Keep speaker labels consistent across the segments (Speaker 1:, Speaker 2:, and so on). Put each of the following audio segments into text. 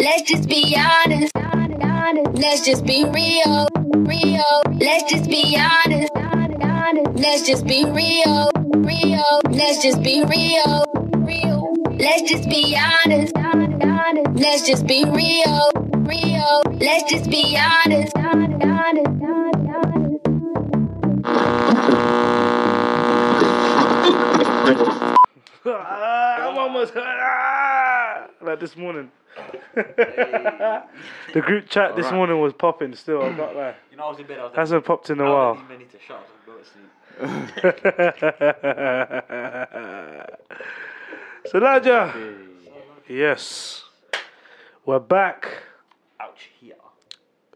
Speaker 1: Let's just be honest. Let's just be real. Real. Let's just be honest. Let's just be real. Real. Let's just be real. Real. Let's just be honest. Let's just be real. Real. Let's just be honest.
Speaker 2: Ah, I'm almost ah, like this morning. the group chat this
Speaker 3: Alright.
Speaker 2: morning was popping. Still, I'm not lying.
Speaker 4: You know, I was in bed. I was
Speaker 2: Hasn't popped in a
Speaker 4: I
Speaker 2: while.
Speaker 4: didn't even need to shut up and go to sleep.
Speaker 2: so, Nadia. Yes, we're back.
Speaker 4: Ouch, here.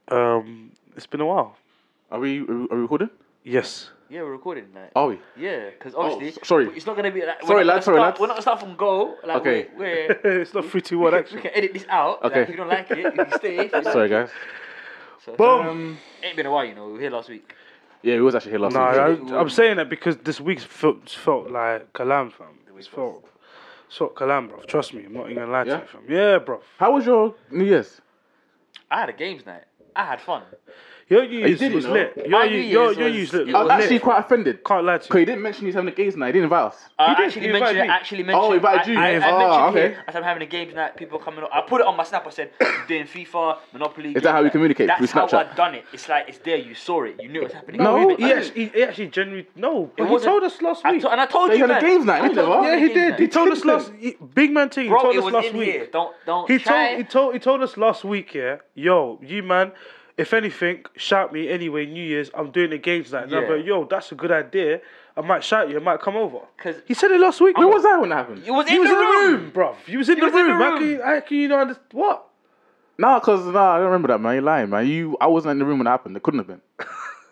Speaker 2: Um, it's been a while.
Speaker 3: Are we are we recording?
Speaker 2: Yes.
Speaker 4: Yeah, we're recording that.
Speaker 3: Are we?
Speaker 4: Yeah, because obviously,
Speaker 3: Oh. s- sorry.
Speaker 4: it's not gonna be like. we're
Speaker 3: Sorry,
Speaker 4: not gonna
Speaker 3: lads, sorry,
Speaker 4: start-
Speaker 3: lads.
Speaker 4: We're not gonna start from go. Like,
Speaker 3: Okay.
Speaker 4: We're, we're,
Speaker 2: it's not three, two, one
Speaker 4: we
Speaker 2: action.
Speaker 4: can edit this out. Like,
Speaker 3: Okay.
Speaker 4: if you don't like it, you can stay. If you
Speaker 3: Sorry
Speaker 4: like
Speaker 3: guys.
Speaker 4: it.
Speaker 3: Um,
Speaker 4: So,
Speaker 2: Boom.
Speaker 4: Ain't been a while, you know. We were here last week.
Speaker 3: Yeah, we was actually here last
Speaker 2: No,
Speaker 3: week.
Speaker 2: I, I'm saying that because this week's felt felt like Kalam, fam. It's felt, it's felt Kalam, bro. Trust me, I'm not even gonna lie
Speaker 3: Yeah?
Speaker 2: to you, fam. Yeah, bro.
Speaker 3: How was your New Year's?
Speaker 4: I had a games night. I had fun.
Speaker 2: Your New Year's
Speaker 3: did, you
Speaker 2: was
Speaker 3: know?
Speaker 2: lit. Your
Speaker 4: My
Speaker 2: New
Speaker 4: New
Speaker 2: your
Speaker 4: Year's
Speaker 2: your
Speaker 4: was-
Speaker 2: New Year's lit.
Speaker 4: it
Speaker 3: I'm
Speaker 4: was
Speaker 2: Lit.
Speaker 3: actually quite offended.
Speaker 2: Can't Ah, lie
Speaker 3: Cause
Speaker 2: to
Speaker 3: he
Speaker 2: you.
Speaker 3: didn't mention he's having a games night. He didn't invite us.
Speaker 4: I
Speaker 2: did,
Speaker 4: actually
Speaker 2: you invited me.
Speaker 4: mentioned.
Speaker 2: Oh, Ah,
Speaker 4: I actually mentioned.
Speaker 3: he invited you.
Speaker 4: I, I, I
Speaker 3: Oh,
Speaker 4: mentioned
Speaker 3: okay.
Speaker 4: here, I said I'm having a games night. People coming. up. I put it on my snap. I said doing FIFA, Monopoly.
Speaker 3: Is that how we communicate?
Speaker 4: That's
Speaker 3: Through
Speaker 4: how
Speaker 3: Snapchat?
Speaker 4: I done it. It's like it's there. You saw it. You knew it was happening.
Speaker 3: No,
Speaker 4: We
Speaker 2: No,
Speaker 4: made-
Speaker 2: he actually, he actually genuinely no. But he
Speaker 4: wasn't-
Speaker 2: told us last
Speaker 4: I
Speaker 2: week.
Speaker 4: to- and I told
Speaker 3: They
Speaker 4: you,
Speaker 3: had a
Speaker 4: man.
Speaker 3: games night,
Speaker 4: I
Speaker 3: didn't they,
Speaker 4: told you
Speaker 3: bro?
Speaker 4: I
Speaker 2: yeah,
Speaker 4: had
Speaker 2: he
Speaker 4: a games
Speaker 2: did.
Speaker 4: night.
Speaker 2: He told us
Speaker 3: Didn't
Speaker 2: last. he- Big man thing. He
Speaker 4: Bro,
Speaker 2: told
Speaker 4: it
Speaker 2: us
Speaker 4: was
Speaker 2: last
Speaker 4: in
Speaker 2: week.
Speaker 4: here. Don't don't
Speaker 2: He
Speaker 4: try.
Speaker 2: told he told he told us last week, yeah, yo, you man, if anything, shout me anyway, New Year's, I'm doing the games like that.
Speaker 4: Yeah.
Speaker 2: But yo, that's a good idea. I might shout you, I might come over.
Speaker 4: 'Cause-
Speaker 2: he said it last week.
Speaker 3: Where was I when that happened?
Speaker 4: it was
Speaker 2: He
Speaker 4: in,
Speaker 2: was
Speaker 4: the, room.
Speaker 2: bruv. You was in, the,
Speaker 4: was in
Speaker 2: room.
Speaker 4: the
Speaker 2: How can
Speaker 4: room.
Speaker 2: you, how can you not understand? What?
Speaker 3: Nah, cause nah, I don't remember that man. You're lying, man. You, I wasn't in the room when it happened. It couldn't have been.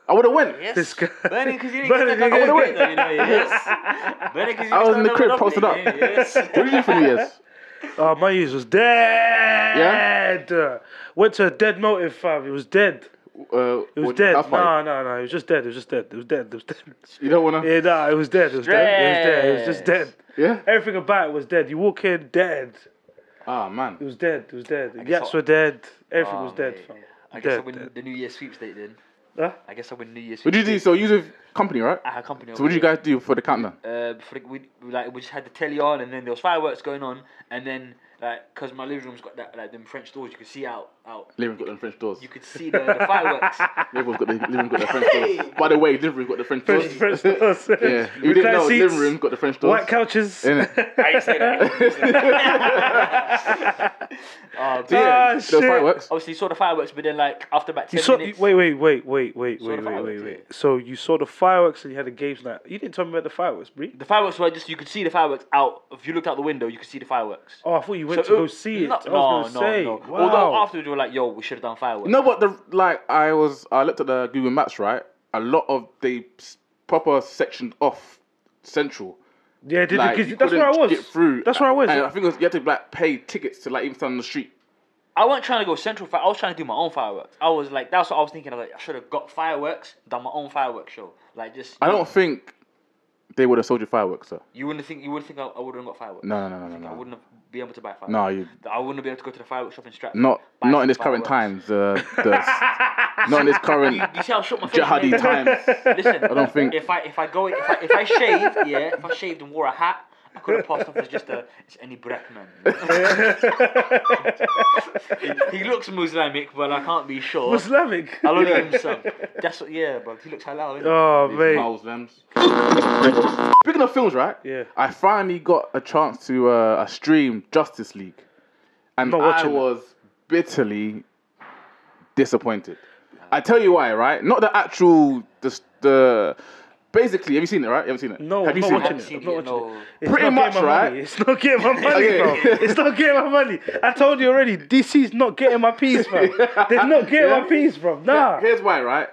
Speaker 3: I would have went.
Speaker 4: Yes.
Speaker 2: This guy-
Speaker 4: Burning because you didn't
Speaker 2: Burning,
Speaker 4: get
Speaker 2: you
Speaker 4: that kind of
Speaker 2: didn't
Speaker 4: you know, yes. Burning because you
Speaker 3: I was in the
Speaker 4: didn't
Speaker 3: crib,
Speaker 4: start
Speaker 3: posted up.
Speaker 4: Monopoly, yeah, yes.
Speaker 3: What did you do for New Year's?
Speaker 2: Oh, my ears was dead. Yeah? Went to a dead motive, fam. It was dead.
Speaker 3: Uh,
Speaker 2: It was dead. No, no, no. It was just dead. It was just dead. It was dead. It was dead.
Speaker 3: You don't wanna.
Speaker 2: Yeah, nah, it was dead. It was dead. It was dead. It was just dead.
Speaker 3: Yeah.
Speaker 2: Everything about it was dead. You walk in, dead.
Speaker 3: Ah man.
Speaker 2: It was dead. It was dead. The Yats
Speaker 4: I-
Speaker 2: were dead. Everything
Speaker 3: Ah,
Speaker 4: Oh,
Speaker 2: was dead.
Speaker 4: mate.
Speaker 2: fam.
Speaker 4: I guess I
Speaker 2: Dead,
Speaker 4: win
Speaker 2: dead.
Speaker 4: the New Year's sweepstake then.
Speaker 2: Huh?
Speaker 4: I guess I win New Year's
Speaker 3: What did you do?
Speaker 4: sweepstake.
Speaker 3: So you was with company, right?
Speaker 4: I had company
Speaker 3: So what
Speaker 4: over
Speaker 3: did you
Speaker 4: there.
Speaker 3: guys do for the countdown?
Speaker 4: Uh, before the- we, we, like, we just had the telly on and then there was fireworks going on and then, like, because my living room's got that, like, them French doors, you could see out, out.
Speaker 3: Living got the French doors.
Speaker 4: You could see the, the fireworks.
Speaker 3: Everyone's got the living got the French doors. By the way, living room got the French doors.
Speaker 2: French, French doors.
Speaker 3: Yeah, you didn't know living room got the French doors.
Speaker 2: White couches.
Speaker 3: Innit?
Speaker 4: I didn't say that. Oh,
Speaker 3: So yeah, there
Speaker 2: Ah,
Speaker 3: was
Speaker 2: shit.
Speaker 3: fireworks.
Speaker 4: obviously saw the fireworks, but then like after about ten
Speaker 2: You saw.
Speaker 4: minutes,
Speaker 2: Wait, wait, wait, wait, wait,
Speaker 4: Saw
Speaker 2: wait,
Speaker 4: the
Speaker 2: wait, wait,
Speaker 4: fireworks,
Speaker 2: wait.
Speaker 4: yeah.
Speaker 2: So you saw the fireworks and you had a games night. You didn't tell me about the fireworks, Bree.
Speaker 4: the fireworks were just you could see the fireworks out. If you looked out the window, you could see the fireworks.
Speaker 2: Oh, I thought you went to
Speaker 4: it-
Speaker 2: go see it.
Speaker 4: No,
Speaker 2: I
Speaker 4: no,
Speaker 2: was
Speaker 4: no,
Speaker 2: gonna say.
Speaker 4: no.
Speaker 2: Wow.
Speaker 4: Although afterwards we were like, "Yo, we should have done fireworks."
Speaker 3: No, but the like I was I looked at the Google Maps right. A lot of they s- proper sectioned off central.
Speaker 2: yeah, did,
Speaker 3: Like,
Speaker 2: because
Speaker 3: you
Speaker 2: that's where I
Speaker 3: couldn't
Speaker 2: was.
Speaker 3: Get through.
Speaker 2: That's where I was.
Speaker 3: And I think it was, you had to like pay tickets to like even stand on the street.
Speaker 4: I wasn't trying to go central fire. I was trying to do my own fireworks. I was like, that's what I was thinking. I was like, I should have got fireworks, done my own fireworks show. Like just,
Speaker 3: I don't think they would have sold you fireworks, sir.
Speaker 4: You wouldn't think you wouldn't think I, I wouldn't have got fireworks.
Speaker 3: No, no, no, no,
Speaker 4: I
Speaker 3: no, no.
Speaker 4: wouldn't have been able to buy fireworks.
Speaker 3: No, you
Speaker 4: I wouldn't have been able to go to the fireworks shop in Stratford.
Speaker 3: not
Speaker 4: buy
Speaker 3: not
Speaker 4: some
Speaker 3: in this current
Speaker 4: fireworks.
Speaker 3: times. Uh, the, not in this current
Speaker 4: You see how I shook my face?
Speaker 3: jihadi
Speaker 4: man?
Speaker 3: times.
Speaker 4: Listen, I
Speaker 3: don't think-
Speaker 4: if I if I go if I, if I shaved, yeah, if I shaved and wore a hat, I could have passed off as just a it's any black man. he, he looks Muslimic, but I can't be sure.
Speaker 2: Islamic.
Speaker 4: I'll only give him some. That's what, yeah, bro. He looks halal. Isn't he?
Speaker 2: Oh, mate.
Speaker 3: Miles Lems. Speaking of films, right?
Speaker 2: Yeah.
Speaker 3: I finally got a chance to uh, stream Justice League, and
Speaker 2: Not
Speaker 3: I
Speaker 2: watching it.
Speaker 3: was bitterly disappointed. I tell you why, right? Not the actual the the. Basically, have you seen it? Right? You haven't seen it?
Speaker 2: No,
Speaker 3: Have
Speaker 2: I'm
Speaker 3: you
Speaker 2: not
Speaker 3: seen
Speaker 2: watching
Speaker 3: it?
Speaker 2: it.
Speaker 4: Seen
Speaker 2: I'm not
Speaker 4: it,
Speaker 2: watching
Speaker 4: no.
Speaker 2: it. It's
Speaker 3: Pretty
Speaker 2: not
Speaker 3: much,
Speaker 2: getting my
Speaker 3: right?
Speaker 2: Money. It's not getting my money,
Speaker 3: Okay.
Speaker 2: bro. It's not getting my money. I told you already. DC's not getting my piece, bro. They're not getting
Speaker 3: Yeah.
Speaker 2: my piece, bro. Nah.
Speaker 3: Here's why, right?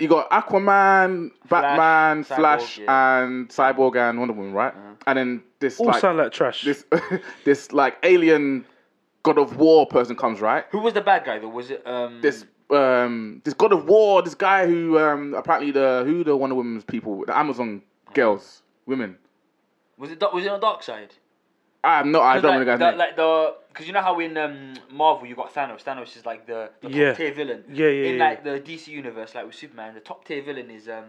Speaker 3: You got Aquaman, Batman,
Speaker 4: Cyborg,
Speaker 3: Flash,
Speaker 4: yeah. Uh-huh.
Speaker 3: and Cyborg and Wonder Woman, right? And then this
Speaker 2: All
Speaker 3: like
Speaker 2: sound like trash.
Speaker 3: this this like alien God of War person comes, right?
Speaker 4: Who was the bad guy though? Was it um?
Speaker 3: this um this God of War, this guy who um apparently the who the Wonder Woman's people, the Amazon girls, women.
Speaker 4: was it Dark- was it on Dark Side?
Speaker 3: I am not. I don't
Speaker 4: like,
Speaker 3: know the guy's
Speaker 4: the,
Speaker 3: name.
Speaker 4: like the
Speaker 5: because you know how in um, Marvel you got Thanos. Thanos is like the, the top
Speaker 2: Yeah.
Speaker 5: tier villain.
Speaker 2: Yeah, yeah,
Speaker 5: In
Speaker 2: yeah.
Speaker 5: like the DC universe, like with Superman, the top tier villain is um,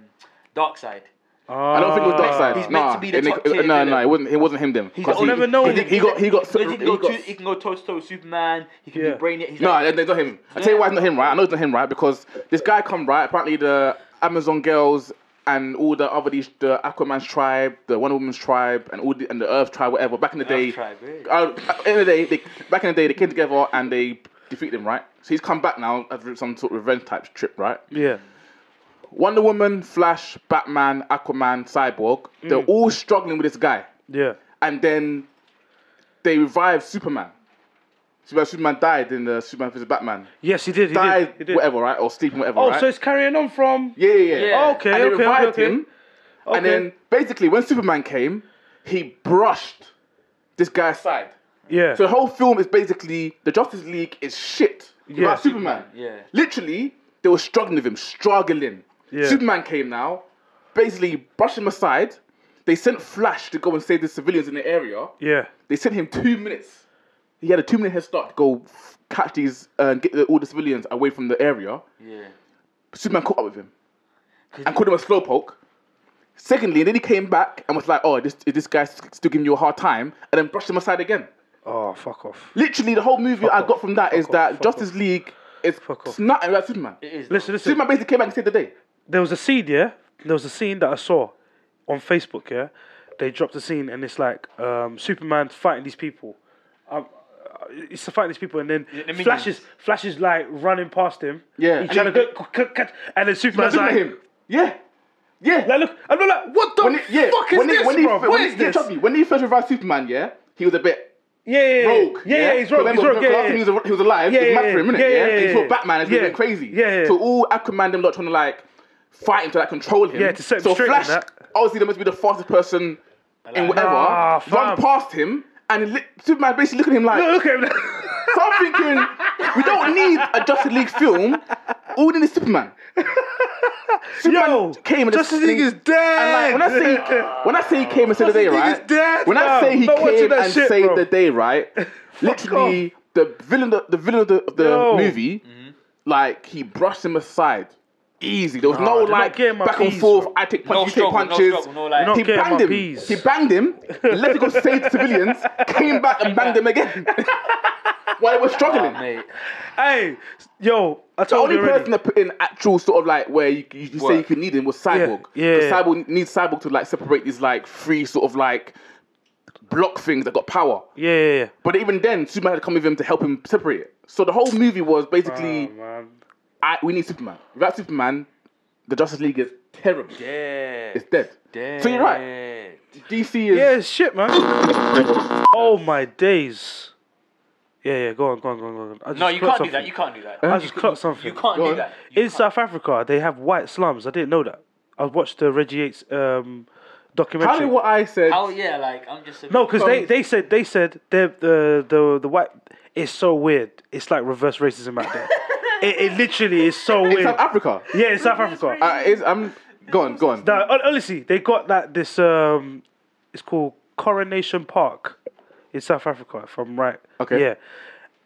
Speaker 5: Darkseid.
Speaker 3: I don't think
Speaker 2: Uh,
Speaker 3: it was
Speaker 2: Ah.
Speaker 5: he's
Speaker 3: Darkseid.
Speaker 5: meant
Speaker 3: Nah,
Speaker 5: to be the
Speaker 3: and they-
Speaker 5: top tier
Speaker 3: no, no,
Speaker 5: villain.
Speaker 3: it wasn't. It wasn't him. Then 'Cause
Speaker 2: I'll never know.
Speaker 3: He, he got. He got.
Speaker 5: He can
Speaker 3: he
Speaker 5: go,
Speaker 3: got-
Speaker 5: to, he can go toe to toe with Superman. He can
Speaker 2: Yeah.
Speaker 5: be brainy. He's
Speaker 3: No,
Speaker 5: like,
Speaker 3: it's not him. I tell you why it's not him, right? I know it's not him, right? Because this guy come right. Apparently, the Amazon girls and all the other these the Aquaman's tribe, the Wonder Woman's tribe, and all the and the Earth tribe, whatever. Back in the day,
Speaker 5: tribe, yeah.
Speaker 3: uh, at the end of the day, they, back in the day, they came together and they defeated him, right? So he's come back now after some sort of revenge type trip, right?
Speaker 2: Yeah.
Speaker 3: Wonder Woman, Flash, Batman, Aquaman, Cyborg, they're all struggling with this guy,
Speaker 2: Yeah.
Speaker 3: and then they revived Superman. Superman, Superman died in the Superman vs Batman
Speaker 2: Yes, he did. He
Speaker 3: died,
Speaker 2: did. He did.
Speaker 3: whatever, right? Or sleeping, whatever,
Speaker 2: Oh,
Speaker 3: right?
Speaker 2: so it's carrying on from.
Speaker 3: yeah, yeah, yeah.
Speaker 5: Yeah.
Speaker 2: Okay,
Speaker 3: and they
Speaker 2: okay, okay,
Speaker 3: revived
Speaker 2: okay.
Speaker 3: him, and
Speaker 2: Okay.
Speaker 3: then basically when Superman came, he brushed this guy aside.
Speaker 2: Yeah.
Speaker 3: So the whole film is basically the Justice League is shit without
Speaker 2: Yeah.
Speaker 3: Superman.
Speaker 5: Yeah.
Speaker 3: Literally, they were struggling with him, struggling.
Speaker 2: Yeah.
Speaker 3: Superman came now, basically brushed him aside. They sent Flash to go and save the civilians in the area.
Speaker 2: yeah.
Speaker 3: They sent him two minutes. He had a two minute head start to go f- catch these uh, and get the, all the civilians away from the area.
Speaker 5: yeah.
Speaker 3: Superman caught up with him and called him a slowpoke. Secondly, then he came back and was like, "Oh, this is this guy's still giving you a hard time," and then brushed him aside again.
Speaker 2: Oh, fuck off.
Speaker 3: Literally, the whole movie I got from that is
Speaker 2: off,
Speaker 3: that
Speaker 2: fuck
Speaker 3: Justice League is
Speaker 2: Fuck off.
Speaker 3: not about Superman.
Speaker 5: It is.
Speaker 2: Listen, listen.
Speaker 3: Superman basically came back and saved the day.
Speaker 2: there was a scene, yeah. There was a scene that I saw on Facebook, yeah. They dropped a scene and it's like um, Superman fighting these people. Um, uh, he's fighting these people and then
Speaker 5: the minions.
Speaker 2: flashes, flashes like running past him.
Speaker 3: Yeah.
Speaker 2: he's
Speaker 3: And
Speaker 2: trying to
Speaker 3: he-
Speaker 2: go c- c- catch, and then Superman's
Speaker 3: Superman
Speaker 2: like,
Speaker 3: him. Yeah, yeah.
Speaker 2: like, look, and I'm like, what the
Speaker 3: When he- yeah.
Speaker 2: fuck is
Speaker 3: when he-
Speaker 2: this,
Speaker 3: when he-
Speaker 2: bro?
Speaker 3: when
Speaker 2: what
Speaker 3: he-
Speaker 2: is
Speaker 3: yeah,
Speaker 2: this?
Speaker 3: trust me, when he first revived Superman, yeah, he was a bit
Speaker 2: Yeah, yeah, yeah,
Speaker 3: rogue.
Speaker 2: yeah, yeah, he's rogue,
Speaker 3: Remember,
Speaker 2: he's rogue, yeah,
Speaker 3: last time
Speaker 2: yeah,
Speaker 3: He, was, he was alive.
Speaker 2: Yeah,
Speaker 3: Yeah, it was mad
Speaker 2: yeah,
Speaker 3: for a minute.
Speaker 2: yeah,
Speaker 3: Yeah,
Speaker 2: yeah,
Speaker 3: And he
Speaker 2: yeah.
Speaker 3: saw Batman. It's
Speaker 2: Yeah.
Speaker 3: yeah. been crazy.
Speaker 2: Yeah, yeah.
Speaker 3: So all Aquaman them lot trying to like fight him to like control him.
Speaker 2: Yeah, to set him
Speaker 3: so
Speaker 2: straight
Speaker 3: Flash
Speaker 2: and that.
Speaker 3: obviously they must be the fastest person in whatever.
Speaker 2: Nah, fam.
Speaker 3: run past him and li- Superman basically looking at him like.
Speaker 2: Look at him.
Speaker 3: So I'm thinking we don't need a Justice League film. All we need is Superman. Superman
Speaker 2: Yo,
Speaker 3: came and
Speaker 2: Justice League is dead.
Speaker 3: and, like, when I say when I say he came and saved the day,
Speaker 2: Justice League
Speaker 3: right?
Speaker 2: is dead,
Speaker 3: when I
Speaker 2: fam.
Speaker 3: say he
Speaker 2: Not watching
Speaker 3: came
Speaker 2: that
Speaker 3: and
Speaker 2: shit,
Speaker 3: saved
Speaker 2: bro.
Speaker 3: the day, right? literally, the villain, the, the villain of the, of the
Speaker 2: Yo.
Speaker 3: movie, like he brushed him aside. Easy. There was no
Speaker 2: they're not
Speaker 3: like
Speaker 2: getting my
Speaker 3: back and
Speaker 2: peas,
Speaker 3: forth.
Speaker 2: bro.
Speaker 3: I take
Speaker 5: No
Speaker 3: punches, you take
Speaker 5: struggle, no
Speaker 3: punches.
Speaker 5: struggle, no, like- They're
Speaker 2: not
Speaker 3: he
Speaker 2: getting my
Speaker 3: banged him.
Speaker 2: peas.
Speaker 3: He banged him. Let him go save the civilians. Came back and banged him again. While they were struggling.
Speaker 5: mate.
Speaker 2: hey, yo, I
Speaker 3: The
Speaker 2: told
Speaker 3: only
Speaker 2: you already.
Speaker 3: person that put in actual sort of like where you, you, you say
Speaker 5: Work.
Speaker 3: you could need him was Cyborg.
Speaker 2: Yeah, yeah.
Speaker 3: 'Cause Cyborg needs Cyborg to like separate these like three sort of like block things that got power.
Speaker 2: yeah, yeah, yeah.
Speaker 3: But even then, Superman had to come with him to help him separate it. So the whole movie was basically
Speaker 2: Oh, man.
Speaker 3: I, we need Superman. Without Superman, the Justice League is terrible.
Speaker 5: Dead.
Speaker 3: It's dead. So you're right.
Speaker 5: Dead.
Speaker 3: DC is
Speaker 2: Yeah, it's shit, man. oh my days. Yeah, yeah. Go on, go on, go on, go on. I just
Speaker 5: No, you
Speaker 2: clocked
Speaker 5: can't do
Speaker 2: something.
Speaker 5: that. You can't do that.
Speaker 2: I just clocked something.
Speaker 5: You can't
Speaker 3: Go
Speaker 5: do
Speaker 3: on.
Speaker 5: that. You
Speaker 2: In South Africa, they have white slums. I didn't know that. I watched the Reggie Yates um,
Speaker 3: probably
Speaker 2: documentary.
Speaker 3: what I said.
Speaker 5: Oh yeah, like I'm just. A
Speaker 2: no, because they, they said they said they're- the the the white. It's so weird. It's like reverse racism out there. it, it literally is so weird.
Speaker 3: in South Africa.
Speaker 2: yeah, in South Africa.
Speaker 3: Uh, it's, I'm go on, go on.
Speaker 2: No, hon- honestly, they got that this um, it's called Coronation Park in South Africa, if I'm right.
Speaker 3: Okay.
Speaker 2: Yeah,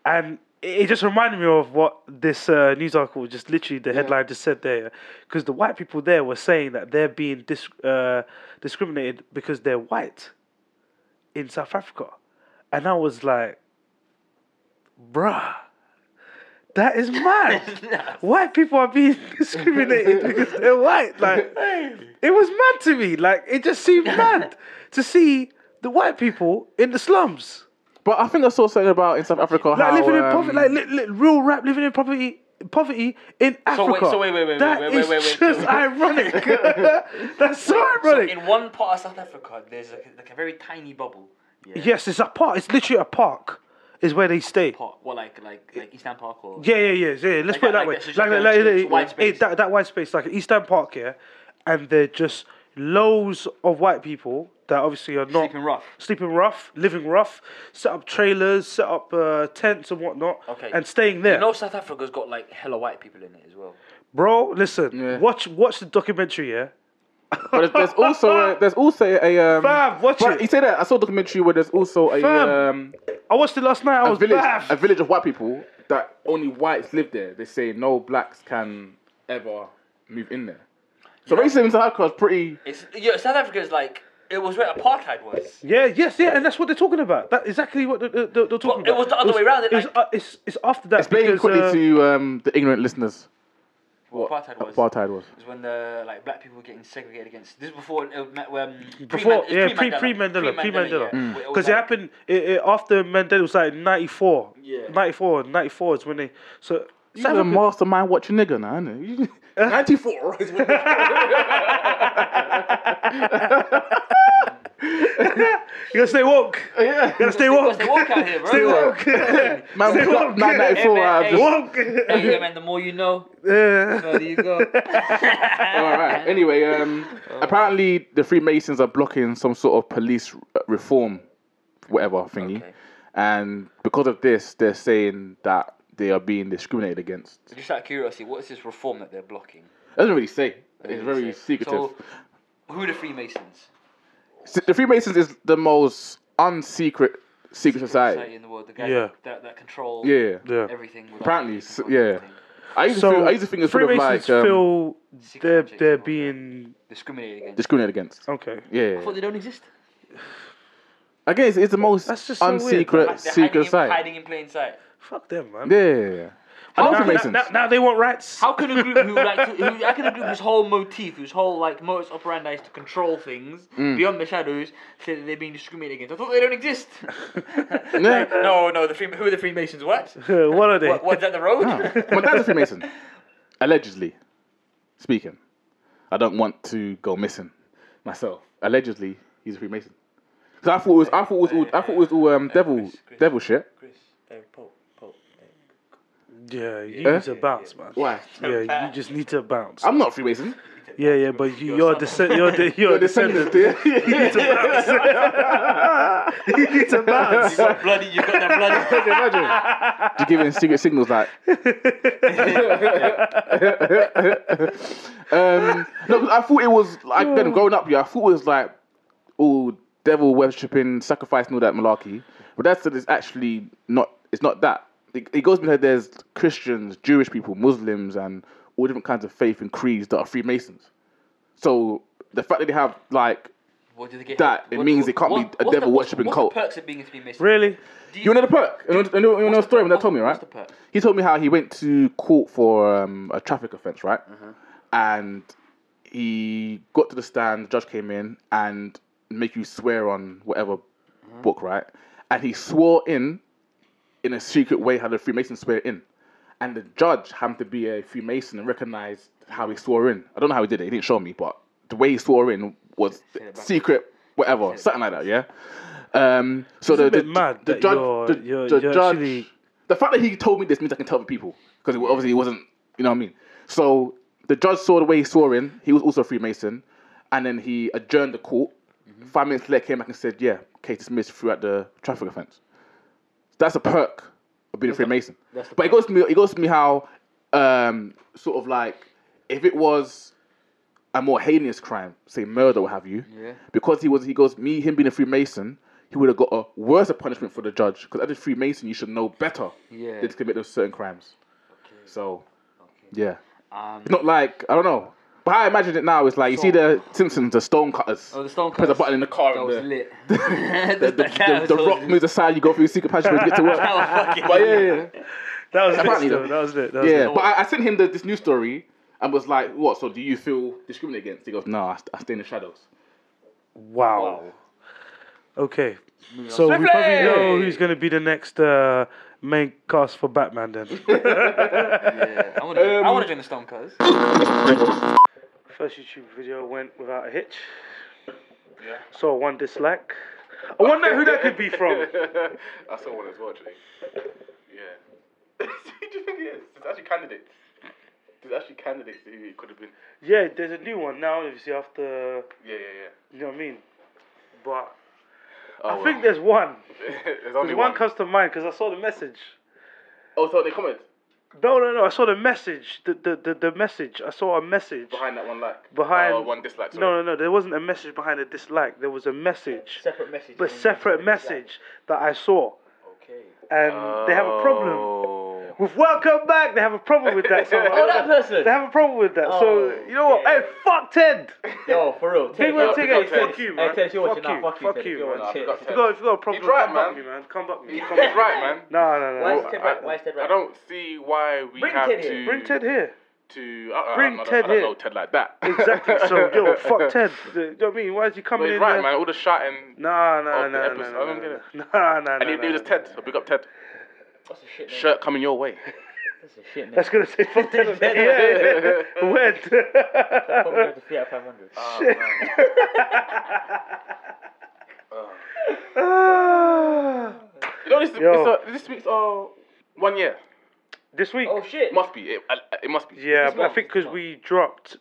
Speaker 2: and it it just reminded me of what this uh, news article just literally the headline just said there, because the white people there were saying that they're being dis- uh, discriminated because they're white in South Africa, and I was like, bruh. That is mad. white people are being discriminated because they're white. Like, it was mad to me. Like, it just seemed mad to see the white people in the slums,
Speaker 3: But I think I saw something about in South Africa
Speaker 2: like
Speaker 3: how
Speaker 2: living in
Speaker 3: um,
Speaker 2: poverty, like li- li- real rap living in poverty. Poverty in
Speaker 5: So
Speaker 2: Africa.
Speaker 5: wait- so wait, wait, wait,
Speaker 2: That
Speaker 5: wait, wait,
Speaker 2: is
Speaker 5: wait, wait,
Speaker 2: just
Speaker 5: so-
Speaker 2: ironic. That's so
Speaker 5: So
Speaker 2: ironic.
Speaker 5: in one part of South Africa, there's a, like a very tiny bubble. Yeah.
Speaker 2: yes, it's a park. It's literally a park. Is where they stay.
Speaker 5: Part, what like like like Eastern Park or?
Speaker 2: Yeah, yeah, yeah, yeah. Let's
Speaker 5: Like
Speaker 2: put it
Speaker 5: that-
Speaker 2: that
Speaker 5: like
Speaker 2: way.
Speaker 5: that, so it's
Speaker 2: Like, like,
Speaker 5: like a-
Speaker 2: like,
Speaker 5: it's a wide
Speaker 2: eh,
Speaker 5: space.
Speaker 2: that, that wide space, like East End Park here, and they're just loads of white people that obviously are not
Speaker 5: Sleeping rough.
Speaker 2: sleeping rough, living rough, set up trailers, set up uh, tents and whatnot,
Speaker 5: Okay.
Speaker 2: and staying there.
Speaker 5: You know South Africa's got like hella white people in it as well.
Speaker 2: Bro, listen,
Speaker 3: Yeah.
Speaker 2: watch watch the documentary, yeah,
Speaker 3: But there's, there's also a, there's also a um,
Speaker 2: Fam, watch
Speaker 3: but
Speaker 2: it.
Speaker 3: You say that I saw a documentary where there's also a
Speaker 2: Fam.
Speaker 3: um,
Speaker 2: I watched it last night. I
Speaker 3: a
Speaker 2: was
Speaker 3: village
Speaker 2: baff.
Speaker 3: a village of white people that only whites live there. They say no blacks can ever move in there. So racism in South Africa is pretty.
Speaker 4: It's, yeah, South Africa is like it was where apartheid was.
Speaker 2: Yeah, yes, yeah, and that's what they're talking about. That's exactly what they're, they're, they're talking
Speaker 4: But it
Speaker 2: about.
Speaker 4: was the other way round, it
Speaker 2: It's,
Speaker 4: like-
Speaker 2: uh, it's, it's after that.
Speaker 3: Explain
Speaker 2: because,
Speaker 3: quickly
Speaker 2: uh,
Speaker 3: to um, the ignorant listeners
Speaker 4: What
Speaker 3: what
Speaker 4: apartheid was.
Speaker 3: apartheid was.
Speaker 4: was when the like black people were getting segregated against. This is before uh, ma- um,
Speaker 2: before,
Speaker 4: pre-Mandela-
Speaker 2: yeah, pre
Speaker 4: pre-Mandela,
Speaker 2: pre Mandela, pre Mandela,
Speaker 4: yeah,
Speaker 3: Mm.
Speaker 4: where it was
Speaker 2: because it
Speaker 4: like-
Speaker 2: happened it, it, after Mandela it was like ninety four,
Speaker 4: Yeah.
Speaker 2: 94, 94 is when they so.
Speaker 3: You a mastermind watching nigga now, innit? Ninety four.
Speaker 2: You gotta stay woke.
Speaker 3: Yeah.
Speaker 2: You gotta stay woke.
Speaker 4: Because they walk out here, bro.
Speaker 2: Stay woke.
Speaker 3: Man,
Speaker 2: Stay woke.
Speaker 3: nine ninety four.
Speaker 4: Hey,
Speaker 3: All
Speaker 4: man,
Speaker 2: Woke.
Speaker 4: Hey, yeah, man, the more you know,
Speaker 2: Yeah.
Speaker 4: the further you go.
Speaker 3: right. Anyway, um, apparently the Freemasons are blocking some sort of police r- reform, whatever thingy,
Speaker 4: Okay.
Speaker 3: and because of this, they're saying that they are being discriminated against. It
Speaker 4: Just out of curiosity, what is this reform that they're blocking?
Speaker 3: doesn't really say. It's
Speaker 4: Is
Speaker 3: very
Speaker 4: it-
Speaker 3: secretive.
Speaker 4: So, who are the Freemasons?
Speaker 3: S- the Freemasons is the most unsecret secret society.
Speaker 4: in the world, the guys
Speaker 2: Yeah.
Speaker 4: that, that control
Speaker 3: Yeah.
Speaker 2: Yeah.
Speaker 4: everything. without
Speaker 3: Apparently, s-
Speaker 4: controlling
Speaker 3: yeah.
Speaker 4: everything.
Speaker 3: I used to
Speaker 2: So
Speaker 3: feel, I used to think it's sort of
Speaker 2: Freemasons
Speaker 3: like um,
Speaker 2: feel they're
Speaker 4: Secret
Speaker 2: they're
Speaker 4: objects.
Speaker 2: being
Speaker 4: Discriminated against.
Speaker 3: discriminated against.
Speaker 2: okay.
Speaker 3: Yeah.
Speaker 4: I thought they don't exist.
Speaker 3: I guess it's the most
Speaker 2: That's just so weird.
Speaker 3: unsecret
Speaker 4: Like, they're hiding
Speaker 3: secret
Speaker 4: in,
Speaker 3: site.
Speaker 4: hiding in plain sight.
Speaker 2: Fuck them, man.
Speaker 3: Yeah. I
Speaker 2: Now,
Speaker 3: know
Speaker 2: now,
Speaker 3: Freemasons.
Speaker 2: now, now they want rats.
Speaker 4: How can a group who like to, who, how can a group whose whole motif, whose whole like modus operandi is to control things
Speaker 3: Mm.
Speaker 4: beyond the shadows, say that they're being discriminated against? I thought they don't exist.
Speaker 3: Yeah.
Speaker 4: no, no, the Freem- who are the Freemasons? What?
Speaker 2: what are they?
Speaker 4: What, what is that the road?
Speaker 3: Oh. My dad's a Freemason. Allegedly speaking. I don't want to go missing myself. Allegedly, he's a Freemason. 'Cause I thought it was, I thought it was all, I thought it was all um, devil, devil shit.
Speaker 4: Chris, they're Pope, Pope.
Speaker 2: Yeah, you
Speaker 3: Eh?
Speaker 2: need to bounce, man.
Speaker 3: Why?
Speaker 2: Yeah, you just need to bounce.
Speaker 3: I'm not a Freemason.
Speaker 2: yeah, yeah, but you, you're, descend- you're, de- you're,
Speaker 3: You're a
Speaker 2: descendant.
Speaker 3: descendant. yeah.
Speaker 2: you need to bounce.
Speaker 4: You got bloody, you got the bloody.
Speaker 3: Can you imagine? Just giving secret signals like. um, no, 'cause I thought it was like then growing up. Yeah, I thought it was like all devil worshipping, sacrifice, and all that malarkey. But that's it's actually not. It's not that. It, it goes because there's Christians, Jewish people, Muslims, and all different kinds of faith and creeds that are Freemasons. So the fact that they have like
Speaker 4: What do they get?
Speaker 3: That, it means it can't be a
Speaker 4: what's the-
Speaker 3: devil
Speaker 4: what's-
Speaker 3: worshipping
Speaker 4: what's
Speaker 3: cult.
Speaker 4: The perks of being a Freemason.
Speaker 2: Really?
Speaker 4: Do
Speaker 3: You know the perk. You know, you know, you know the story when that told me, right?
Speaker 4: what's the perk?
Speaker 3: He told me how he went to court for um, a traffic offense, right?
Speaker 4: Mm-hmm.
Speaker 3: And he got to the stand. The judge came in and make you swear on whatever
Speaker 4: Mm-hmm.
Speaker 3: book, right? And he swore in in a secret way how the Freemason swear in. And the judge happened to be a Freemason and recognized how he swore in. I don't know how he did it. He didn't show me, but the way he swore in was secret, whatever, something like that. Yeah. Um, so the,
Speaker 2: Isn't
Speaker 3: the,
Speaker 2: it mad
Speaker 3: the
Speaker 2: that
Speaker 3: judge,
Speaker 2: you're-
Speaker 3: the,
Speaker 2: you're-
Speaker 3: the
Speaker 2: you're
Speaker 3: judge,
Speaker 2: actually-
Speaker 3: the fact that he told me this means I can tell the people because obviously he wasn't. You know what I mean? So the judge saw the way he swore in. He was also a Freemason, and then he adjourned the court.
Speaker 2: Mm-hmm.
Speaker 3: Five minutes later, came back and said, "Yeah, case dismissed throughout the traffic offence." That's a perk of being a Freemason.
Speaker 4: that's the
Speaker 3: but it goes to me. It goes to me how um, sort of like if it was a more heinous crime, say murder, what have you,
Speaker 4: Yeah.
Speaker 3: because he was he goes me him being a Freemason, he would have got a worse punishment for the judge because as a Freemason you should know better
Speaker 4: Yeah.
Speaker 3: than to commit those certain crimes. So, yeah,
Speaker 4: Um,
Speaker 3: It's not like I don't know. But how I imagine it now is like you see the Simpsons, the stonecutters.
Speaker 4: oh, the stone
Speaker 3: Press a button in the car.
Speaker 4: That
Speaker 3: and
Speaker 4: was
Speaker 3: the-
Speaker 4: lit.
Speaker 3: the, the, the, the rock moves aside, you go through secret passageway to get to work.
Speaker 4: fucking
Speaker 3: but yeah, yeah, yeah.
Speaker 2: That was
Speaker 3: Apparently
Speaker 2: it.
Speaker 3: though.
Speaker 2: Though. That was it. That was
Speaker 3: Yeah,
Speaker 2: it.
Speaker 3: but I, I sent him the, this news story and was like, "What? So do you feel discriminated against?" He goes, "No, I, st- I stay in the shadows."
Speaker 2: Wow. Okay. So we probably
Speaker 3: Swiftly!
Speaker 2: know who's going to be the next uh, main cast for Batman then.
Speaker 4: Yeah, I want to. I
Speaker 3: Um,
Speaker 4: want to join the stone cuz.
Speaker 2: First YouTube video went without a hitch. Saw one dislike. I wonder who that could be from.
Speaker 3: I saw one as well, actually. Yeah. Who do you think it is? There's actually candidates. There's actually candidates who it could have been.
Speaker 2: Yeah, there's a new one now, obviously, after.
Speaker 3: Yeah, yeah,
Speaker 2: You know what I mean? But
Speaker 3: yeah.
Speaker 2: I think there's one.
Speaker 3: there's only
Speaker 2: There's one comes to mind because I saw the message.
Speaker 3: Oh, so they comment.
Speaker 2: No, no, no. I saw the message. The the, the, the message. I saw a message
Speaker 3: Behind that one like.
Speaker 2: behind.
Speaker 3: Oh, one dislike. Sorry.
Speaker 2: No, no, no. There wasn't a message behind a dislike. There was a message,
Speaker 4: Separate message.
Speaker 2: but separate message that I saw,
Speaker 4: Okay.
Speaker 2: and they have a problem
Speaker 3: Oh. problem.
Speaker 2: with "Welcome Back." They have a problem with that song.
Speaker 4: Oh, that person.
Speaker 2: They have a problem with that. so
Speaker 4: Oh,
Speaker 2: you know what?
Speaker 4: yeah.
Speaker 2: Hey, fuck Ted.
Speaker 4: Yo, for real.
Speaker 2: Big
Speaker 4: Take
Speaker 2: man,
Speaker 4: it.
Speaker 2: take
Speaker 3: pick up
Speaker 2: it.
Speaker 3: Ted.
Speaker 2: Fuck you,
Speaker 4: Hey,
Speaker 2: man.
Speaker 4: Ted, if you watching
Speaker 2: Fuck
Speaker 4: now,
Speaker 2: you.
Speaker 4: fuck you,
Speaker 2: Fuck
Speaker 4: Ted, if
Speaker 2: you,
Speaker 4: you're
Speaker 2: man.
Speaker 4: watching.
Speaker 2: If
Speaker 3: Nah,
Speaker 2: you
Speaker 3: pick up
Speaker 2: got if you got a problem,
Speaker 3: He's right,
Speaker 2: come buck
Speaker 3: man.
Speaker 2: me, man. Come buck me.
Speaker 3: He's
Speaker 2: Come buck me.
Speaker 3: right, man.
Speaker 2: No, no, no.
Speaker 4: Why is
Speaker 2: no.
Speaker 4: Ted
Speaker 3: I-
Speaker 4: right? Why is Ted
Speaker 3: I
Speaker 4: right?
Speaker 3: don't see why we
Speaker 4: Bring
Speaker 3: have
Speaker 4: Ted here.
Speaker 3: to
Speaker 2: Bring Ted here.
Speaker 3: To I, I,
Speaker 2: Bring
Speaker 3: I don't,
Speaker 2: Ted
Speaker 3: I don't
Speaker 2: here.
Speaker 3: know Ted like that.
Speaker 2: Exactly. So yo, fuck Ted. You know what I mean? Why is he
Speaker 3: But
Speaker 2: coming
Speaker 3: he's
Speaker 2: in
Speaker 3: right,
Speaker 2: there?
Speaker 3: man. All the shouting.
Speaker 2: Nah, nah,
Speaker 3: of the
Speaker 2: nah, nah,
Speaker 3: episode.
Speaker 2: nah,
Speaker 3: I don't
Speaker 2: nah,
Speaker 3: get it.
Speaker 2: nah, nah,
Speaker 3: And
Speaker 2: nah,
Speaker 3: it, it
Speaker 2: nah,
Speaker 3: was
Speaker 2: nah.
Speaker 3: Ted. So big up Ted.
Speaker 4: That's a shit name.
Speaker 3: Shirt coming your way.
Speaker 4: That's a shit name.
Speaker 2: That's gonna say fuck Ted. Yeah, yeah, yeah.
Speaker 4: Probably
Speaker 2: When?
Speaker 4: have to Fiat 500.
Speaker 2: Oh,
Speaker 3: Shit.
Speaker 2: Ah.
Speaker 3: you know, this, is-
Speaker 2: Yo.
Speaker 3: it's a, this week's uh, one year.
Speaker 2: This week.
Speaker 4: Oh shit.
Speaker 3: It must be. It, I- it must be.
Speaker 2: Yeah,
Speaker 4: This
Speaker 2: but I
Speaker 4: month,
Speaker 2: think
Speaker 4: this
Speaker 2: because we dropped,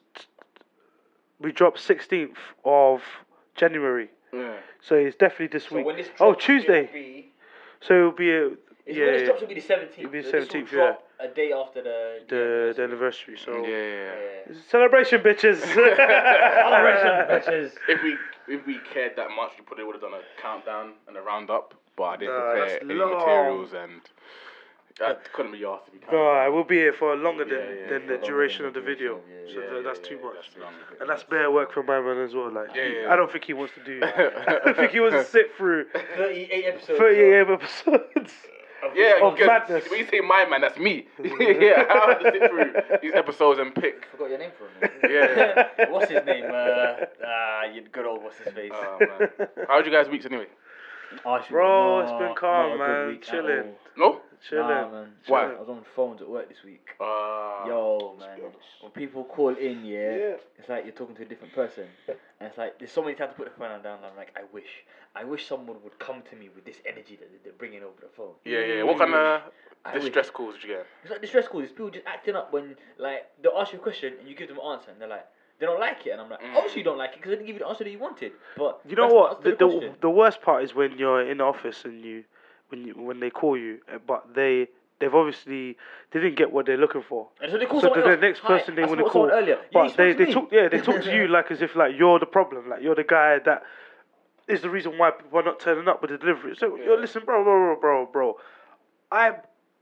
Speaker 2: we dropped sixteenth of January,
Speaker 3: Yeah.
Speaker 2: so it's definitely this
Speaker 4: So
Speaker 2: week.
Speaker 4: when this
Speaker 2: oh,
Speaker 4: drops,
Speaker 2: Tuesday.
Speaker 4: it'll be-
Speaker 2: so it'll be a,
Speaker 4: it's
Speaker 2: yeah,
Speaker 4: when this
Speaker 2: yeah,
Speaker 4: drops will be the 17th. It'll
Speaker 2: be the 17th,
Speaker 4: A day after the.
Speaker 2: the, the anniversary. So
Speaker 3: Yeah, yeah, yeah.
Speaker 4: Yeah.
Speaker 2: celebration, bitches. celebration,
Speaker 4: Celebration, bitches.
Speaker 3: If we if we cared that much, we probably would have done a countdown and a roundup. But I didn't
Speaker 2: Nah,
Speaker 3: prepare
Speaker 2: that's
Speaker 3: any
Speaker 2: long.
Speaker 3: materials and I couldn't be asked to be counted.
Speaker 2: No, I will uh, be here for longer than,
Speaker 3: Yeah, yeah,
Speaker 2: than the duration of the video. so
Speaker 3: yeah,
Speaker 2: tha- that's
Speaker 3: yeah,
Speaker 2: too
Speaker 3: yeah,
Speaker 2: much.
Speaker 3: that's long.
Speaker 2: and that's bare work for my man as well. Like,
Speaker 3: Yeah,
Speaker 2: he-
Speaker 3: yeah.
Speaker 2: I don't think he wants to do. I don't think he wants to sit through
Speaker 4: 38 episodes.
Speaker 2: 38 episodes.
Speaker 3: Yeah,
Speaker 2: Of
Speaker 3: because
Speaker 2: madness.
Speaker 3: when you say my man, that's me. yeah, I have to sit through these episodes and pick.
Speaker 4: I forgot your name for a minute.
Speaker 3: Yeah.
Speaker 4: what's his name? Uh, ah, you good old what's his face?
Speaker 3: Oh, man. How'd you guys weeks anyway?
Speaker 4: Archie
Speaker 2: Bro,
Speaker 4: was
Speaker 2: it's been
Speaker 4: not-
Speaker 2: calm,
Speaker 4: not a good
Speaker 2: man.
Speaker 4: week at
Speaker 2: Chilling.
Speaker 4: all.
Speaker 3: No.
Speaker 2: Chilling.
Speaker 4: Nah, man.
Speaker 3: Why?
Speaker 4: I was on the phones at work this week.
Speaker 3: Uh,
Speaker 4: Yo, man. When people call in, yeah,
Speaker 2: Yeah.
Speaker 4: it's like you're talking to a different person. And it's like, there's so many times to put the phone down, and I'm like, I wish. I wish someone would come to me with this energy that they're bringing over the phone.
Speaker 3: Yeah, yeah. What kind of
Speaker 4: I wish.
Speaker 3: distress calls did you get?
Speaker 4: It's like distress calls. It's people just acting up when like they'll ask you a question and you give them an answer and they're like they don't like it and I'm like obviously you don't like it because I didn't give you the answer that you wanted. But
Speaker 2: You know
Speaker 4: that's
Speaker 2: what? The,
Speaker 4: The, answer to the
Speaker 2: the,
Speaker 4: question.
Speaker 2: the worst part is when you're in the office and you when you when they call you, uh, but they they've obviously they didn't get what they're looking for.
Speaker 4: and so they call
Speaker 2: So
Speaker 4: someone
Speaker 2: the
Speaker 4: else.
Speaker 2: next
Speaker 4: Hi,
Speaker 2: person they
Speaker 4: I
Speaker 2: want to
Speaker 4: spoke to
Speaker 2: call,
Speaker 4: someone earlier. Yeah, you
Speaker 2: but
Speaker 4: spoke
Speaker 2: they,
Speaker 4: to
Speaker 2: they
Speaker 4: me.
Speaker 2: talk yeah they talk to you like as if like you're the problem, like you're the guy that is the reason why people are not turning up with the delivery. So yo, listen, bro, bro, bro, bro, bro, I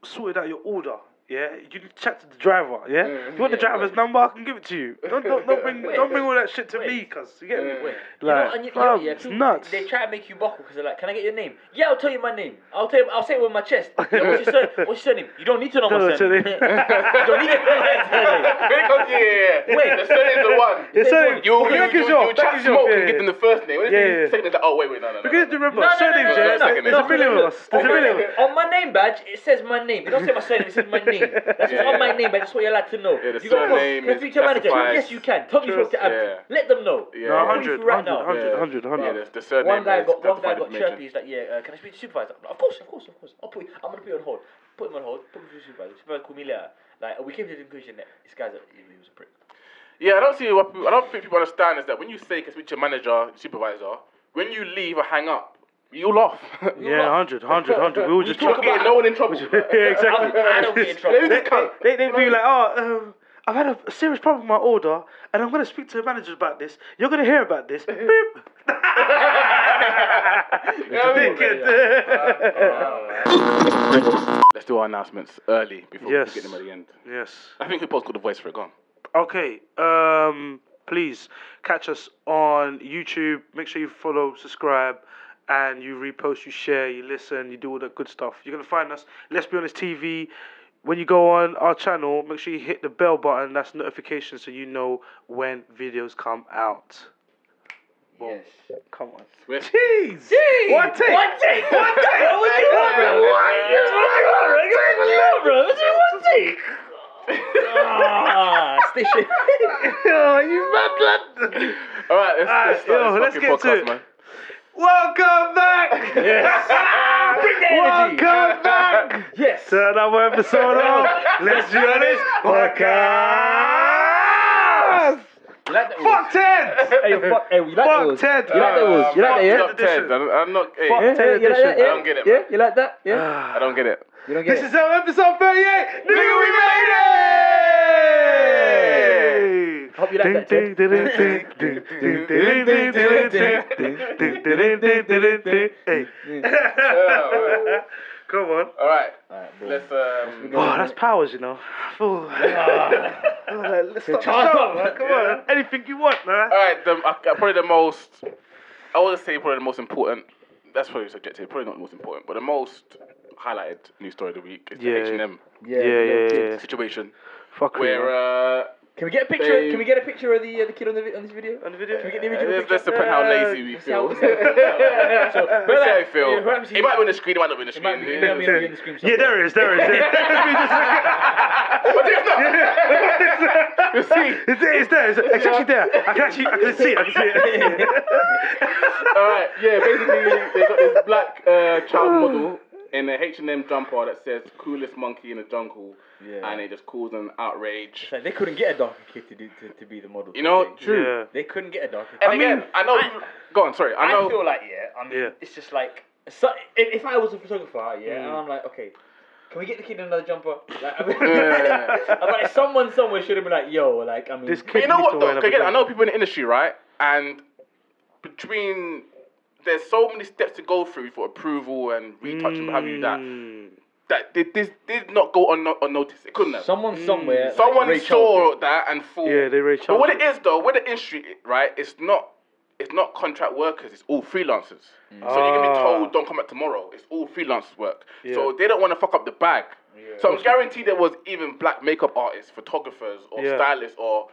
Speaker 2: sorted out your order. Yeah, you need to chat to the driver. Yeah,
Speaker 4: Mm,
Speaker 2: you want the
Speaker 3: yeah,
Speaker 2: driver's number? I can give it to you. Don't don't, don't bring don't bring all that shit to me, cuz you get me.
Speaker 3: Wait.
Speaker 4: You know,
Speaker 2: Like,
Speaker 4: and you, you know,
Speaker 2: fam,
Speaker 4: yeah,
Speaker 2: it's
Speaker 4: people-
Speaker 2: nuts.
Speaker 4: They try to make you buckle because they're like, "Can I get your name?" Yeah, I'll tell you my name. I'll tell you. I'll say it with my chest. Yeah, what's your surname? What's your surname? You don't need to know
Speaker 2: No,
Speaker 4: my
Speaker 2: it's a
Speaker 4: surname.
Speaker 2: name.
Speaker 4: you don't need to know my surname.
Speaker 3: When it comes, yeah, yeah, yeah.
Speaker 4: Wait.
Speaker 3: the second is the one.
Speaker 2: It's
Speaker 4: They
Speaker 2: only
Speaker 4: don't-
Speaker 3: You, you,
Speaker 2: Back
Speaker 3: you,
Speaker 2: is
Speaker 3: you,
Speaker 2: off,
Speaker 3: you
Speaker 2: back
Speaker 3: chat
Speaker 2: is off,
Speaker 3: smoke
Speaker 2: yeah,
Speaker 3: and give them the first name. When
Speaker 2: Yeah,
Speaker 3: yeah,
Speaker 2: yeah.
Speaker 3: yeah. second is like, oh, wait, wait, no, no, no.
Speaker 2: Because you have
Speaker 3: no, no.
Speaker 2: to remember,
Speaker 4: No, no, no,
Speaker 2: surnames,
Speaker 4: no, no,
Speaker 2: yeah?
Speaker 4: no,
Speaker 2: There's
Speaker 3: no.
Speaker 2: a million of us. There's a million of us.
Speaker 4: On my name badge, it says my name. It don't say my surname, it says my name. That's what's on my name badge, that's what you're allowed to know.
Speaker 3: Yeah, the
Speaker 4: you got
Speaker 3: surname
Speaker 4: can I
Speaker 3: is
Speaker 4: speak to your manager?
Speaker 3: classified.
Speaker 4: Yes, you can. Tell me if to
Speaker 3: Yeah.
Speaker 4: Abdul. Let them know.
Speaker 3: Yeah,
Speaker 2: No,
Speaker 3: yeah.
Speaker 2: 100,
Speaker 4: Right now.
Speaker 2: 100, 100, 100,
Speaker 3: Yeah,
Speaker 2: 100.
Speaker 3: the, the surname
Speaker 4: One guy
Speaker 3: is
Speaker 4: got one guy
Speaker 3: classified
Speaker 4: got
Speaker 3: information.
Speaker 4: chirpy. He's like, yeah, uh, can I speak to supervisor? I'm like, of course, of course, of course. I'll put. I'm gonna put you on hold. Put him on hold. Put him to supervisor. Supervisor called me later. Like we came to the conclusion that this guy's a, he was a prick.
Speaker 3: Yeah, I don't see what people, I don't think people understand is that when you say can speak to your manager, supervisor, when you leave or hang up, you laugh.
Speaker 2: Yeah, 100, 100, 100. We were just
Speaker 3: You're not getting no one in trouble.
Speaker 2: Yeah, exactly.
Speaker 4: I don't get in trouble.
Speaker 3: Maybe this cunt.
Speaker 2: They, they'd be like, oh, um, I've had a serious problem with my order, and I'm going to speak to the manager about this. You're going to hear about this. Beep.
Speaker 4: Oh, Uh,
Speaker 2: Dickhead.
Speaker 3: Let's do our announcements early before
Speaker 2: Yes.
Speaker 3: we get them at the end.
Speaker 2: Yes.
Speaker 3: I think who post got the voice for it gone.
Speaker 2: Okay. Um, please catch us on YouTube. Make sure you follow, subscribe, and you repost, you share, you listen, you do all that good stuff. You're gonna find us. Let's be honest, TV. When you go on our channel, make sure you hit the bell button. That's notification, so you know when videos come out.
Speaker 4: Yes.
Speaker 2: Come on.
Speaker 3: We're-
Speaker 2: Jeez. One take.
Speaker 4: One take. One take. What do you want, bro? What do you want, bro? What do you want, bro? What do you want, one take? Ah, station.
Speaker 2: Oh, you mad lad.
Speaker 3: All right, let's, let's start
Speaker 2: yo,
Speaker 3: this
Speaker 2: let's
Speaker 3: fucking
Speaker 2: get to
Speaker 3: podcast,
Speaker 2: it.
Speaker 3: man.
Speaker 2: Welcome back.
Speaker 4: Bring the energy.
Speaker 2: Welcome back.
Speaker 4: Yes.
Speaker 2: to another episode of Let's Do This Podcast.
Speaker 4: You like that
Speaker 2: Fuck Ted!
Speaker 4: Hey, fuck, hey, you like that
Speaker 2: Fuck
Speaker 4: rules?
Speaker 2: Ted!
Speaker 4: You like that rules? You like that, yeah?
Speaker 2: Fuck
Speaker 3: Top ten.
Speaker 2: edition.
Speaker 3: I'm I'm not. Hey,
Speaker 2: Fuck
Speaker 4: Yeah, yeah,
Speaker 2: Ted
Speaker 4: you like that,
Speaker 2: edition.
Speaker 4: yeah?
Speaker 3: I don't get it,
Speaker 4: Yeah,
Speaker 3: man.
Speaker 4: you like that? Yeah?
Speaker 3: I don't get it.
Speaker 4: You don't get
Speaker 2: This
Speaker 4: it?
Speaker 2: is our episode 38! Nigga, we made it!
Speaker 4: Hope you like that, Ted.
Speaker 2: Hey. Come on.
Speaker 3: All right. Let's. Um,
Speaker 2: Oh, that's powers, you know. I feel- Oh, Let's start the show, man. Come on. Anything you want, man.
Speaker 3: All right. The, uh, probably the most. I would say probably the most important. That's probably subjective. Probably not the most important, but the most highlighted news story of the week is the
Speaker 2: Yeah.
Speaker 3: H and M
Speaker 2: Yeah, yeah, yeah.
Speaker 3: situation,
Speaker 2: Fuck with
Speaker 3: where
Speaker 2: you.
Speaker 3: uh,
Speaker 4: Can we get a picture?
Speaker 3: They-
Speaker 4: Can we get a picture of the uh, the kid on the vi- on this video? On the video? Can we get the original
Speaker 3: Uh, let's, let's
Speaker 4: picture?
Speaker 3: depend how lazy we
Speaker 4: See how-
Speaker 3: feel.
Speaker 4: see how-
Speaker 3: Let's see
Speaker 4: so,
Speaker 3: how
Speaker 4: whoever-
Speaker 3: I feel.
Speaker 4: yeah, whoever sees
Speaker 3: It might be on the screen. It might not be on the
Speaker 4: It might
Speaker 3: screen.
Speaker 4: be- it might be on the screen
Speaker 2: Yeah,
Speaker 4: somewhere.
Speaker 2: there is, there is. Let me just look at-
Speaker 3: But there's not.
Speaker 2: You see, it's there, it's there, it's, it's actually there. I can actually, I can see it, I can see it.
Speaker 3: All right, yeah. Basically, they got this black uh, child model in a H and M jumper that says "coolest monkey in the jungle,"
Speaker 4: Yeah.
Speaker 3: and it just caused an outrage.
Speaker 4: It's like they couldn't get a darker kid to do to, to be the model.
Speaker 3: You know,
Speaker 4: They-
Speaker 3: true.
Speaker 2: Yeah.
Speaker 4: They couldn't get a darker.
Speaker 3: And
Speaker 4: kid.
Speaker 3: again, I know.
Speaker 4: I-
Speaker 3: go on, sorry. I
Speaker 4: I,
Speaker 3: know.
Speaker 4: feel like yeah. I mean,
Speaker 2: Yeah.
Speaker 4: it's just like so, if, if I was a photographer, yeah, and I'm like, okay, can we get the kid in another jumper? Like, I mean,
Speaker 3: Yeah.
Speaker 4: I'm like, someone somewhere should have been like, yo, like, I mean,
Speaker 2: This
Speaker 3: but
Speaker 2: kid
Speaker 3: you know
Speaker 2: needs to
Speaker 3: what
Speaker 2: wear
Speaker 3: though?
Speaker 2: another
Speaker 3: Again, I know
Speaker 2: jumper.
Speaker 3: people in the industry, right? And between there's so many steps to go through for approval and retouch and have you that
Speaker 2: Mm.
Speaker 3: that did, this did not go un- unnoticed. It couldn't have.
Speaker 4: someone somewhere,
Speaker 3: Someone
Speaker 4: like, Ray
Speaker 3: saw that and thought.
Speaker 2: Yeah, they Ray
Speaker 3: But what it
Speaker 2: Charles.
Speaker 3: is though, with the industry, right? It's not. It's not contract workers. It's all freelancers.
Speaker 4: Mm.
Speaker 3: So you can be
Speaker 2: Ah.
Speaker 3: told, "Don't come back tomorrow." It's all freelance work. So
Speaker 2: Yeah.
Speaker 3: they don't want to fuck up the bag. So I'm guaranteed there was even black makeup artists, photographers, or
Speaker 2: Yeah.
Speaker 3: stylists, or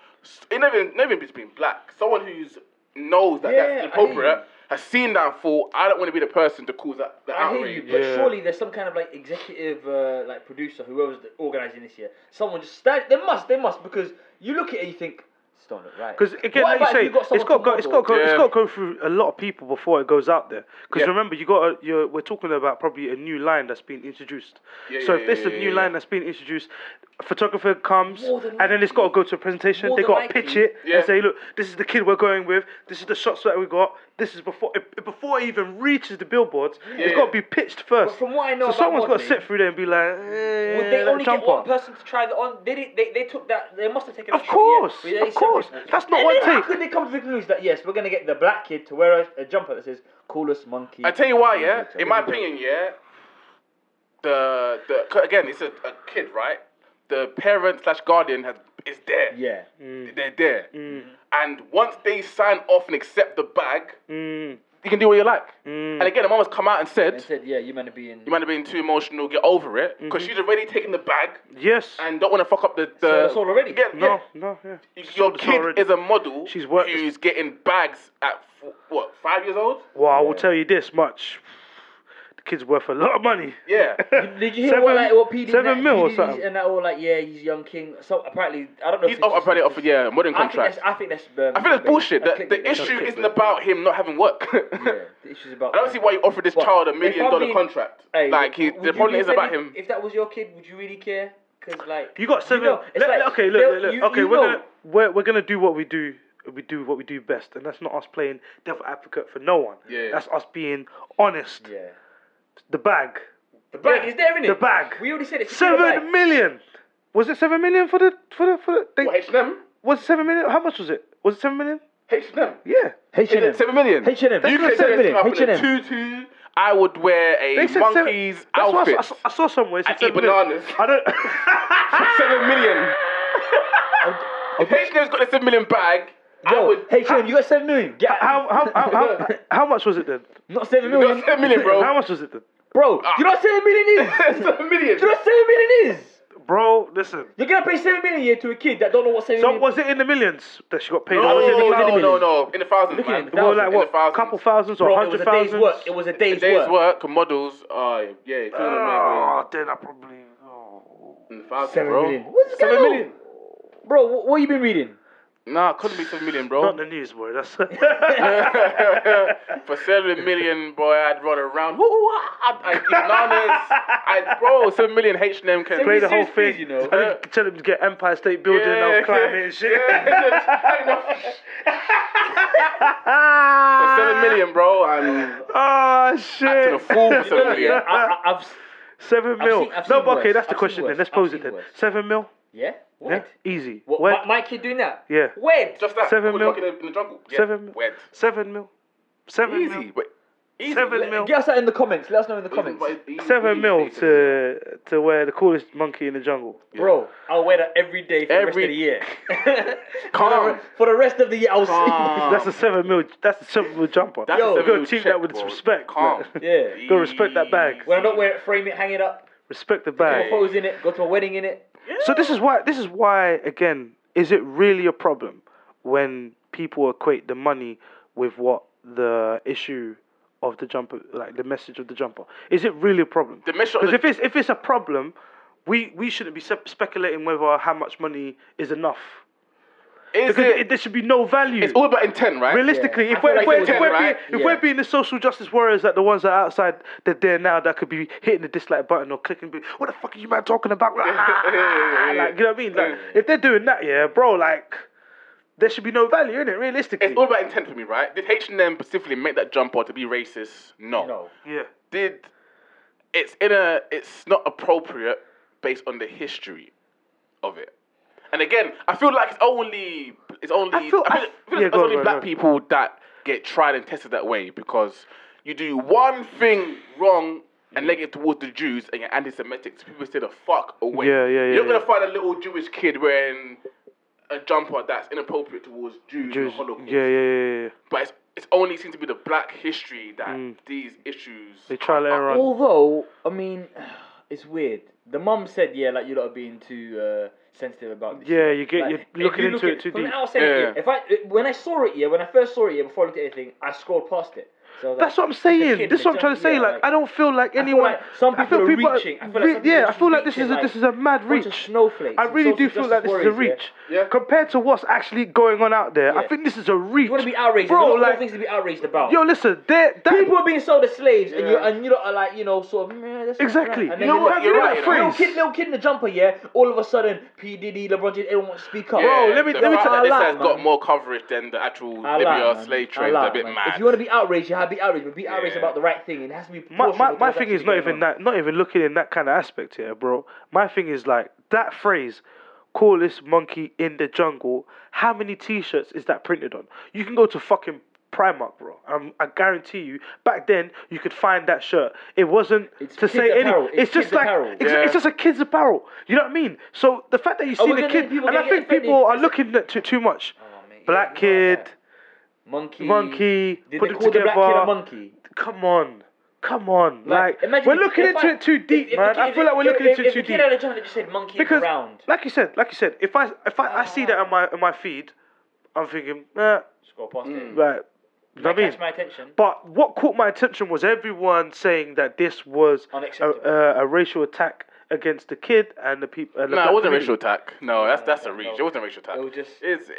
Speaker 3: it never, even- not even just being black. Someone who's knows that
Speaker 4: Yeah, I hear
Speaker 3: that's inappropriate has seen that and thought, "I don't want to be the person to cause that the
Speaker 4: I hear you,
Speaker 3: outrage."
Speaker 4: but
Speaker 2: Yeah.
Speaker 4: surely there's some kind of like executive, uh, like producer, whoever's the- organising this year. Someone just stand. They must. They must because you look at it, and you think, it's not look right.
Speaker 2: Because again,
Speaker 4: What
Speaker 2: like
Speaker 4: about if
Speaker 2: you
Speaker 4: you've
Speaker 2: say, it's
Speaker 4: someone
Speaker 2: got to go,
Speaker 4: to
Speaker 2: it's got to
Speaker 4: model?
Speaker 2: go, it's
Speaker 3: Yeah.
Speaker 2: got to go through a lot of people before it goes out there. Because
Speaker 3: Yeah.
Speaker 2: remember, you got to, you're, we're talking about probably a new line that's been introduced.
Speaker 3: Yeah,
Speaker 2: so
Speaker 3: yeah,
Speaker 2: if this
Speaker 3: yeah,
Speaker 2: is a
Speaker 3: yeah,
Speaker 2: new
Speaker 3: yeah,
Speaker 2: line
Speaker 3: yeah.
Speaker 2: that's been introduced, a photographer comes
Speaker 4: More than
Speaker 2: and then it's got to go to a presentation.
Speaker 4: More
Speaker 2: They
Speaker 4: than
Speaker 2: got to
Speaker 4: likely.
Speaker 2: pitch it
Speaker 3: Yeah.
Speaker 2: and say, look, this is the kid we're going with. This is the shots that we got. This is before it, before it even reaches the billboards. It's
Speaker 3: Yeah.
Speaker 2: got to be pitched first.
Speaker 4: But from what I know
Speaker 2: so
Speaker 4: about
Speaker 2: someone's got to
Speaker 4: modelling,
Speaker 2: sit through there and be like, eh,
Speaker 4: Would they
Speaker 2: that
Speaker 4: only
Speaker 2: jumper.
Speaker 4: get one person to try the on? They, didn't, they they took that. They must have taken.
Speaker 2: Of
Speaker 4: that shot, yeah.
Speaker 2: course,
Speaker 4: But they
Speaker 2: of
Speaker 4: said-
Speaker 2: course. That's not
Speaker 4: and
Speaker 2: one
Speaker 4: then How
Speaker 2: take.
Speaker 4: could they come to the conclusion that yes, we're gonna get the black kid to wear a, a jumper that says "coolest monkey"?
Speaker 3: I tell you why, yeah.
Speaker 4: Yeah,
Speaker 3: In my
Speaker 4: yeah.
Speaker 3: opinion, yeah. The the 'cause again, it's a, a kid, right? The parent slash guardian has is there.
Speaker 4: yeah.
Speaker 3: They're there. Mm. And once they sign off and accept the bag,
Speaker 2: Mm,
Speaker 3: you can do what you like.
Speaker 2: Mm.
Speaker 3: And again, the mom has come out and said,
Speaker 4: And said yeah, you meant to be in.
Speaker 3: "You might have been too emotional. Get over it." Because she's already taken the bag
Speaker 2: yes.
Speaker 3: and don't want to fuck up the. the
Speaker 4: So that's all already?
Speaker 3: Yeah,
Speaker 2: no,
Speaker 3: yeah.
Speaker 2: no, yeah.
Speaker 3: Your
Speaker 2: It's
Speaker 3: kid
Speaker 2: already-
Speaker 3: is a model.
Speaker 2: She's worked-
Speaker 3: Who's getting bags at f- what five years old?
Speaker 2: Well, I will tell you this much: the kid's worth a lot of money.
Speaker 3: Yeah.
Speaker 4: Did you hear
Speaker 2: Seven-
Speaker 4: what like what PD
Speaker 2: seven
Speaker 4: and that,
Speaker 2: mil or
Speaker 4: PD's
Speaker 2: something?
Speaker 4: and that all like yeah he's young king. So apparently I don't know.
Speaker 3: He's
Speaker 4: if it's
Speaker 3: off,
Speaker 4: just-
Speaker 3: apparently off, yeah, modern
Speaker 4: I think
Speaker 3: contract.
Speaker 4: that's I think that's. Um,
Speaker 3: I think that's bullshit.
Speaker 4: that's
Speaker 3: The,
Speaker 4: clickbait,
Speaker 3: the
Speaker 4: that's not
Speaker 3: issue
Speaker 4: clickbait.
Speaker 3: isn't about him not having work.
Speaker 4: Yeah, the issue's about.
Speaker 3: I don't see why you offered this
Speaker 4: But
Speaker 3: child a
Speaker 4: if
Speaker 3: million
Speaker 4: I'm
Speaker 3: dollar
Speaker 4: being-
Speaker 3: contract.
Speaker 4: Hey,
Speaker 3: like, he,
Speaker 4: would
Speaker 3: the
Speaker 4: you
Speaker 3: problem
Speaker 4: be
Speaker 3: is about
Speaker 4: offended
Speaker 3: him.
Speaker 4: If that was your kid, would you really care? Because like
Speaker 2: You got seven.
Speaker 4: know, it's
Speaker 2: let-
Speaker 4: like,
Speaker 2: let- okay, look,
Speaker 4: they'll-
Speaker 2: look, look,
Speaker 4: you-
Speaker 2: okay,
Speaker 4: you
Speaker 2: we're
Speaker 4: know.
Speaker 2: gonna we're, we're gonna do what we do. We do what we do best, and that's not us playing devil advocate for no one.
Speaker 3: Yeah.
Speaker 2: That's us being honest.
Speaker 4: Yeah.
Speaker 2: The bag,
Speaker 4: The bag is there, innit?
Speaker 2: the bag.
Speaker 4: We already said it.
Speaker 2: Seven million. Was it seven million for the for the for the? They,
Speaker 3: What, H&M?
Speaker 2: was it seven million? How much was it? Was it seven million?
Speaker 3: H&M?
Speaker 2: Yeah.
Speaker 3: Is it seven million?
Speaker 4: H&M. They
Speaker 3: You
Speaker 4: said
Speaker 3: could
Speaker 4: seven
Speaker 3: seven million.
Speaker 4: million.
Speaker 3: H&M.
Speaker 4: H&M.
Speaker 3: Two two. I would wear a
Speaker 2: They said seven-
Speaker 3: monkey's
Speaker 2: That's what I
Speaker 3: outfit.
Speaker 2: saw- I saw, I saw somewhere. it said
Speaker 3: and eat
Speaker 2: seven million.
Speaker 3: bananas.
Speaker 2: I don't.
Speaker 3: seven million. if H&M's got the seven million bag, I would.
Speaker 4: Hey, Sean, you got seven million. Get
Speaker 2: how, how, how, how, how much was it then?
Speaker 4: not seven
Speaker 3: You
Speaker 4: million,
Speaker 3: got seven million,
Speaker 2: How
Speaker 3: bro. Ah.
Speaker 2: much was it then?
Speaker 4: bro. You know what seven million is?
Speaker 3: seven million.
Speaker 4: you know what seven million is?
Speaker 2: Bro, listen.
Speaker 4: You're gonna pay seven million a year to a kid that don't know what seven
Speaker 2: So
Speaker 4: million.
Speaker 2: was it in the millions that she got paid?
Speaker 3: No,
Speaker 2: Or was it in the
Speaker 3: no,
Speaker 2: thousands?
Speaker 3: no, no, no. In the thousands,
Speaker 4: Look at him,
Speaker 3: man.
Speaker 4: the
Speaker 2: Well,
Speaker 4: thousands.
Speaker 2: like
Speaker 3: In
Speaker 2: what?
Speaker 3: the thousands.
Speaker 2: couple thousands or
Speaker 4: Bro, it was
Speaker 2: hundred
Speaker 4: a day's
Speaker 2: thousands?
Speaker 4: work. It was a day's,
Speaker 3: Days
Speaker 4: work.
Speaker 3: work, models. Uh, yeah, you couldn't make
Speaker 2: Oh, then I probably. Oh.
Speaker 3: it in the thousands,
Speaker 4: Seven
Speaker 3: Mm, bro.
Speaker 4: million. What's this guy
Speaker 3: Seven
Speaker 4: know?
Speaker 3: million.
Speaker 4: Bro, wh- what you been reading?
Speaker 3: Nah, it couldn't be seven million, bro.
Speaker 2: Not the news, boy. That's
Speaker 3: for seven million, boy, I'd run around. Woo, I'd, I'd be bananas. I'd, bro, seven million H and M can
Speaker 2: play the
Speaker 3: Yeah,
Speaker 2: whole
Speaker 4: Serious, please,
Speaker 2: thing.
Speaker 4: you know.
Speaker 2: I didn't tell him to get Empire State Building
Speaker 3: yeah,
Speaker 2: and I'll climb it and shit.
Speaker 3: Yeah. for seven million, bro, I'm
Speaker 2: Ah
Speaker 3: acting a fool
Speaker 2: shit.
Speaker 3: for
Speaker 4: You know,
Speaker 3: seven million.
Speaker 4: I, I, I've, s-
Speaker 2: Seven mil.
Speaker 4: seen- I've
Speaker 2: no,
Speaker 4: seen
Speaker 2: but okay,
Speaker 4: worse.
Speaker 2: that's the
Speaker 4: I've
Speaker 2: question
Speaker 4: seen
Speaker 2: then. Let's pose
Speaker 4: worse. I've
Speaker 2: it
Speaker 4: seen
Speaker 2: then.
Speaker 4: worse.
Speaker 2: Seven mil.
Speaker 4: yeah. What?
Speaker 2: Yeah, easy.
Speaker 4: What,
Speaker 2: Wed.
Speaker 4: my, my kid doing that?
Speaker 2: Yeah.
Speaker 4: Wed.
Speaker 3: Just that.
Speaker 2: Seven
Speaker 3: put
Speaker 2: mil.
Speaker 3: the bucket In, in the jungle. Yeah.
Speaker 2: Seven mil.
Speaker 3: Wed.
Speaker 2: Seven mil. Seven
Speaker 3: Easy,
Speaker 2: mil.
Speaker 3: but easy.
Speaker 2: Seven
Speaker 3: Let-
Speaker 2: mil.
Speaker 4: Get us that in the comments. Let us know in the
Speaker 3: but
Speaker 4: comments.
Speaker 3: it's easy,
Speaker 2: Seven
Speaker 3: easy,
Speaker 2: mil
Speaker 3: easy.
Speaker 2: to to where the coolest monkey in the jungle.
Speaker 4: Bro, I'll wear that every day for
Speaker 3: Every-
Speaker 4: the rest of the year.
Speaker 3: Calm.
Speaker 4: for the rest of the year, I'll
Speaker 3: Calm.
Speaker 2: That's a seven mil. That's a seven mil jumper.
Speaker 3: Oh, That's a
Speaker 2: Yo,
Speaker 3: seven
Speaker 2: go
Speaker 3: mil
Speaker 2: treat
Speaker 3: check,
Speaker 2: that with
Speaker 3: bro.
Speaker 2: respect.
Speaker 3: Calm.
Speaker 2: man.
Speaker 4: see. Yeah.
Speaker 2: Go respect that bag.
Speaker 4: When I don't wear it, frame it, hang it up,
Speaker 2: Respect the bag.
Speaker 4: propose in it, go to my wedding in it.
Speaker 2: So this is why. This is why. Again, is it really a problem when people equate the money with what the issue of the jumper, like the message of the jumper? Is it really a problem?
Speaker 3: The message of
Speaker 2: Because
Speaker 3: the-
Speaker 2: if it's if it's a problem, we we shouldn't be sep- speculating whether how much money is enough.
Speaker 3: Is
Speaker 2: Because
Speaker 3: it,
Speaker 2: it, there should be no value.
Speaker 3: It's all about intent, right?
Speaker 2: Realistically, if,
Speaker 4: Yeah. I
Speaker 2: we're,
Speaker 4: feel
Speaker 2: if,
Speaker 4: like
Speaker 2: we're, if,
Speaker 4: it was
Speaker 2: we're
Speaker 3: intent,
Speaker 2: being,
Speaker 3: right?
Speaker 2: if
Speaker 4: Yeah.
Speaker 2: we're being the social justice warriors like the ones that are outside that there now that could be hitting the dislike button or clicking, be, what the fuck are you man talking about? Like,
Speaker 3: yeah, yeah.
Speaker 2: you know what I mean? Like, if they're doing that, yeah, bro, like, there should be no value in it, realistically.
Speaker 3: It's all about intent for me, right? Did H and M specifically make that jumper to be racist? No.
Speaker 4: No.
Speaker 2: yeah.
Speaker 3: Did it's in a it's not appropriate based on the history of it. And again, I feel like it's only it's only I
Speaker 2: feel-
Speaker 3: feel,
Speaker 2: I-
Speaker 3: I feel
Speaker 2: yeah,
Speaker 3: it's
Speaker 2: go on,
Speaker 3: only
Speaker 2: go on,
Speaker 3: black
Speaker 2: go on.
Speaker 3: people that get tried and tested that way because you do one thing wrong and negative towards the Jews and you're anti-Semitic. So people stay the fuck away.
Speaker 2: Yeah, yeah, yeah,
Speaker 3: You're not
Speaker 2: yeah.
Speaker 3: gonna find a little Jewish kid wearing a jumper that's inappropriate towards Jews,
Speaker 2: Jews-
Speaker 3: and the Holocaust.
Speaker 2: yeah, yeah, yeah, yeah.
Speaker 3: But it's, it's only seems to be the black history that these issues.
Speaker 2: Mm. They try to err on.
Speaker 4: Although, I mean, it's weird. The mum said, yeah, like, you lot are being too uh, sensitive about this.
Speaker 2: Yeah,
Speaker 4: shit.
Speaker 2: you get-
Speaker 4: Like,
Speaker 2: you're
Speaker 4: if
Speaker 2: looking
Speaker 4: you
Speaker 2: into it too
Speaker 4: from
Speaker 2: deep.
Speaker 4: the outside,
Speaker 3: Yeah.
Speaker 4: yeah, If I, it- when I saw it, yeah, when I first saw it, yeah, before I looked at anything, I scrolled past it. So I was
Speaker 2: That's
Speaker 4: like,
Speaker 2: what I'm
Speaker 4: it's a kid
Speaker 2: saying.
Speaker 4: in
Speaker 2: This
Speaker 4: a
Speaker 2: is what I'm trying
Speaker 4: jumper,
Speaker 2: to say.
Speaker 4: yeah,
Speaker 2: Like, I don't feel like
Speaker 4: feel
Speaker 2: anyone.
Speaker 4: like some
Speaker 2: I feel
Speaker 4: people are
Speaker 2: people
Speaker 4: reaching. I feel like some people
Speaker 2: yeah,
Speaker 4: are
Speaker 2: I feel like this
Speaker 4: reaching,
Speaker 2: is a,
Speaker 4: like,
Speaker 2: this is a mad
Speaker 4: bunch
Speaker 2: reach.
Speaker 4: of snowflakes
Speaker 2: I
Speaker 4: and
Speaker 2: really do
Speaker 4: social
Speaker 2: feel like this
Speaker 4: justice
Speaker 2: is a
Speaker 4: warriors,
Speaker 2: reach
Speaker 3: yeah. Yeah.
Speaker 2: compared to what's actually going on out there. I
Speaker 4: Yeah.
Speaker 2: think this is a reach.
Speaker 4: You want to be outraged. Bro,
Speaker 2: bro?
Speaker 4: There's a lot
Speaker 2: Like,
Speaker 4: of things to be outraged about.
Speaker 2: yo, listen, that that
Speaker 4: People are being sold as slaves, and you
Speaker 3: Yeah.
Speaker 4: and you lot are like, you know, sort of. "Meh, that's not
Speaker 2: Exactly.
Speaker 4: Right. And
Speaker 2: You
Speaker 4: then
Speaker 2: know
Speaker 4: you
Speaker 2: what?
Speaker 4: look-
Speaker 2: You're
Speaker 4: you
Speaker 2: right,
Speaker 4: look-
Speaker 2: you know.
Speaker 4: Little kid, little kid in the jumper, yeah. All of a sudden, P Diddy, LeBron James, everyone wants to speak up.
Speaker 3: Yeah,
Speaker 2: let me-
Speaker 3: the
Speaker 2: let me
Speaker 3: fact
Speaker 2: tell-
Speaker 3: that this
Speaker 4: I lie,
Speaker 3: has got
Speaker 4: man.
Speaker 3: more coverage than the actual
Speaker 4: I lie,
Speaker 3: Libya
Speaker 4: man.
Speaker 3: slave
Speaker 4: I
Speaker 3: trade. is
Speaker 4: lie,
Speaker 3: a bit
Speaker 4: man.
Speaker 3: mad.
Speaker 4: If you want to be outraged, you have to be outraged, but be outraged
Speaker 3: Yeah.
Speaker 4: about the right thing. It has to be.
Speaker 2: my,
Speaker 4: proportional
Speaker 2: my,
Speaker 4: to
Speaker 2: my
Speaker 4: what's
Speaker 2: thing
Speaker 4: actually
Speaker 2: is not
Speaker 4: going
Speaker 2: even
Speaker 4: on.
Speaker 2: that not even looking in that kind of aspect here, bro. My thing is like that phrase, coolest monkey in the jungle. How many t-shirts is that printed on? You can go to fucking Primark, bro. Um, I guarantee you. Back then, you could find that shirt. It wasn't
Speaker 4: It's
Speaker 2: to
Speaker 4: kids'
Speaker 2: say any.
Speaker 4: apparel.
Speaker 2: It's,
Speaker 4: It's
Speaker 2: just
Speaker 4: kids'
Speaker 2: like
Speaker 4: apparel.
Speaker 2: it's,
Speaker 3: Yeah.
Speaker 2: it's just a kid's apparel. You know what I mean? So the fact that you see
Speaker 4: Oh, we're
Speaker 2: the
Speaker 4: gonna-
Speaker 2: kid,
Speaker 4: people Oh,
Speaker 2: and
Speaker 4: gonna
Speaker 2: I
Speaker 4: get
Speaker 2: think
Speaker 4: offended
Speaker 2: people are
Speaker 4: because-
Speaker 2: looking at too, too much.
Speaker 4: mate,
Speaker 2: Black
Speaker 4: you know
Speaker 2: kid,
Speaker 4: that. Monkey.
Speaker 2: monkey,
Speaker 4: Did
Speaker 2: put
Speaker 4: they
Speaker 2: it
Speaker 4: call the black kid
Speaker 2: together.
Speaker 4: a monkey?
Speaker 2: come on, come on. Like,
Speaker 4: imagine
Speaker 2: we're
Speaker 4: if-
Speaker 2: looking
Speaker 4: if
Speaker 2: into
Speaker 4: I-
Speaker 2: it too deep,
Speaker 4: if- if
Speaker 2: man.
Speaker 4: the kid-
Speaker 2: I feel like we're
Speaker 4: if-
Speaker 2: looking
Speaker 4: if-
Speaker 2: into it too
Speaker 4: If the
Speaker 2: deep.
Speaker 4: kid had a jumper that just said monkey
Speaker 2: because,
Speaker 4: around,
Speaker 2: like you said, like you said, if I if I, I see that on my on my feed, I'm thinking, eh,
Speaker 4: scroll past it.
Speaker 2: like, you know
Speaker 4: That
Speaker 2: what I
Speaker 4: catch
Speaker 2: mean?
Speaker 4: my attention.
Speaker 2: But what caught my attention was everyone saying that this was a,
Speaker 4: Unacceptable.
Speaker 2: a, a racial attack against the kid and the people. and the
Speaker 3: no,
Speaker 2: black
Speaker 3: it wasn't a racial
Speaker 2: community.
Speaker 3: attack. No, that's that's a reach. It wasn't a racial attack.
Speaker 4: It was just-
Speaker 3: it's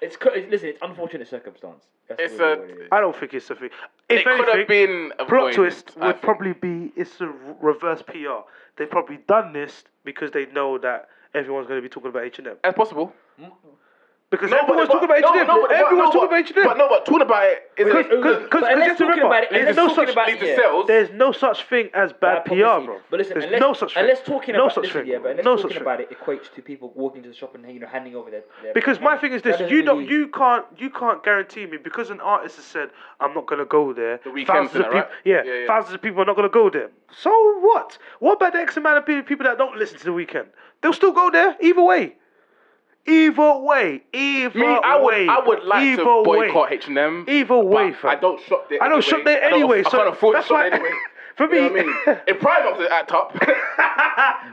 Speaker 4: It's cu- it's- listen. It's unfortunate circumstance. That's
Speaker 3: it's
Speaker 4: really
Speaker 3: a
Speaker 4: what it is.
Speaker 2: I don't think it's a thing. If
Speaker 3: it
Speaker 2: anything,
Speaker 3: could have been a
Speaker 2: plot twist
Speaker 3: I
Speaker 2: would
Speaker 3: think.
Speaker 2: probably be it's a r- reverse PR. They've probably done this because they know that everyone's going to be talking about H and M.
Speaker 3: that's possible.
Speaker 2: Because
Speaker 3: No, but-
Speaker 2: everyone's
Speaker 3: but-
Speaker 2: talking about H&M.
Speaker 3: no, no, but- but-
Speaker 2: everyone's
Speaker 3: no,
Speaker 2: talking
Speaker 3: but-
Speaker 2: about H&M.
Speaker 3: But no, but talking about it is
Speaker 2: Because-
Speaker 3: it-
Speaker 2: because- because-
Speaker 4: But unless
Speaker 2: just
Speaker 4: talking
Speaker 2: remember,
Speaker 4: about it,
Speaker 2: there's
Speaker 4: unless
Speaker 2: no
Speaker 4: talking
Speaker 2: such
Speaker 4: about
Speaker 3: leads
Speaker 4: it,
Speaker 3: to
Speaker 4: yeah.
Speaker 3: sales.
Speaker 2: there's no such thing as bad PR,
Speaker 4: Bad publicity.
Speaker 2: bro.
Speaker 4: But listen,
Speaker 2: there's
Speaker 4: unless,
Speaker 2: no such thing.
Speaker 4: unless talking
Speaker 2: no
Speaker 4: about
Speaker 2: such
Speaker 4: listen,
Speaker 2: thing.
Speaker 4: yeah, but unless
Speaker 2: no
Speaker 4: talking
Speaker 2: such
Speaker 4: about
Speaker 2: thing.
Speaker 4: it equates to people walking to the shop and you know handing over their. their
Speaker 2: Because my
Speaker 4: money.
Speaker 2: thing is
Speaker 4: That
Speaker 2: this:
Speaker 4: doesn't
Speaker 2: you don't,
Speaker 4: really-
Speaker 2: you can't, you can't guarantee me because an artist has said I'm not gonna go there.
Speaker 3: Weeknd's
Speaker 2: thousands of
Speaker 3: in it,
Speaker 2: people,
Speaker 3: right?
Speaker 2: yeah,
Speaker 3: Yeah, yeah.
Speaker 2: thousands of people are not gonna go there. So what? What about the X amount of pe- people that don't listen to the weekend? They'll still go there either way. Either way, either
Speaker 3: Me, I would,
Speaker 2: way,
Speaker 3: I would like
Speaker 2: either
Speaker 3: to
Speaker 2: way.
Speaker 3: boycott H and M.
Speaker 2: Either way, fam.
Speaker 3: I don't shop there.
Speaker 2: I don't shop there
Speaker 3: I don't-
Speaker 2: anyway,
Speaker 3: I
Speaker 2: so
Speaker 3: can't afford
Speaker 2: that's
Speaker 3: to shop
Speaker 2: why-
Speaker 3: there anyway.
Speaker 2: for
Speaker 3: You know
Speaker 2: me-
Speaker 3: what I mean? if Primark's at top,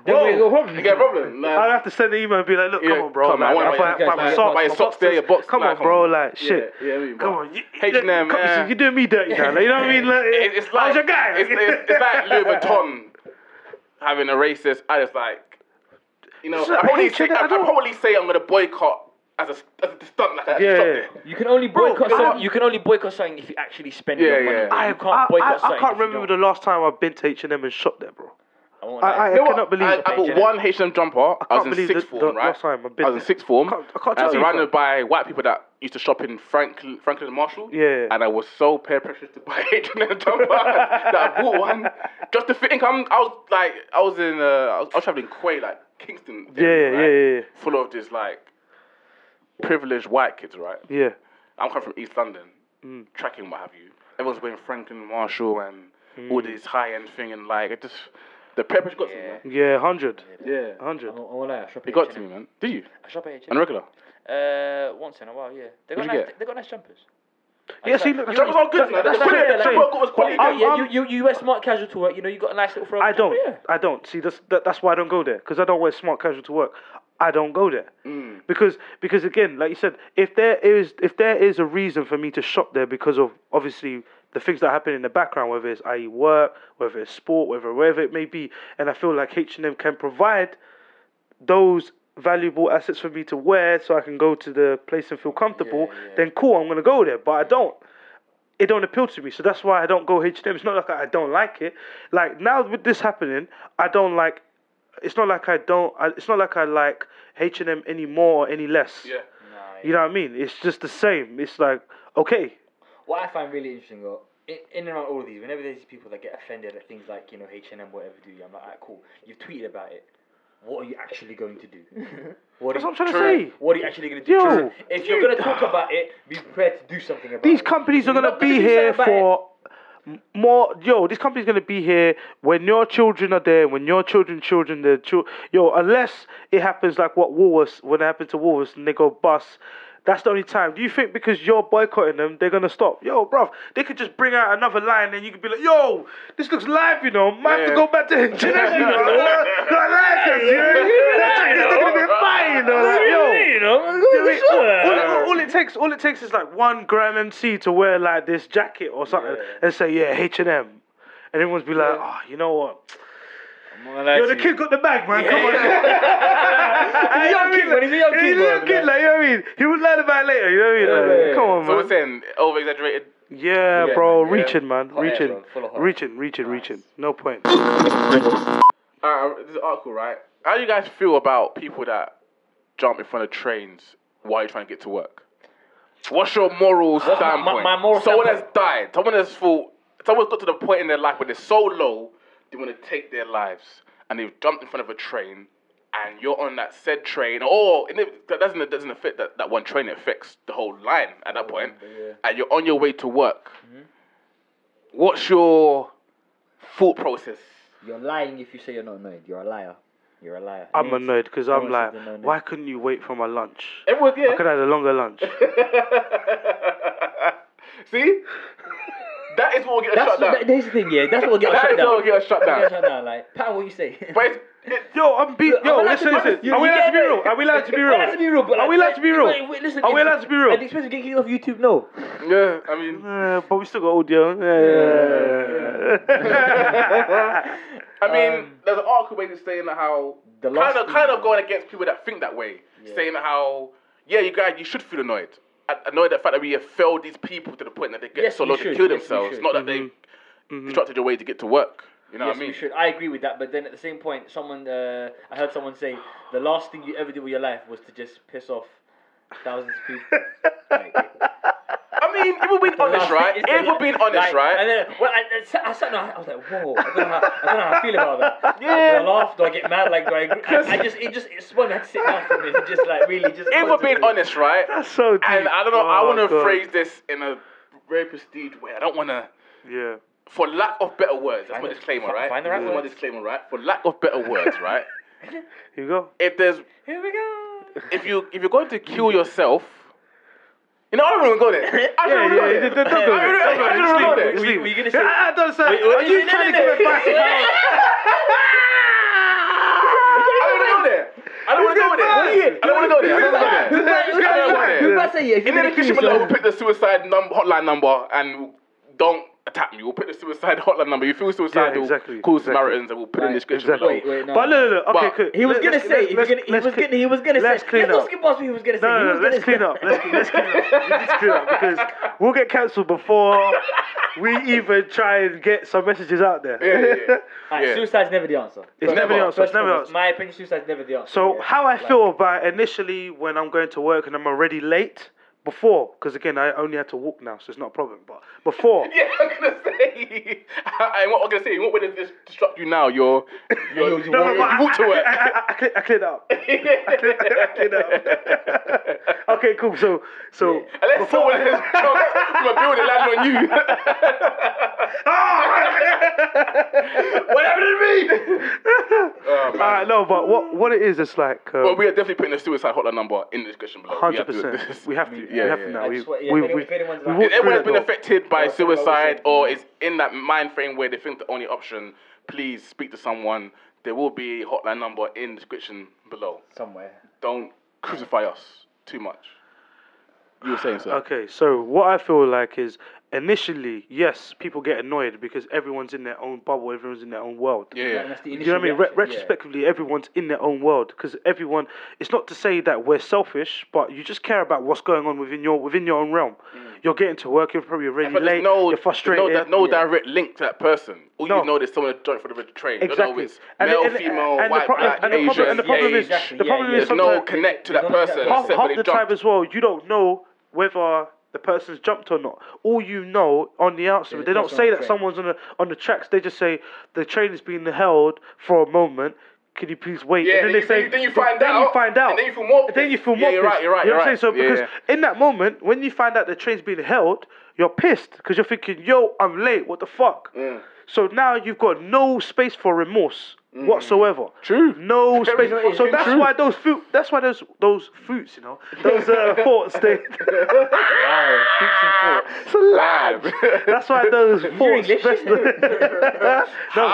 Speaker 4: Then we go home.
Speaker 3: you get a problem. Like,
Speaker 2: I'd have to send an email and be like, look,
Speaker 3: Yeah,
Speaker 2: come on, bro.
Speaker 3: come on,
Speaker 2: like,
Speaker 3: I wanna buy
Speaker 2: I'll buy,
Speaker 3: you
Speaker 2: buy
Speaker 4: guys,
Speaker 2: my
Speaker 4: like,
Speaker 2: socks,
Speaker 3: buy
Speaker 2: my
Speaker 3: your socks there, your box,
Speaker 2: Come
Speaker 3: like,
Speaker 2: on,
Speaker 3: come
Speaker 2: bro.
Speaker 3: on.
Speaker 2: Like, shit.
Speaker 3: Yeah, yeah, I mean,
Speaker 2: come
Speaker 3: but-
Speaker 2: on. You,
Speaker 3: H&M,
Speaker 2: come-
Speaker 3: eh.
Speaker 2: You're doing me dirty now. Like, you know what I mean? Like,
Speaker 3: It- it's like
Speaker 2: I was your guy.
Speaker 3: It's, it's, it's like Louis Vuitton having a racist. I just like, you know,
Speaker 2: So,
Speaker 3: I probably
Speaker 2: H&M,
Speaker 3: say, I,
Speaker 2: I
Speaker 3: I
Speaker 2: don't-
Speaker 3: probably say I'm gonna boycott as a, as a stunt, like a
Speaker 2: Yeah,
Speaker 3: stunt.
Speaker 2: yeah.
Speaker 5: You can only
Speaker 3: Bro,
Speaker 5: boycott.
Speaker 3: I-
Speaker 5: some, you can only boycott something if you actually spend
Speaker 3: Yeah,
Speaker 5: your money.
Speaker 3: yeah.
Speaker 5: You
Speaker 2: I,
Speaker 5: can't
Speaker 2: I,
Speaker 5: boycott
Speaker 2: I, I
Speaker 5: something
Speaker 2: can't
Speaker 5: if you
Speaker 2: remember
Speaker 5: don't.
Speaker 2: the last time I've been to H and M and shot there, bro.
Speaker 5: I won't
Speaker 2: I,
Speaker 5: lie.
Speaker 2: I
Speaker 3: You know what?
Speaker 2: cannot believe
Speaker 3: I,
Speaker 2: it.
Speaker 3: I got one H&M jumper. I,
Speaker 2: can't
Speaker 3: was in
Speaker 2: believe
Speaker 3: sixth
Speaker 2: the-
Speaker 3: form,
Speaker 2: the
Speaker 3: right?
Speaker 2: last time I've been
Speaker 3: I was in
Speaker 2: there.
Speaker 3: sixth form.
Speaker 2: I can't- I can't
Speaker 3: and I was
Speaker 2: tell you,
Speaker 3: surrounded
Speaker 2: bro.
Speaker 3: by white people that used to shop in Franklin, Franklin and Marshall.
Speaker 2: Yeah.
Speaker 3: And I was so peer pressured to buy H&M jumper that I bought one just to fit in. 'Cause I'm, I was like, I was in, uh, I was, I was traveling Quay, like Kingston.
Speaker 2: Yeah,
Speaker 3: area,
Speaker 2: yeah, yeah, yeah.
Speaker 3: Full of just like privileged white kids, right?
Speaker 2: Yeah,
Speaker 3: I'm coming from East London, tracking what have you. Everyone's wearing Franklin Marshall and all this high end thing, and like it just the prep got to me. Man.
Speaker 2: yeah, hundred,
Speaker 3: Yeah,
Speaker 2: hundred.
Speaker 5: I won't I won't lie. I shop
Speaker 3: it
Speaker 5: at
Speaker 3: got to
Speaker 5: H&M.
Speaker 3: me, man. Did you?
Speaker 5: I shop at H&M.
Speaker 3: On a regular.
Speaker 5: Uh, once in a while, yeah. They got
Speaker 3: What'd you
Speaker 5: nice.
Speaker 3: get?
Speaker 5: They got nice jumpers.
Speaker 2: Yeah, see, look,
Speaker 5: You-
Speaker 3: Jumpers are good, man. That's
Speaker 5: That's
Speaker 3: brilliant.
Speaker 5: it,
Speaker 3: The
Speaker 5: like-
Speaker 3: jumper was quality.
Speaker 5: Yeah, Oh, yeah,
Speaker 2: I'm-
Speaker 5: you, you, you wear smart casual to work. You know, you got a nice little throw.
Speaker 2: I don't.
Speaker 5: Yeah.
Speaker 2: I don't see. That's that, that's why I don't go there because I don't wear smart casual to work. I don't go there
Speaker 5: Mm.
Speaker 2: because because again, like you said, if there is if there is a reason for me to shop there because of obviously the things that happen in the background, whether it's i.e. work, whether it's sport, whether wherever it may be, and I feel like H and M can provide those valuable assets for me to wear so I can go to the place and feel comfortable, then cool, I'm gonna go there. But I don't. It don't appeal to me, so that's why I don't go H and M. It's not like I don't like it. Like now with this happening, I don't like. It's not like I don't. I, it's not like I like H and M any more or any less.
Speaker 3: Yeah.
Speaker 2: You know what I mean? It's just the same. It's like okay,
Speaker 4: What I find really interesting, though, in, in and around all of these, whenever there's these people that get offended at things like, you know, H&M, whatever do you, I'm like, alright, cool. You've tweeted about it. What are you actually going to do? what,
Speaker 2: that's
Speaker 4: are
Speaker 2: what I'm
Speaker 4: you,
Speaker 2: trying to say.
Speaker 4: what are you actually going to do?
Speaker 2: Yo,
Speaker 4: if you're going to talk about it, be prepared to do something about
Speaker 2: These
Speaker 4: it.
Speaker 2: companies are
Speaker 4: You're
Speaker 2: gonna
Speaker 4: not
Speaker 2: be
Speaker 4: do
Speaker 2: here
Speaker 4: something about
Speaker 2: for m- more. Yo, this company's gonna be here when your children are there, when your children, children, their children. Yo, unless it happens like what Woolworths when it happened to Woolworths and they go bust. That's the only time. Do you think because you're boycotting them, they're gonna stop? Yo, bruv, they could just bring out another line and you could be like, yo, this looks live, you know. Might have to
Speaker 3: Yeah.
Speaker 2: go back to H&M, you know. I like this, you know. They're gonna be fine, you know. Like, yo. Yeah, wait, all, all- all- all it takes, all it takes is like one gram MC to wear like this jacket or something, and say, "Yeah, H and M," and everyone's be like, "Oh, you know what? Yo, the kid got the bag, man. Come on." Hey, you know what I mean?
Speaker 4: man. He's a young
Speaker 2: He's
Speaker 4: kid,
Speaker 2: a young
Speaker 4: man.
Speaker 2: kid, like you know what I mean. He would learn about it later, you know what I mean? Like,
Speaker 4: yeah, yeah.
Speaker 2: Come on,
Speaker 3: So we're
Speaker 2: man.
Speaker 3: saying over exaggerated.
Speaker 2: Yeah, bro,
Speaker 3: man, yeah.
Speaker 2: reaching, man,
Speaker 4: air,
Speaker 2: reaching,
Speaker 4: bro, full of hot air.
Speaker 2: reaching, reaching, reaching. No point.
Speaker 3: Uh, this article, right? How do you guys feel about people that jump in front of trains while you're trying to get to work? What's your moral standpoint?
Speaker 4: my moral
Speaker 3: someone
Speaker 4: standpoint-
Speaker 3: has died. Someone has thought. Someone's got to the point in their life where they're so low they want to take their lives, and they've jumped in front of a train, and you're on that said train, or and it, that doesn't it doesn't affect that, that one train. It affects the whole line at that point, and you're on your way to work.
Speaker 4: Mm-hmm.
Speaker 3: What's your thought process?
Speaker 4: You're lying if you say you're not annoyed. You're a liar. You're a liar.
Speaker 2: I'm annoyed because
Speaker 4: No
Speaker 2: I'm
Speaker 4: one
Speaker 2: like,
Speaker 4: said no, no.
Speaker 2: why couldn't you wait for my lunch?
Speaker 3: Everyone, yeah.
Speaker 2: I could have had a longer lunch.
Speaker 3: See? That is what will get us
Speaker 4: That's
Speaker 3: shut down.
Speaker 4: what, that's the thing, yeah. That's what get us
Speaker 3: that
Speaker 4: shut
Speaker 3: is what will
Speaker 4: down.
Speaker 3: get us shut
Speaker 4: That's
Speaker 3: down.
Speaker 4: what down. Like, Pat, what you say?
Speaker 3: But it's, it,
Speaker 2: Yo, I'm beat.
Speaker 4: Look, I'm
Speaker 2: Yo,
Speaker 4: allowed
Speaker 2: listen,
Speaker 4: to be
Speaker 2: listen.
Speaker 4: honest, you-
Speaker 2: Are we
Speaker 4: you
Speaker 2: allowed to be
Speaker 4: get it.
Speaker 2: real? Are we allowed to be real?
Speaker 4: We're allowed to be real, but
Speaker 2: Are
Speaker 4: like,
Speaker 2: we allowed to be real?
Speaker 4: like, wait, listen,
Speaker 2: Are we
Speaker 4: it's-
Speaker 2: allowed to be real?
Speaker 4: And expensive getting off YouTube, no.
Speaker 3: yeah, I mean,
Speaker 2: Uh, but we still got audio. Yeah.
Speaker 3: I mean, there's an article basically saying that how
Speaker 4: Um, The
Speaker 3: kind
Speaker 4: last
Speaker 3: of kind of going against people that think that way, saying how yeah, you guys, you should feel annoyed, A- annoyed at the fact that we have failed these people to the point that they get
Speaker 4: Yes,
Speaker 3: so
Speaker 4: we
Speaker 3: low to
Speaker 4: should.
Speaker 3: kill
Speaker 4: Yes, we
Speaker 3: themselves,
Speaker 4: should. Mm-hmm.
Speaker 3: not that they constructed a way to get to work. You know
Speaker 4: Yes,
Speaker 3: what I mean?
Speaker 4: we should. I agree with that, but then at the same point, someone uh, I heard someone say the last thing you ever did with your life was to just piss off thousands of people. Like,
Speaker 3: I mean, if we're being honest,
Speaker 4: last
Speaker 3: right?
Speaker 4: thing is
Speaker 3: If we're being honest,
Speaker 4: like,
Speaker 3: right?
Speaker 4: And then well, I, I, sat, I sat there, I was like, whoa, I don't know how I, don't know how I feel about that. Do I laugh? Do I get mad? Like, do I? Agree? I, I just it just it spun. I had to sit down for a minute, and just like really just.
Speaker 3: if we're being honest, right?
Speaker 2: That's so deep.
Speaker 3: And I don't know. I
Speaker 2: Oh,
Speaker 3: want to
Speaker 2: God.
Speaker 3: phrase this in a very prestige way. I don't want to,
Speaker 2: Yeah.
Speaker 3: for lack of better words. That's
Speaker 4: Find
Speaker 3: my
Speaker 4: the-
Speaker 3: disclaimer,
Speaker 4: fi-
Speaker 3: right?
Speaker 4: find the right
Speaker 3: This is my
Speaker 4: words.
Speaker 3: disclaimer, right? For lack of better words, right?
Speaker 2: Here you go.
Speaker 3: If there's,
Speaker 4: Here we go.
Speaker 3: if you, if you're going to kill yourself, you know, I don't even go there. I
Speaker 2: Yeah,
Speaker 3: don't
Speaker 2: yeah,
Speaker 3: even
Speaker 2: yeah,
Speaker 3: go
Speaker 2: don't
Speaker 3: there.
Speaker 2: go there.
Speaker 3: I really- I really
Speaker 2: Don't
Speaker 3: don't
Speaker 2: go
Speaker 3: know
Speaker 2: there.
Speaker 3: that.
Speaker 2: Just
Speaker 4: Were
Speaker 2: leave.
Speaker 4: you- were you gonna
Speaker 2: Yeah,
Speaker 4: say-
Speaker 2: I I don't say.
Speaker 4: Wait, wait,
Speaker 2: Are you
Speaker 4: no, no,
Speaker 2: trying to
Speaker 4: no,
Speaker 2: give
Speaker 4: no.
Speaker 2: advice?
Speaker 3: I don't wanna go there. I don't want to go there.
Speaker 2: What are you in?
Speaker 3: I don't want to go there. I don't want to go there.
Speaker 2: Yeah,
Speaker 3: I don't want
Speaker 2: yeah.
Speaker 3: to go there.
Speaker 4: Who might say yeah? If
Speaker 3: In
Speaker 4: you're
Speaker 3: the
Speaker 4: gonna kill
Speaker 3: kitchen, we'll
Speaker 4: yourself,
Speaker 3: pick the suicide num- hotline number and don't attack me. We'll put the suicide hotline number. If you feel suicidal,
Speaker 2: exactly,
Speaker 3: call
Speaker 2: exactly.
Speaker 3: Samaritans and we'll put it in the description
Speaker 2: Exactly.
Speaker 3: below.
Speaker 4: Wait, wait, no.
Speaker 2: But no, no, no. Okay,
Speaker 3: But-
Speaker 2: cool.
Speaker 4: He was
Speaker 2: Let-
Speaker 4: gonna
Speaker 2: let's-
Speaker 4: say. He was
Speaker 2: let's-
Speaker 4: gonna. He
Speaker 2: let's
Speaker 4: was
Speaker 2: cl-
Speaker 4: gonna. He was gonna
Speaker 2: let's
Speaker 4: say.
Speaker 2: clean
Speaker 4: let's
Speaker 2: up.
Speaker 4: not skip past what he was gonna say.
Speaker 2: No,
Speaker 4: He
Speaker 2: no,
Speaker 4: was
Speaker 2: no. Let's
Speaker 4: gonna
Speaker 2: clean
Speaker 4: say-
Speaker 2: up. Let's, let's clean up. We need to clean up because we'll get cancelled before we even try and get some messages out there.
Speaker 3: Yeah, yeah, yeah.
Speaker 4: Alright,
Speaker 3: Yeah.
Speaker 4: Suicide's never the answer.
Speaker 2: It's never the
Speaker 3: Never.
Speaker 2: answer. It's
Speaker 4: First
Speaker 2: never
Speaker 4: of
Speaker 2: the
Speaker 4: all,
Speaker 2: answer.
Speaker 4: My opinion, suicide's never the answer.
Speaker 2: So
Speaker 4: yeah.
Speaker 2: how I
Speaker 4: Like,
Speaker 2: feel about initially when I'm going to work and I'm already late before, because again I only had to walk now, so it's not a problem. But before,
Speaker 3: Yeah, I'm gonna say. I, I, what I'm gonna say. You want me to dis- disrupt you now? You're. you're,
Speaker 4: you- you
Speaker 3: you
Speaker 2: no, no, but I,
Speaker 3: walk to work.
Speaker 2: I, I, I, I, clear- I cleared up. I cleared, I cleared up. okay, cool. So, so
Speaker 3: Unless someone has jumped from a building landing on you.
Speaker 2: Ah,
Speaker 3: what happened to me? Oh, man.
Speaker 2: uh, no, but what what it is, it's like
Speaker 3: But
Speaker 2: um,
Speaker 3: we are definitely putting the suicide hotline number in the description below. We
Speaker 2: hundred
Speaker 3: have to do
Speaker 2: percent.
Speaker 3: this.
Speaker 2: We have to. we
Speaker 3: yeah,
Speaker 2: have
Speaker 3: yeah.
Speaker 2: to now.
Speaker 4: I
Speaker 2: We
Speaker 4: just want- yeah,
Speaker 2: we
Speaker 4: if anyone-
Speaker 2: we. we
Speaker 4: if anyone's like-
Speaker 2: walked
Speaker 3: If
Speaker 2: through
Speaker 3: everyone's
Speaker 2: that
Speaker 3: been
Speaker 2: door.
Speaker 3: affected by
Speaker 4: Yeah, that's what I was
Speaker 3: suicide
Speaker 4: saying.
Speaker 3: or is in that mind frame where they think the only option, please speak to someone. There will be a hotline number in the description below.
Speaker 4: somewhere.
Speaker 3: Don't crucify us too much. You were saying so.
Speaker 2: Okay, so what I feel like is initially, yes, people get annoyed because everyone's in their own bubble, everyone's in their own world.
Speaker 3: Yeah.
Speaker 4: That- that's the
Speaker 2: Do you know
Speaker 4: initial
Speaker 2: what I mean? Re-
Speaker 4: reaction, yeah.
Speaker 2: retrospectively, everyone's in their own world because everyone. It's not to say that we're selfish, but you just care about what's going on within your within your own realm. You're getting to work. You're probably already
Speaker 3: Mm. But
Speaker 2: late.
Speaker 3: there's no,
Speaker 2: you're frustrated.
Speaker 3: there's no, no direct link to that person. All
Speaker 2: No.
Speaker 3: you know is someone joined for the betrayal. You don't know
Speaker 2: Exactly.
Speaker 3: it's male,
Speaker 2: and,
Speaker 3: female,
Speaker 2: and
Speaker 3: white,
Speaker 2: the pro-
Speaker 3: black,
Speaker 2: and the problem,
Speaker 3: Asian,
Speaker 2: and the problem
Speaker 3: age.
Speaker 2: is
Speaker 4: exactly,
Speaker 2: the
Speaker 4: yeah,
Speaker 2: problem
Speaker 4: yeah.
Speaker 2: is
Speaker 3: There's no
Speaker 2: sometimes-
Speaker 3: connect to that
Speaker 4: don't have
Speaker 3: person
Speaker 4: that
Speaker 2: half,
Speaker 3: except
Speaker 2: half
Speaker 3: for
Speaker 2: the
Speaker 3: they
Speaker 2: time
Speaker 3: jumped.
Speaker 2: as well, you don't know whether the person's jumped or not. All you know on the outside,
Speaker 4: There's a
Speaker 2: they don't
Speaker 4: person
Speaker 2: say
Speaker 4: on the
Speaker 2: that
Speaker 4: train.
Speaker 2: someone's on the on the tracks. They just say the train is being held for a moment. Can you please wait?
Speaker 3: Yeah,
Speaker 2: and
Speaker 3: then
Speaker 2: then, they
Speaker 3: you-
Speaker 2: say,
Speaker 3: then you find
Speaker 2: then you
Speaker 3: out,
Speaker 2: find out,
Speaker 3: and then you feel more
Speaker 2: and then you feel
Speaker 3: pissed.
Speaker 2: more
Speaker 3: Yeah, you're right,
Speaker 2: pissed.
Speaker 3: you're right,
Speaker 2: You know what
Speaker 3: you're
Speaker 2: I'm saying? So
Speaker 3: right. Yeah,
Speaker 2: because
Speaker 3: yeah.
Speaker 2: in that moment, when you find out the train's being held, you're pissed because you're thinking, "Yo, I'm late. What the fuck?" So now you've got no space for remorse whatsoever.
Speaker 3: True.
Speaker 2: No
Speaker 3: Mm. Very
Speaker 2: space.
Speaker 3: nice.
Speaker 2: So that's
Speaker 3: True.
Speaker 2: why those fruit. That's why those those fruits. You know, those uh, thoughts. They.
Speaker 4: Wow, fruits and thoughts.
Speaker 3: It's alive.
Speaker 2: That's why those thoughts.
Speaker 4: English?
Speaker 2: Best, no,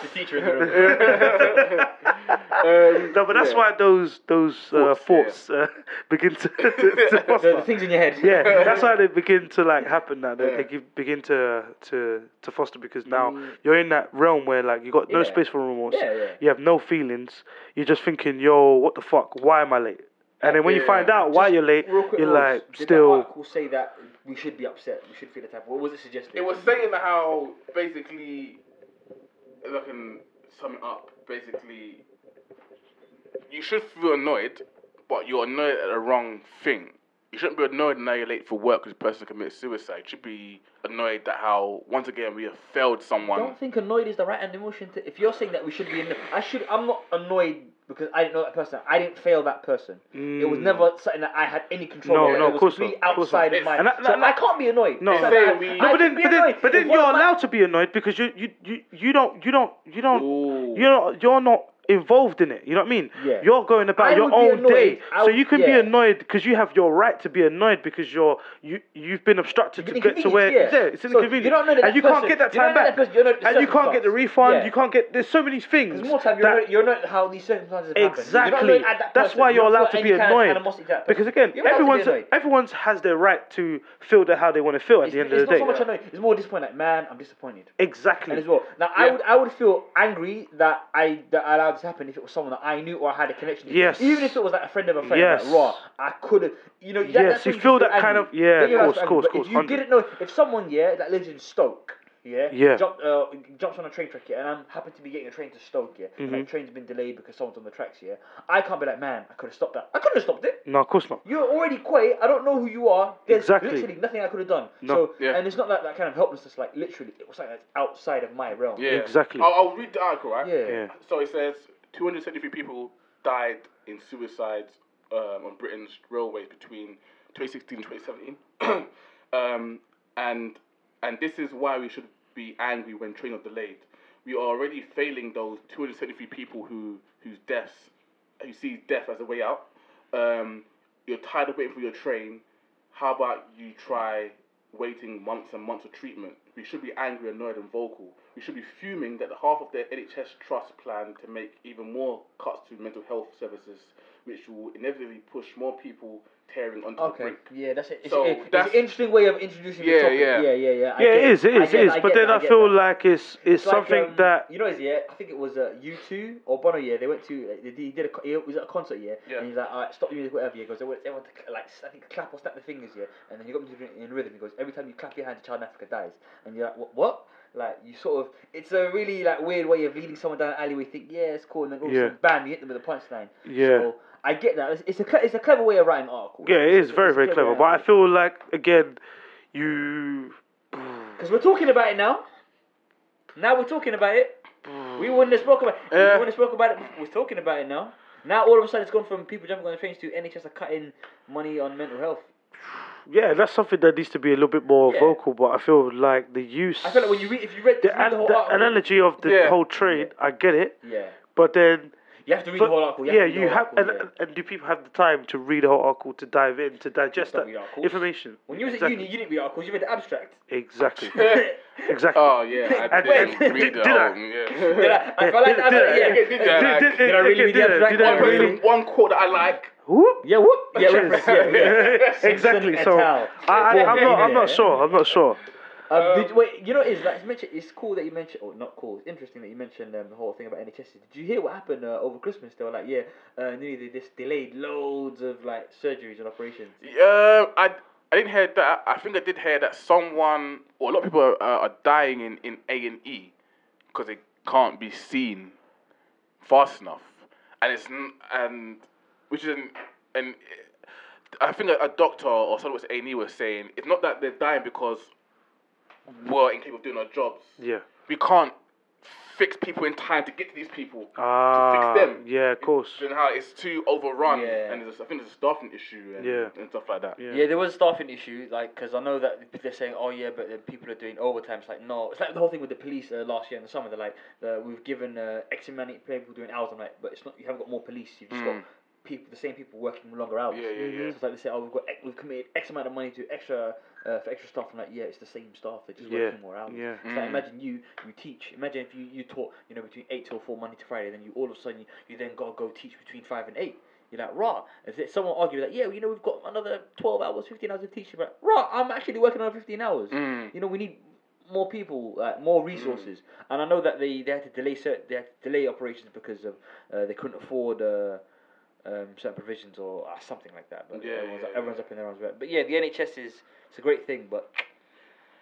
Speaker 4: the teacher in the room.
Speaker 2: no, but that's why those those uh,
Speaker 3: Thoughts,
Speaker 2: thoughts uh, begin to. to, to
Speaker 4: the, the
Speaker 2: prosper.
Speaker 4: things in your head.
Speaker 2: yeah, that's why they begin to like happen now. They, they give, begin to to to foster because now you're in that realm where like you got no
Speaker 4: Mm. Yeah.
Speaker 2: space for remorse.
Speaker 4: Yeah, yeah.
Speaker 2: You have no feelings. You're just thinking, yo, what the fuck? Why am I late? And then when you
Speaker 3: Yeah.
Speaker 2: find out why you're late,
Speaker 4: Real quick,
Speaker 2: you're
Speaker 4: Rose,
Speaker 2: like
Speaker 4: did That
Speaker 2: still.
Speaker 4: article say that we should be upset. We should feel the type. What was it suggesting?
Speaker 3: It was saying how basically, if I can sum it up, basically, you should feel annoyed, but you're annoyed at the wrong thing. You shouldn't be annoyed now you're late for work because the person commits suicide. You should be annoyed that how, once again, we have failed
Speaker 4: I
Speaker 3: someone.
Speaker 4: don't think annoyed is the right hand emotion. To, if you're saying that we should be, anno- I should. I'm not annoyed because I didn't know that person. I didn't fail that person. It was never something that I had any control.
Speaker 2: Mm. No,
Speaker 4: over.
Speaker 2: no,
Speaker 4: it
Speaker 2: of
Speaker 4: was
Speaker 2: course
Speaker 4: completely
Speaker 2: not, of course
Speaker 4: outside
Speaker 2: not.
Speaker 4: of my.
Speaker 2: And that-
Speaker 4: so
Speaker 2: that-
Speaker 4: I can't be annoyed.
Speaker 2: No.
Speaker 4: It's like
Speaker 3: Say
Speaker 4: I-
Speaker 3: we-
Speaker 4: I
Speaker 2: No, but
Speaker 4: can
Speaker 2: then,
Speaker 4: be
Speaker 2: but then,
Speaker 4: annoyed.
Speaker 2: but
Speaker 4: If
Speaker 2: then
Speaker 4: one
Speaker 2: you're
Speaker 4: of my-
Speaker 2: allowed to be annoyed because you, you, you, you don't, you don't, you don't,
Speaker 3: Ooh.
Speaker 2: you're not, you're not involved in it. You know what I mean?
Speaker 4: Yeah.
Speaker 2: You're going about
Speaker 4: I
Speaker 2: your
Speaker 4: would be
Speaker 2: own
Speaker 4: annoyed.
Speaker 2: day,
Speaker 4: I
Speaker 2: so
Speaker 4: would-
Speaker 2: you can be
Speaker 4: yeah.
Speaker 2: annoyed because you have your right to be annoyed because you're, you, you've been obstructed
Speaker 4: You've
Speaker 2: to
Speaker 4: been
Speaker 2: get to where,
Speaker 4: inconvenienced, yeah.
Speaker 2: it's
Speaker 4: So
Speaker 2: an
Speaker 4: you
Speaker 2: inconvenience,
Speaker 4: don't know that
Speaker 2: and you
Speaker 4: person-
Speaker 2: can't get that
Speaker 4: you don't
Speaker 2: time
Speaker 4: know that
Speaker 2: back,
Speaker 4: person, you don't know the
Speaker 2: and you can't get the
Speaker 4: circumstance.
Speaker 2: refund,
Speaker 4: Yeah.
Speaker 2: you can't get. There's so many things.
Speaker 4: There's more time. You're,
Speaker 2: that-
Speaker 4: annoyed- you're not how these circumstances happen.
Speaker 2: Exactly.
Speaker 4: You're not annoyed at that
Speaker 2: That's
Speaker 4: person.
Speaker 2: why
Speaker 4: You
Speaker 2: you're
Speaker 4: don't
Speaker 2: allowed
Speaker 4: feel
Speaker 2: to
Speaker 4: any
Speaker 2: be
Speaker 4: kind of
Speaker 2: annoyed.
Speaker 4: animosity to that person.
Speaker 2: because again,
Speaker 4: You're allowed to be
Speaker 2: everyone's
Speaker 4: annoyed.
Speaker 2: everyone's has their right to feel the how they want to feel at
Speaker 4: It's,
Speaker 2: the end
Speaker 4: it's
Speaker 2: of the day.
Speaker 4: not so much annoyed. It's more disappointed. Like, man, I'm disappointed.
Speaker 2: Exactly.
Speaker 4: And as well, now I would I would feel angry that I that I allowed this to happen if it was someone that I knew or I had a connection. to.
Speaker 2: Yes.
Speaker 4: Even if it was like a friend of a friend.
Speaker 2: Yes.
Speaker 4: Like, raw. I could have. You know. That,
Speaker 2: Yes,
Speaker 4: that's
Speaker 2: you
Speaker 4: when
Speaker 2: feel
Speaker 4: get
Speaker 2: that kind
Speaker 4: angry.
Speaker 2: of- yeah,
Speaker 4: Then
Speaker 2: of
Speaker 4: you're allowed
Speaker 2: course,
Speaker 4: to be
Speaker 2: course,
Speaker 4: angry. But
Speaker 2: course,
Speaker 4: If you
Speaker 2: 100.
Speaker 4: didn't know if someone yeah that lives in Stoke. Yeah.
Speaker 2: Yeah.
Speaker 4: Jumped, uh, jumps on a train track, yeah, and I'm happy to be getting a train to Stoke, yeah. and
Speaker 2: Mm-hmm.
Speaker 4: that train's been delayed because someone's on the tracks, yeah. I can't be like, man, I could have stopped that. I couldn't have stopped it.
Speaker 2: No, of course not.
Speaker 4: You're already quite. I don't know who you are. There's
Speaker 2: Exactly.
Speaker 4: literally nothing I could have done.
Speaker 2: No,
Speaker 4: so,
Speaker 3: yeah.
Speaker 4: and it's not that, that kind of helplessness. Like literally, it was something that's outside of my realm.
Speaker 3: Yeah.
Speaker 2: Exactly.
Speaker 3: I'll, I'll read the article, right?
Speaker 4: Yeah.
Speaker 2: Yeah.
Speaker 3: So it says 273 people died in suicides um, on Britain's railways between 2016 and 2017, um, and and this is why we should be angry when trains are delayed. We are already failing those 273 people who whose deaths who sees death as a way out. Um, you're tired of waiting for your train. How about you try waiting months and months of treatment? We should be angry, annoyed, and vocal. We should be fuming that the half of their NHS trust plan to make even more cuts
Speaker 6: to mental health services, which will inevitably push more people tearing onto the
Speaker 4: Okay.
Speaker 6: brink.
Speaker 4: Yeah, that's it. It's,
Speaker 6: So
Speaker 4: it- it's
Speaker 6: that's-
Speaker 4: an interesting way of introducing
Speaker 3: Yeah,
Speaker 4: the topic.
Speaker 3: yeah.
Speaker 4: yeah, yeah, yeah.
Speaker 2: yeah,
Speaker 4: I get
Speaker 2: it is, it
Speaker 4: I
Speaker 2: is,
Speaker 4: get
Speaker 2: it is.
Speaker 4: I
Speaker 2: But
Speaker 4: get
Speaker 2: then
Speaker 4: that,
Speaker 2: I
Speaker 4: get
Speaker 2: feel
Speaker 4: that.
Speaker 2: like it's it's
Speaker 4: like,
Speaker 2: something
Speaker 4: um,
Speaker 2: that
Speaker 4: you know, is yeah. I think it was uh, U two or Bono. Yeah, they went to uh, they, they did a co- he was at a concert. Yeah,
Speaker 6: Yeah.
Speaker 4: and he's like, all right, stop the music, whatever. Yeah, goes everyone to cl- like I think clap or snap the fingers. Yeah, and then he got me to- in rhythm. He goes every time you clap your hand, a child in Africa dies, and you're like, what? what? Like you sort of, it's a really like weird way of leading someone down an alleyway. Think yeah, it's cool, and then all
Speaker 2: Yeah.
Speaker 4: of a sudden, bam, you hit them with a punchline.
Speaker 2: Yeah.
Speaker 4: So, I get that. It's, it's a cle- it's a clever way of writing an article.
Speaker 2: yeah, it is
Speaker 4: It's a
Speaker 2: very very
Speaker 4: way
Speaker 2: clever.
Speaker 4: of
Speaker 2: But I
Speaker 4: writing an
Speaker 2: feel like again, you
Speaker 4: article. Because we're talking about it now. Now we're talking about it. We wouldn't have spoken about it.
Speaker 3: Yeah.
Speaker 4: We wouldn't have spoken about it. We're talking about it now. Now all of a sudden it's gone from people jumping on the trains to NHS are cutting money on mental health.
Speaker 2: yeah, that's something that needs to be a little bit more
Speaker 4: Yeah.
Speaker 2: vocal. But I feel like the use,
Speaker 4: I feel like when you read, if you read,
Speaker 2: the,
Speaker 4: if you read the
Speaker 2: an-
Speaker 4: whole
Speaker 2: the
Speaker 4: article,
Speaker 2: analogy of the
Speaker 3: Yeah.
Speaker 2: whole train, I get it.
Speaker 4: yeah,
Speaker 2: But then
Speaker 4: you have to read
Speaker 2: But-
Speaker 4: the whole article. You
Speaker 2: yeah,
Speaker 4: have to read the
Speaker 2: you
Speaker 4: whole
Speaker 2: have,
Speaker 4: article,
Speaker 2: and,
Speaker 4: yeah.
Speaker 2: and do people have the time to read a whole article, to dive in, to digest that
Speaker 4: Don't read articles.
Speaker 2: information?
Speaker 4: When you was
Speaker 2: exactly.
Speaker 4: at uni, you didn't read articles. You read the abstract.
Speaker 2: exactly, exactly.
Speaker 3: Oh yeah, I
Speaker 2: And-
Speaker 3: didn't read the
Speaker 2: did I?
Speaker 3: whole.
Speaker 4: Did I,
Speaker 3: Yeah.
Speaker 4: I felt like the
Speaker 2: Did- did
Speaker 4: abstract.
Speaker 2: I-
Speaker 4: Yeah,
Speaker 3: did- did I like-
Speaker 4: did I really read the abstract?
Speaker 2: Did I
Speaker 4: One
Speaker 3: One,
Speaker 2: really?
Speaker 4: person-
Speaker 3: one quote that I like.
Speaker 2: Whoop.
Speaker 4: yeah, whoop. Yeah,
Speaker 2: Cheers.
Speaker 4: reference, yeah, yeah.
Speaker 2: exactly. So I,
Speaker 4: et al.
Speaker 2: I, I'm not. I'm
Speaker 4: Yeah.
Speaker 2: not sure. I'm not sure.
Speaker 4: Um, did, wait, you know, what it is like it's, mentioned, it's cool that you mentioned, or not cool. It's interesting that you mentioned um, the whole thing about NHS. Did you hear what happened uh, over Christmas? They were like, yeah, uh, nearly they just delayed loads of like surgeries and operations.
Speaker 3: Yeah, Um, I I didn't hear that. I think I did hear that someone or a lot of people are, are dying in in A and E because they can't be seen fast enough, and it's n- and which is an, an I think a, a doctor or someone at A and E was saying it's not that they're dying because we're incapable of doing our jobs.
Speaker 2: Yeah.
Speaker 3: We can't fix people in time to get to these people.
Speaker 2: Ah.
Speaker 3: them.
Speaker 2: Yeah. Of course.
Speaker 3: And how it's too overrun,
Speaker 4: Yeah.
Speaker 3: and there's, a- I think there's a staffing issue and,
Speaker 2: Yeah.
Speaker 3: and stuff like that.
Speaker 2: Yeah.
Speaker 4: Yeah, there was a staffing issue, like, because I know that they're saying, oh, yeah, but then people are doing overtime. It's like, no. It's like the whole thing with the police uh, last year in the summer. They're like, uh, we've given uh, X amount of people doing hours. I'm like, but it's not, you haven't got more police. You've just got people, the same people working longer hours.
Speaker 3: Yeah, yeah, yeah.
Speaker 4: So it's like they say, oh, we've, got, X- we've committed X amount of money to extra, uh, for extra staff. I'm like, yeah, it's the same staff. They're just
Speaker 2: Yeah,
Speaker 4: working more hours.
Speaker 2: yeah.
Speaker 4: It's
Speaker 3: Mm.
Speaker 4: like, imagine you, you teach. Imagine if you, you taught, you know, between 8 till 4, Monday to Friday, then you all of a sudden, you, you then got to go teach between 5 and 8. You're like, rah. Is it someone argue that, yeah, you know, we've got another 12 hours, 15 hours of teaching, but rah, I'm actually working on 15 hours.
Speaker 3: Mm.
Speaker 4: You know, we need more people, like, more resources. And I know that they, they had to delay certain, they had to delay operations because of uh, they couldn't afford uh, um, certain provisions or uh, something like that. But
Speaker 3: Yeah,
Speaker 4: everyone's,
Speaker 3: yeah, yeah.
Speaker 4: everyone's up in their arms. about it. But yeah, the NHS is it's a great thing, but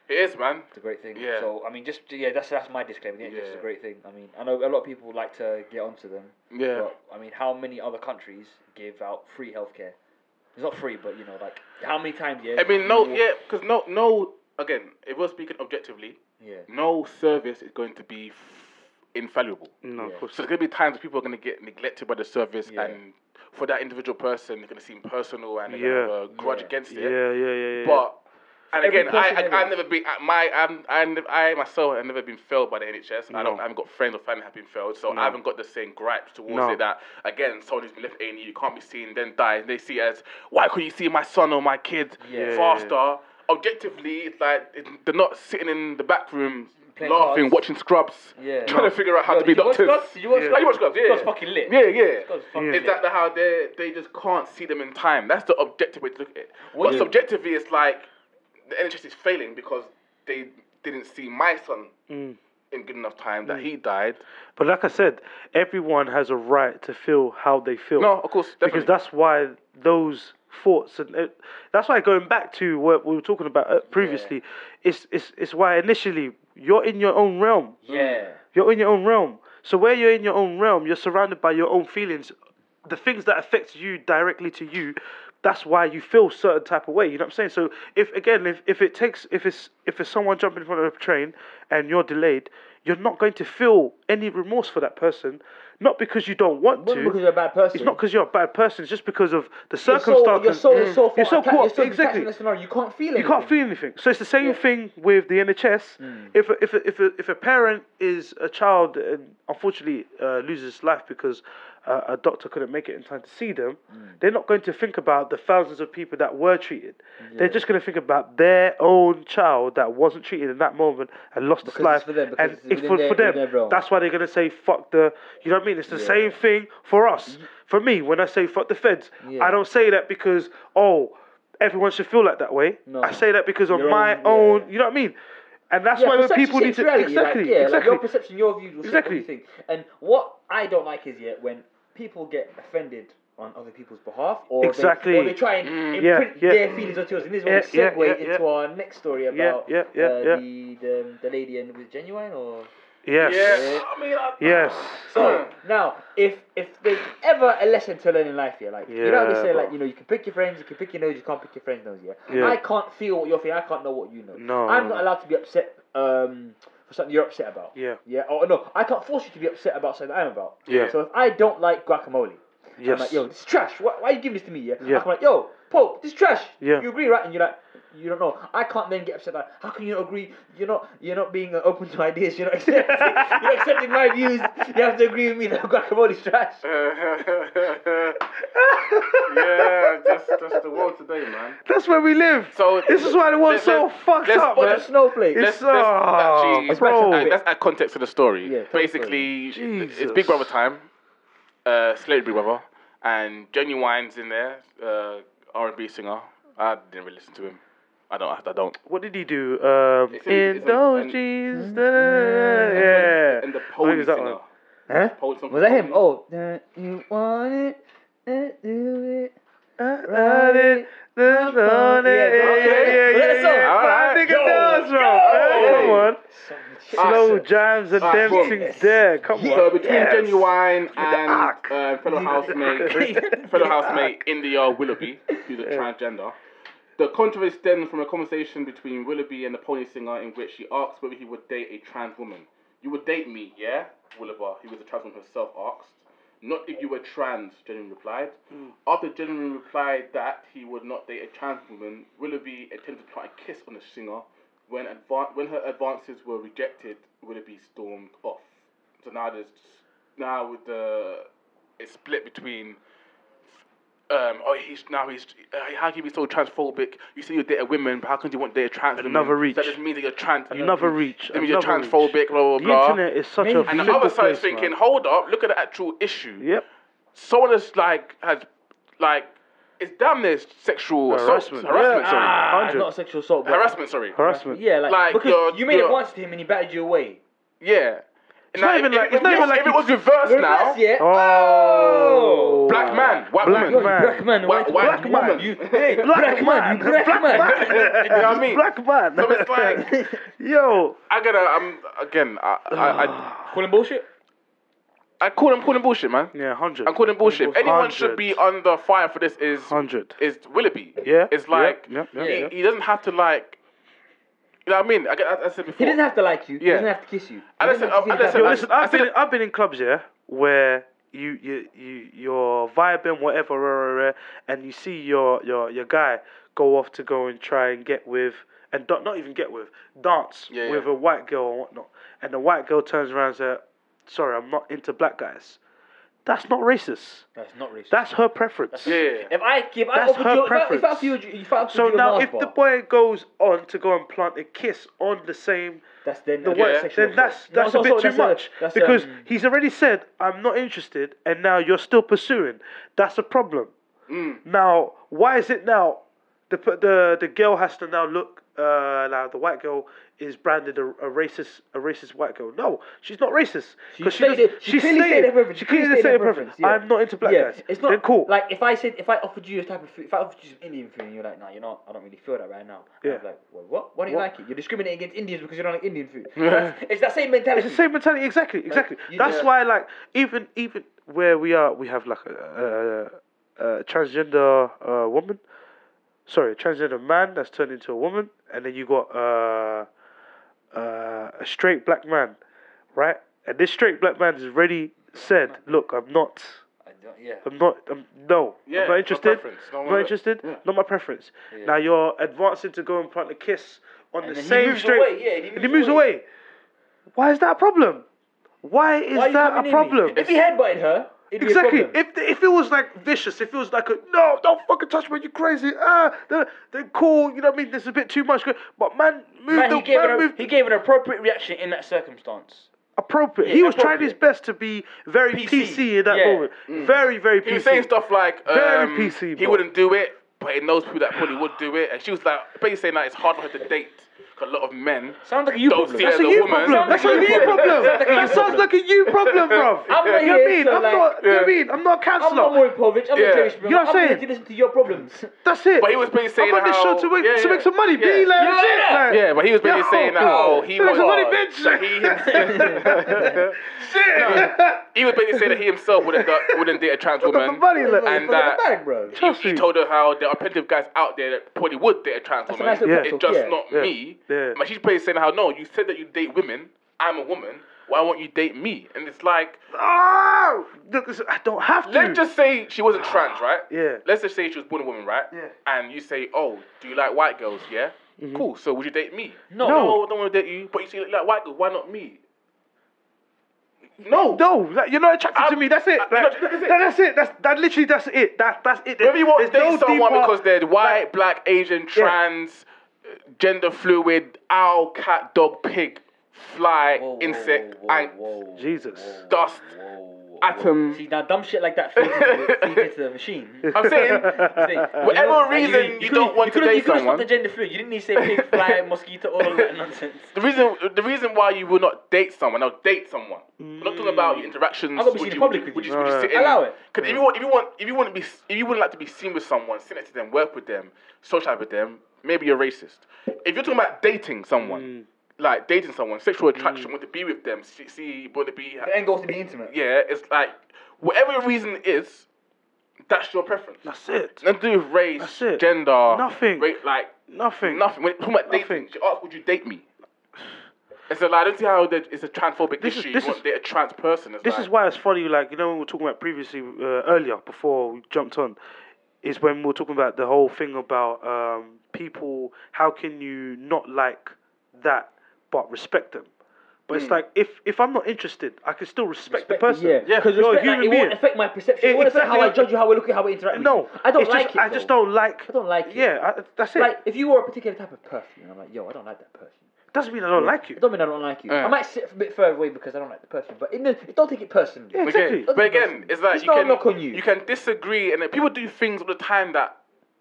Speaker 3: It is, man.
Speaker 4: it's a great thing.
Speaker 3: Yeah.
Speaker 4: So I mean, just yeah, that's that's my disclaimer. The NHS is a
Speaker 3: Yeah.
Speaker 4: great thing. I mean, I know a lot of people like to get onto them.
Speaker 3: Yeah.
Speaker 4: But, I mean, how many other countries give out free healthcare? It's not free, but you know, like how many times? Yeah.
Speaker 3: I mean, no,
Speaker 4: you-
Speaker 3: yeah, because no, no. Again, if we're speaking objectively,
Speaker 4: Yeah.
Speaker 3: no service is going to be infallible.
Speaker 2: No. Of course.
Speaker 3: So there's going to be times people are going to get neglected by the service,
Speaker 4: Yeah.
Speaker 3: and for that individual person, it's going to seem personal and they're
Speaker 2: Yeah.
Speaker 3: gonna have a grudge
Speaker 4: Yeah.
Speaker 3: against
Speaker 2: Yeah.
Speaker 3: it.
Speaker 2: Yeah. Yeah. Yeah. yeah.
Speaker 3: But and
Speaker 4: Every
Speaker 3: again, I,
Speaker 4: person
Speaker 3: I I've
Speaker 4: anyway.
Speaker 3: never been at my I'm, I nev- I myself have never been failed by the NHS. I don't I haven't got friends or family have been failed, so I haven't got the same gripes towards
Speaker 2: No.
Speaker 3: it that again someone who's been left A and E, you can't be seen then die. They see it as why could not you see my son or my kid
Speaker 4: Yeah.
Speaker 3: faster? Objectively, it's like it- they're not sitting in the back room
Speaker 4: Playing
Speaker 3: laughing,
Speaker 4: cards.
Speaker 3: watching Scrubs,
Speaker 4: Yeah.
Speaker 3: trying to figure out how
Speaker 4: Yo,
Speaker 3: to be
Speaker 4: did you watch
Speaker 3: doctors.
Speaker 4: Scrubs? Did you watch
Speaker 3: yeah.
Speaker 4: Scrubs?
Speaker 3: you watch Scrubs? Yeah.
Speaker 4: Scrubs fucking lit.
Speaker 3: Yeah, yeah.
Speaker 4: Scrubs fucking
Speaker 3: Is
Speaker 4: lit.
Speaker 3: that the- how they they just can't see them in time? That's the objective way to look at it. But subjectively, it's like the NHS is failing because they didn't see my son in good enough time that he died.
Speaker 2: But like I said, everyone has a right to feel how they feel.
Speaker 3: No, of course, definitely.
Speaker 2: because that's why those thoughts and it, that's why going back to what we were talking about uh, previously, it's it's it's why initially you're in your own realm.
Speaker 4: Yeah.
Speaker 2: You're in your own realm. So where you're in your own realm, you're surrounded by your own feelings, the things that affect you directly to you. That's why you feel certain type of way. You know what I'm saying? So if again, if, if it takes, if it's if it's someone jumping in front of a train and you're delayed, you're not going to feel any remorse for that person, not because you don't want
Speaker 4: Well,
Speaker 2: to,
Speaker 4: because you're a bad person.
Speaker 2: It's not because you're a bad person. It's just because of the
Speaker 4: Your soul-
Speaker 2: circumstances.
Speaker 4: Your soul is
Speaker 3: Mm.
Speaker 4: so far.
Speaker 2: You're so
Speaker 4: atta-
Speaker 2: caught
Speaker 4: you're so detached
Speaker 2: exactly.
Speaker 4: in the scenario, You can't feel it.
Speaker 2: You can't feel anything. So it's the same thing with the NHS.
Speaker 4: Hmm.
Speaker 2: If, a, if, a, if, a, if a parent is a child and unfortunately uh, loses life because uh, a doctor couldn't make it in time to see them,
Speaker 4: Hmm.
Speaker 2: they're not going to think about the thousands of people that were treated. They're just going to think about their own child that wasn't treated in that moment and lost its
Speaker 4: it's
Speaker 2: life.
Speaker 4: for them, because
Speaker 2: and
Speaker 4: it's
Speaker 2: it's
Speaker 4: within
Speaker 2: for,
Speaker 4: their-
Speaker 2: for them.
Speaker 4: within their realm.
Speaker 2: That's why they're going to say, fuck the. You know what I mean? It's the same thing for us. For me, when I say fuck the feds,
Speaker 4: Mm-hmm. Yeah.
Speaker 2: I don't say that because, oh, everyone should feel like that way.
Speaker 4: No.
Speaker 2: I say that because of
Speaker 4: Your
Speaker 2: my own.
Speaker 4: own- yeah.
Speaker 2: You know what I mean? And that's
Speaker 4: yeah,
Speaker 2: why when
Speaker 4: perception
Speaker 2: people need
Speaker 4: shapes
Speaker 2: to.
Speaker 4: reality, like,
Speaker 2: Exactly.
Speaker 4: yeah, like
Speaker 2: exactly.
Speaker 4: your perception, your view, will shape
Speaker 2: Exactly.
Speaker 4: what you think. And what I don't like is yet when people get offended on other people's behalf, or
Speaker 2: Exactly.
Speaker 4: they, or they try and
Speaker 2: yeah,
Speaker 4: imprint
Speaker 2: yeah.
Speaker 4: their feelings onto yours. And this
Speaker 2: Yeah,
Speaker 4: is
Speaker 2: yeah,
Speaker 4: yeah,
Speaker 2: yeah,
Speaker 4: segue
Speaker 2: yeah.
Speaker 4: into our next story about
Speaker 2: yeah, yeah,
Speaker 4: uh,
Speaker 2: yeah.
Speaker 4: The, the the lady and with genuine or
Speaker 2: yes.
Speaker 3: Yeah, I mean, I,
Speaker 2: Yes.
Speaker 4: So now, if if there's ever a lesson to learn in life here, like you know how
Speaker 2: Yeah,
Speaker 4: they say, like
Speaker 2: bro.
Speaker 4: you know, you can pick your friends, you can pick your nose, you can't pick your friends' nose. Yeah,
Speaker 2: Yeah.
Speaker 4: I can't feel what you're feeling. I can't know what you know.
Speaker 2: No,
Speaker 4: I'm
Speaker 2: no,
Speaker 4: not
Speaker 2: no.
Speaker 4: allowed to be upset um, for something you're upset about.
Speaker 2: Yeah.
Speaker 4: yeah, or no, I can't force you to be upset about something I'm about.
Speaker 2: Yeah.
Speaker 4: So if I don't like guacamole, I'm
Speaker 2: Yes.
Speaker 4: like, yo, this is trash. Why, why are you giving this to me? Yeah.
Speaker 2: Yeah.
Speaker 4: I'm like, yo, Pope, this is trash.
Speaker 2: Yeah.
Speaker 4: You agree, right? And you're like, you don't know. I can't then get upset. Like, how can you not agree? You're not, you're not being uh, open to ideas. You're not accepting, you're not accepting my views. You have to agree with me that guacamole is trash.
Speaker 3: yeah, that's that's the world today, man.
Speaker 2: That's where we live.
Speaker 3: So
Speaker 2: this is why the world's
Speaker 3: let's-
Speaker 2: so
Speaker 3: let's-
Speaker 2: fucked
Speaker 3: let's-
Speaker 2: up,
Speaker 4: Bunch
Speaker 2: man.
Speaker 4: of snowflakes.
Speaker 2: It's-
Speaker 3: Let's, let's
Speaker 2: Oh,
Speaker 3: actually,
Speaker 2: bro.
Speaker 3: uh, let's add context to the story.
Speaker 4: Yeah, tell the
Speaker 3: Basically,
Speaker 2: story.
Speaker 3: it's
Speaker 2: Jesus.
Speaker 3: Big Brother time. Uh, Slade Big Brother, and Genuine's in there. Uh, R&B singer. I didn't really listen to him. I don't. I don't.
Speaker 2: What did he do? Um,
Speaker 3: It's in-
Speaker 2: in
Speaker 3: it's in-
Speaker 2: those
Speaker 3: and-
Speaker 4: Mm-hmm.
Speaker 2: jeans. da- da- da- da- Yeah.
Speaker 3: And the
Speaker 2: I think
Speaker 3: Police
Speaker 2: it's that
Speaker 3: singer.
Speaker 2: one. Huh?
Speaker 3: Police song-
Speaker 4: Was that him? Oh, don't you want it? Let's do it.
Speaker 2: Run it, run it, run it, yeah, yeah,
Speaker 4: Yeah, okay.
Speaker 2: yeah,
Speaker 4: Well, that's
Speaker 2: yeah,
Speaker 4: all.
Speaker 2: yeah.
Speaker 3: Alright.
Speaker 2: I think it
Speaker 3: Yo,
Speaker 2: does, bro.
Speaker 3: yo.
Speaker 2: Come on.
Speaker 3: Ah,
Speaker 2: Slow
Speaker 3: so-
Speaker 2: jams and
Speaker 3: ah, boom.
Speaker 2: dancing there. Come
Speaker 3: So
Speaker 2: on.
Speaker 3: between
Speaker 2: Oh, Yes.
Speaker 3: Genuine and
Speaker 2: arc.
Speaker 3: uh, fellow housemate, fellow housemate India Willoughby, who's a transgender, the controversy stemmed from a conversation between Willoughby and the pony singer in which she asked whether he would date a trans woman. You would date me, yeah? Willoughby, who was a trans woman herself, asked. Not if you were trans, Genuine replied. After Genuine replied that he would not date a trans woman, Willoughby attempted to try a kiss on the singer. When, advan- when her advances were rejected, Willoughby stormed off. So now there's now with the it's split between um oh he's now he's uh, how can you be so transphobic? You say you date a women, but how can you want to date a trans woman?
Speaker 2: Another
Speaker 3: That just
Speaker 2: reach.
Speaker 3: means that you're trans. uh,
Speaker 2: Another reach.
Speaker 3: That means you're
Speaker 2: another reach.
Speaker 3: transphobic. Blah blah
Speaker 2: The
Speaker 3: blah.
Speaker 2: internet is such a
Speaker 3: and the
Speaker 2: fickle
Speaker 3: other side is
Speaker 2: place, man.
Speaker 3: thinking, hold up, look at the actual issue.
Speaker 2: Yep.
Speaker 3: Someone is like has like it's damn near sexual assault-
Speaker 2: Harassment.
Speaker 3: Harassment.
Speaker 2: Yeah.
Speaker 3: Sorry.
Speaker 4: Ah,
Speaker 2: 100.
Speaker 4: not a sexual assault. But
Speaker 3: Harassment. Sorry.
Speaker 2: Harassment.
Speaker 4: Yeah, like,
Speaker 3: Like,
Speaker 4: because
Speaker 3: you're-
Speaker 4: you made it
Speaker 3: you're-
Speaker 4: once to him and he batted you away.
Speaker 3: Yeah. It's
Speaker 2: not even like- it's not even like
Speaker 3: if
Speaker 2: he-
Speaker 3: it was reversed now.
Speaker 4: Reverse, yeah.
Speaker 2: Oh.
Speaker 3: Black man, white
Speaker 2: Black
Speaker 3: woman.
Speaker 2: man.
Speaker 4: Black man,
Speaker 3: Why-
Speaker 4: white,
Speaker 3: why-
Speaker 4: white
Speaker 3: woman.
Speaker 4: woman, you, hey, black, man, you black, man.
Speaker 3: you know what I mean?
Speaker 2: Black man.
Speaker 3: So it's like
Speaker 2: Yo.
Speaker 3: I gotta. I'm again. I I, I,
Speaker 4: Calling bullshit.
Speaker 3: I call him calling bullshit, man.
Speaker 2: Yeah, hundred.
Speaker 3: I'm calling bullshit. If anyone should
Speaker 2: Hundred.
Speaker 3: be under fire for this is
Speaker 2: Hundred.
Speaker 3: is Willoughby.
Speaker 2: Yeah.
Speaker 3: It's like
Speaker 2: Yeah. Yeah.
Speaker 3: he,
Speaker 2: Yeah. yeah.
Speaker 3: he doesn't have to like. You know what I mean? I, get- I, I said
Speaker 4: He
Speaker 3: before.
Speaker 4: doesn't have to like you. He
Speaker 3: Yeah.
Speaker 4: doesn't have to kiss you.
Speaker 3: I
Speaker 4: He
Speaker 3: listen-
Speaker 4: doesn't have to
Speaker 3: I- I listen-
Speaker 2: Yo,
Speaker 4: feel that way.
Speaker 2: listen. I've been I've been in clubs yeah where you you you you're vibing whatever rah, rah, rah, and you see your your your guy go off to go and try and get with and don't, not even get with dance
Speaker 3: Yeah, yeah.
Speaker 2: with a white girl or whatnot and the white girl turns around and says sorry I'm not into black guys that's not racist
Speaker 4: That's not racist.
Speaker 2: that's her preference
Speaker 3: Yeah.
Speaker 4: if I give, I
Speaker 2: That's
Speaker 4: offered
Speaker 2: her
Speaker 4: you, if I- if I
Speaker 2: preference.
Speaker 4: offered you, you if I offered
Speaker 2: so
Speaker 4: you a
Speaker 2: now
Speaker 4: Mars
Speaker 2: if the
Speaker 4: bar,
Speaker 2: boy goes on to go and plant a kiss on the same
Speaker 4: that's then
Speaker 2: the
Speaker 4: a
Speaker 2: worst,
Speaker 4: sexual
Speaker 2: then that's
Speaker 4: assault. No,
Speaker 2: that's
Speaker 4: so-
Speaker 2: a bit
Speaker 4: so
Speaker 2: too
Speaker 4: that's
Speaker 2: much
Speaker 4: that's,
Speaker 2: because
Speaker 4: um,
Speaker 2: he's already said I'm not interested, and now you're still pursuing. That's a problem. Now, why is it now the p- the the girl has to now look? Uh, now the white girl is branded a, a racist, a racist white girl. No, she's not racist. 'cause
Speaker 4: stated-
Speaker 2: doesn't-
Speaker 4: she clearly stated her preference.
Speaker 2: She
Speaker 4: She clearly
Speaker 2: clearly
Speaker 4: stated
Speaker 2: stated
Speaker 4: her
Speaker 2: her
Speaker 4: preference,
Speaker 2: preference.
Speaker 4: yeah.
Speaker 2: I'm not into black
Speaker 4: yeah,
Speaker 2: guys.
Speaker 4: it's not
Speaker 2: Then cool.
Speaker 4: Like if I said, if I offered you a type of food, if I offered you some Indian food, and you're like, nah, you're not. I don't really feel that right now.
Speaker 2: Yeah.
Speaker 4: I'd be like, well, what? Why don't you
Speaker 2: What?
Speaker 4: like it? You're discriminating against Indians because you don't like Indian food. it's that same mentality.
Speaker 2: It's the same mentality, exactly, exactly.
Speaker 4: you
Speaker 2: That's
Speaker 4: just-
Speaker 2: why, like, even even where we are, we have like a, a, a transgender uh, woman, sorry, a transgender man that's turned into a woman, and then you got uh, uh, a straight black man, right? And this straight black man has already said, "Look, I'm not."
Speaker 4: I don't- Yeah.
Speaker 2: I'm not. I'm, no,
Speaker 3: Yeah,
Speaker 2: I'm
Speaker 3: no
Speaker 2: not interested.
Speaker 3: preference, no
Speaker 2: I'm
Speaker 3: one-
Speaker 2: not interested. Not my preference. Now you're advancing to go and plant a kiss on the
Speaker 4: then he
Speaker 2: same
Speaker 4: moves
Speaker 2: straight.
Speaker 4: away, yeah,
Speaker 2: and he moves, away. Why is that a problem? Why is
Speaker 4: Why are you
Speaker 2: that
Speaker 4: coming
Speaker 2: a
Speaker 4: in me?
Speaker 2: problem?
Speaker 4: If he headbutted her, It'd be a
Speaker 2: Exactly.
Speaker 4: problem.
Speaker 2: If if it was like vicious, if it was like a no, don't fucking touch me, you crazy. Ah, then, then cool. You know what I mean? There's a bit too much. go- But man, move
Speaker 4: Man,
Speaker 2: the
Speaker 4: he, gave
Speaker 2: man
Speaker 4: an,
Speaker 2: moved
Speaker 4: he gave an appropriate reaction in that circumstance.
Speaker 2: appropriate.
Speaker 4: Yeah,
Speaker 2: he was trying his
Speaker 4: appropriate.
Speaker 2: best to be very
Speaker 4: PC,
Speaker 2: PC, in that
Speaker 4: yeah. Mm.
Speaker 2: moment. Very very PC.
Speaker 3: He was saying stuff like, um,
Speaker 2: Very PC,
Speaker 3: he
Speaker 2: bro.
Speaker 3: wouldn't do it, but he knows people that probably would do it. And she was like, basically saying that it's hard for her to date 'cause a lot of men.
Speaker 4: Sounds like a you
Speaker 3: Don't
Speaker 4: problem.
Speaker 3: see
Speaker 2: That's
Speaker 3: as
Speaker 2: a
Speaker 3: a
Speaker 2: you
Speaker 3: woman.
Speaker 2: problem. That's a
Speaker 4: Sounds like
Speaker 2: you
Speaker 4: a
Speaker 2: problem.
Speaker 4: sounds like a you
Speaker 2: That sounds
Speaker 4: problem.
Speaker 2: like a you problem, bruv.
Speaker 4: I'm
Speaker 2: You
Speaker 4: not
Speaker 2: know what I
Speaker 4: here,
Speaker 2: mean?
Speaker 4: so
Speaker 2: I'm
Speaker 4: like-
Speaker 2: not. You know what I mean? I'm not a
Speaker 4: I'm not
Speaker 2: counsellor.
Speaker 4: Maury Povich. I'm
Speaker 3: Yeah.
Speaker 4: not Jerry Springer.
Speaker 2: You know what I'm
Speaker 4: I'm here
Speaker 2: saying?
Speaker 4: to listen to your problems.
Speaker 2: That's it.
Speaker 3: But he was basically saying
Speaker 2: I'm on this
Speaker 3: how-
Speaker 2: show to, make,
Speaker 3: yeah,
Speaker 2: to
Speaker 3: yeah.
Speaker 2: make some money,
Speaker 3: Yeah.
Speaker 2: B. Like,
Speaker 4: Yeah,
Speaker 2: shit,
Speaker 4: yeah.
Speaker 2: like-
Speaker 3: Yeah, but he was basically
Speaker 2: Yo,
Speaker 3: saying that oh, he
Speaker 2: to make
Speaker 3: was
Speaker 2: some money, bitch.
Speaker 3: that he himself,
Speaker 2: shit.
Speaker 3: he was basically saying that he himself wouldn't go- wouldn't date a trans
Speaker 2: Got the
Speaker 3: woman.
Speaker 2: money, like.
Speaker 3: And uh, that
Speaker 4: Bag, bro.
Speaker 3: he,
Speaker 2: Trust
Speaker 3: he
Speaker 2: me.
Speaker 3: told her how there are plenty of guys out there that probably would date a trans woman.
Speaker 4: nice little
Speaker 2: Yeah.
Speaker 3: It's
Speaker 4: talk,
Speaker 3: just
Speaker 4: yeah.
Speaker 3: not
Speaker 2: Yeah.
Speaker 3: me.
Speaker 2: Yeah.
Speaker 3: But she's basically saying how no, you said that you date women. I'm a woman. Why won't you date me? And it's like
Speaker 2: Oh, look, this- I don't have to.
Speaker 3: let's just say she wasn't trans, right?
Speaker 2: Ah, Yeah.
Speaker 3: Let's just say she was born a woman, right?
Speaker 2: Yeah. Mm-hmm.
Speaker 3: And you say, oh, do you like white girls? Yeah. Cool. So would you date me?
Speaker 4: No.
Speaker 3: No, I don't want to date you. But you say you like white girls. Why not me? No.
Speaker 2: No, like, you're not attracted to
Speaker 3: I'm-
Speaker 2: me. That's it.
Speaker 3: I-
Speaker 2: Like,
Speaker 3: no, that's it.
Speaker 2: that- that's it. That's that. Literally, that's it. That that's it.
Speaker 3: Whether you want to
Speaker 2: There's
Speaker 3: date
Speaker 2: no
Speaker 3: someone
Speaker 2: deeper-
Speaker 3: because they're white, black, Asian, trans, uh, gender fluid, owl, cat, dog, pig, fly, insect, ant,
Speaker 2: Jesus.
Speaker 3: dust, atom.
Speaker 4: See, now dumb shit like that feeds into the, feeds into the machine.
Speaker 3: I'm saying, whatever reason you, don't want to
Speaker 4: could've- you
Speaker 3: date
Speaker 4: could've
Speaker 3: someone,
Speaker 4: stopped the gender fluid. You didn't need to say pig, fly, mosquito, all of that nonsense.
Speaker 3: the reason the reason why you will not date someone, now date someone. I'm not talking about your interactions.
Speaker 4: I've got to
Speaker 3: would
Speaker 4: be seen in
Speaker 3: you-
Speaker 4: public with
Speaker 3: would
Speaker 4: you.
Speaker 3: you- would you
Speaker 2: Alright.
Speaker 3: sit in-
Speaker 4: Allow it.
Speaker 3: 'Cause if you want, if you want, if you want to be, if you wouldn't like to be seen with someone, sit next to them, work with them, socialize with them, maybe you're racist. If you're talking about dating someone, like dating someone, sexual attraction, want to be with them, see, see want to be,
Speaker 4: The end goal is to be intimate.
Speaker 3: yeah, it's like whatever reason it is, that's your preference.
Speaker 2: That's it.
Speaker 3: Nothing to do with race,
Speaker 2: That's it.
Speaker 3: gender,
Speaker 2: Nothing.
Speaker 3: ra- like
Speaker 2: Nothing.
Speaker 3: nothing. When talking about dating,
Speaker 2: Nothing.
Speaker 3: she asked, "Would you date me?" It's a lie. I don't see how there- it's a transphobic
Speaker 2: This is-
Speaker 3: issue.
Speaker 2: this
Speaker 3: you want
Speaker 2: is-
Speaker 3: to date a trans person. It's
Speaker 2: This
Speaker 3: like,
Speaker 2: is why it's funny, like, you know, when we were talking about previously, uh, earlier, before we jumped on, is when we were talking about the whole thing about um, people, how can you not like that but respect them? But it's like, if, if I'm not interested, I can still Hmm. respect, the person.
Speaker 4: Yeah, because
Speaker 2: You're a
Speaker 4: respect,
Speaker 2: human
Speaker 4: like, it
Speaker 2: being.
Speaker 4: won't affect my perception.
Speaker 2: It-
Speaker 4: It won't affect how I
Speaker 2: exactly.
Speaker 4: judge you, how I look at you, how I interact
Speaker 2: no,
Speaker 4: with you. I don't
Speaker 2: it's
Speaker 4: like
Speaker 2: just,
Speaker 4: it.
Speaker 2: I just
Speaker 4: though.
Speaker 2: don't like.
Speaker 4: I don't like it.
Speaker 2: Yeah, I, that's it.
Speaker 4: Like, if you were a particular type of perfume, and I'm like, yo, I don't like that perfume.
Speaker 2: Doesn't mean I don't like you.
Speaker 4: It don't mean I don't like you. I might sit a bit further away because I don't like the perfume, but in the, don't take it personally.
Speaker 2: Yeah,
Speaker 3: Okay,
Speaker 2: exactly.
Speaker 3: but again, it's like
Speaker 4: It's
Speaker 3: you
Speaker 4: not a
Speaker 3: can
Speaker 4: knock on you.
Speaker 3: can disagree, and then people do things all the time that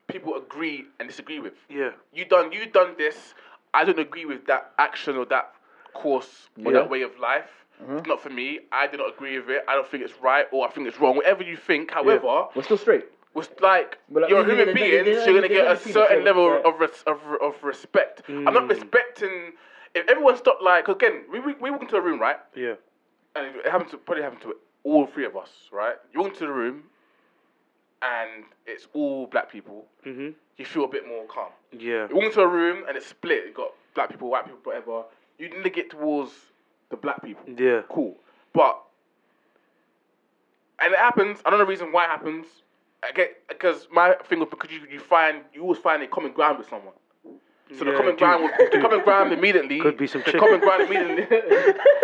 Speaker 3: people agree and disagree with.
Speaker 2: Yeah.
Speaker 3: you done you done this. I don't agree with that action or that course or that way of life.
Speaker 4: Mm-hmm.
Speaker 3: It's not for me. I do not agree with it. I don't think it's right or I think it's wrong. Whatever you think, however,
Speaker 4: We're still straight.
Speaker 3: was like
Speaker 4: Well, like,
Speaker 3: you're a
Speaker 4: you-
Speaker 3: human
Speaker 4: you-
Speaker 3: being,
Speaker 4: you- you-
Speaker 3: so you're gonna
Speaker 4: you-
Speaker 3: get
Speaker 4: you-
Speaker 3: a
Speaker 4: you-
Speaker 3: certain
Speaker 4: you-
Speaker 3: level
Speaker 4: yeah.
Speaker 3: of res- of, of respect. I'm
Speaker 4: Mm.
Speaker 3: not respecting. If everyone stopped like again, we, we we walk into a room, right?
Speaker 2: Yeah.
Speaker 3: And it happened to probably happened to all three of us, right? You walk into the room, and it's all black people. Mm-hmm. You feel a bit more calm.
Speaker 2: Yeah.
Speaker 3: You walk into a room and it's split. You got black people, white people, whatever. You need to get towards the black people.
Speaker 2: Yeah.
Speaker 3: Cool, but and it happens. I don't know the reason why it happens. I get because my thing was because you, you find you always find a common ground with someone. So the
Speaker 2: Yeah,
Speaker 3: common
Speaker 2: dude.
Speaker 3: ground was, the common ground immediately.
Speaker 2: Could be some
Speaker 3: the
Speaker 2: chicken.
Speaker 3: common ground immediately.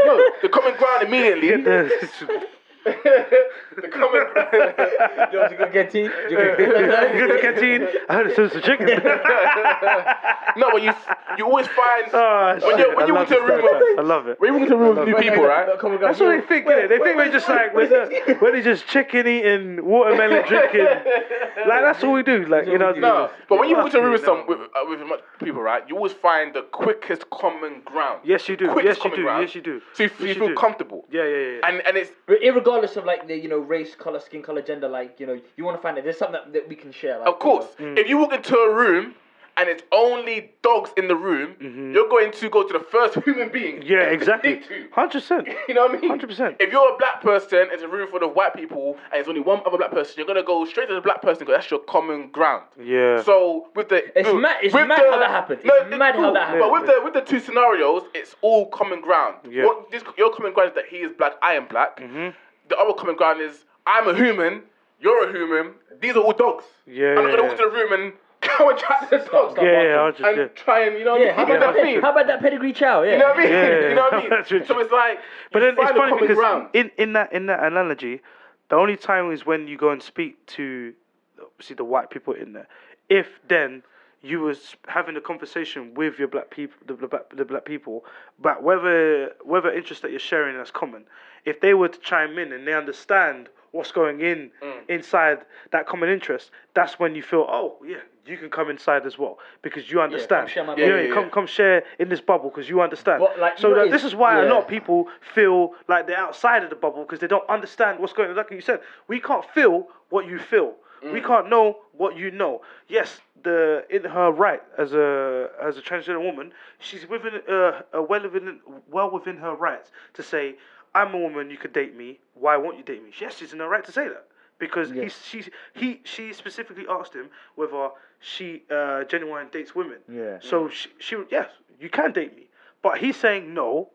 Speaker 3: no, the common ground immediately. the common ground.
Speaker 4: Yo, you gonna get tea? You gonna
Speaker 2: Go to the canteen. I heard it serves the chicken.
Speaker 3: no, but you you always find
Speaker 2: oh, shit.
Speaker 3: when you when
Speaker 2: I
Speaker 3: you
Speaker 2: love
Speaker 3: walk into a
Speaker 2: this
Speaker 3: room
Speaker 2: stuff. I
Speaker 3: with
Speaker 2: love it.
Speaker 3: when you walk into a room with new people, right?
Speaker 2: That's what they think, innit? They think we're just like we're, the, we're just chicken eating, watermelon drinking. Like that's all we do. Like you know.
Speaker 3: No, but when you walk into a room with
Speaker 2: Fucking
Speaker 3: some with, uh, with much people, right? You always find the quickest common ground.
Speaker 2: Yes, you do.
Speaker 3: Quickest
Speaker 2: Yes, you
Speaker 3: common
Speaker 2: do.
Speaker 3: ground.
Speaker 2: Yes, you do.
Speaker 3: So you,
Speaker 2: Yes,
Speaker 3: you
Speaker 2: you
Speaker 3: feel
Speaker 2: do.
Speaker 3: comfortable.
Speaker 2: Yeah, yeah, yeah.
Speaker 3: And and it's
Speaker 4: Irregardless of like the you know race, color, skin color, gender, like you know you want to find that there's something that, that we can share. Like,
Speaker 3: Of course,
Speaker 4: you know.
Speaker 2: Mm.
Speaker 3: if you walk into a room and it's only dogs in the room, you're going to go to the first human being.
Speaker 2: Mm-hmm. yeah,
Speaker 3: to
Speaker 2: exactly.
Speaker 3: speak to.
Speaker 2: Hundred percent.
Speaker 3: You know what I mean?
Speaker 2: 100%.
Speaker 3: If you're a black person, it's a room full of white people, and there's only one other black person, you're gonna go straight to the black person because that's your common ground.
Speaker 2: Yeah.
Speaker 3: So with the
Speaker 4: It's
Speaker 3: with-
Speaker 4: mad- it's
Speaker 3: with
Speaker 4: mad how that happens. It's mad how
Speaker 3: But
Speaker 4: that happens.
Speaker 3: with the with the two scenarios, it's all common ground.
Speaker 2: Yeah. Mm-hmm.
Speaker 3: What, this, your common ground is that he is black, I am black. The other common ground is I'm a human, you're a human. These are all dogs.
Speaker 2: Yeah,
Speaker 3: I'm not
Speaker 2: yeah,
Speaker 3: gonna walk
Speaker 2: yeah.
Speaker 3: to the room and go and chat to the dogs.
Speaker 2: Yeah, yeah, I'll just-
Speaker 3: and
Speaker 2: yeah.
Speaker 3: try and you know
Speaker 4: Yeah, how
Speaker 3: what I mean?
Speaker 4: about,
Speaker 3: You know
Speaker 4: that,
Speaker 3: what I mean?
Speaker 4: how about that pedigree chow? Yeah.
Speaker 3: You know what I mean?
Speaker 2: Yeah, yeah,
Speaker 3: you know what I
Speaker 2: yeah.
Speaker 3: mean? So it's like,
Speaker 2: But
Speaker 3: you
Speaker 2: then
Speaker 3: find
Speaker 2: it's
Speaker 3: a
Speaker 2: funny
Speaker 3: common
Speaker 2: because
Speaker 3: ground.
Speaker 2: in, in that in that analogy, The only time is when you go and speak to, see the white people in there. If then you was having a conversation with your black people, the, the black, the black people, but whether whether interest that you're sharing that's common. If they were to chime in and they understand what's going in
Speaker 3: Mm.
Speaker 2: inside that common interest, that's when you feel, oh yeah, you can come inside as well because you understand.
Speaker 4: share my
Speaker 2: You know,
Speaker 3: bubble. Yeah,
Speaker 2: come
Speaker 3: yeah,
Speaker 2: come share in this bubble because you understand.
Speaker 4: But, like, you
Speaker 2: so
Speaker 4: know
Speaker 2: that,
Speaker 4: what
Speaker 2: this
Speaker 4: is-
Speaker 2: is why a
Speaker 4: yeah.
Speaker 2: lot of people feel like they're outside of the bubble because they don't understand what's going on. Like you said, we can't feel what you feel. We can't know what you know. Yes, the in her right as a as a transgender woman, she's within uh, uh, well within well within her rights to say, "I'm a woman. You could date me. Why won't you date me?" Yes, she's in her right to say that because he she he she specifically asked him whether she uh, genuine dates women.
Speaker 4: Yeah.
Speaker 2: So she, she yes, you can date me, but he's saying no.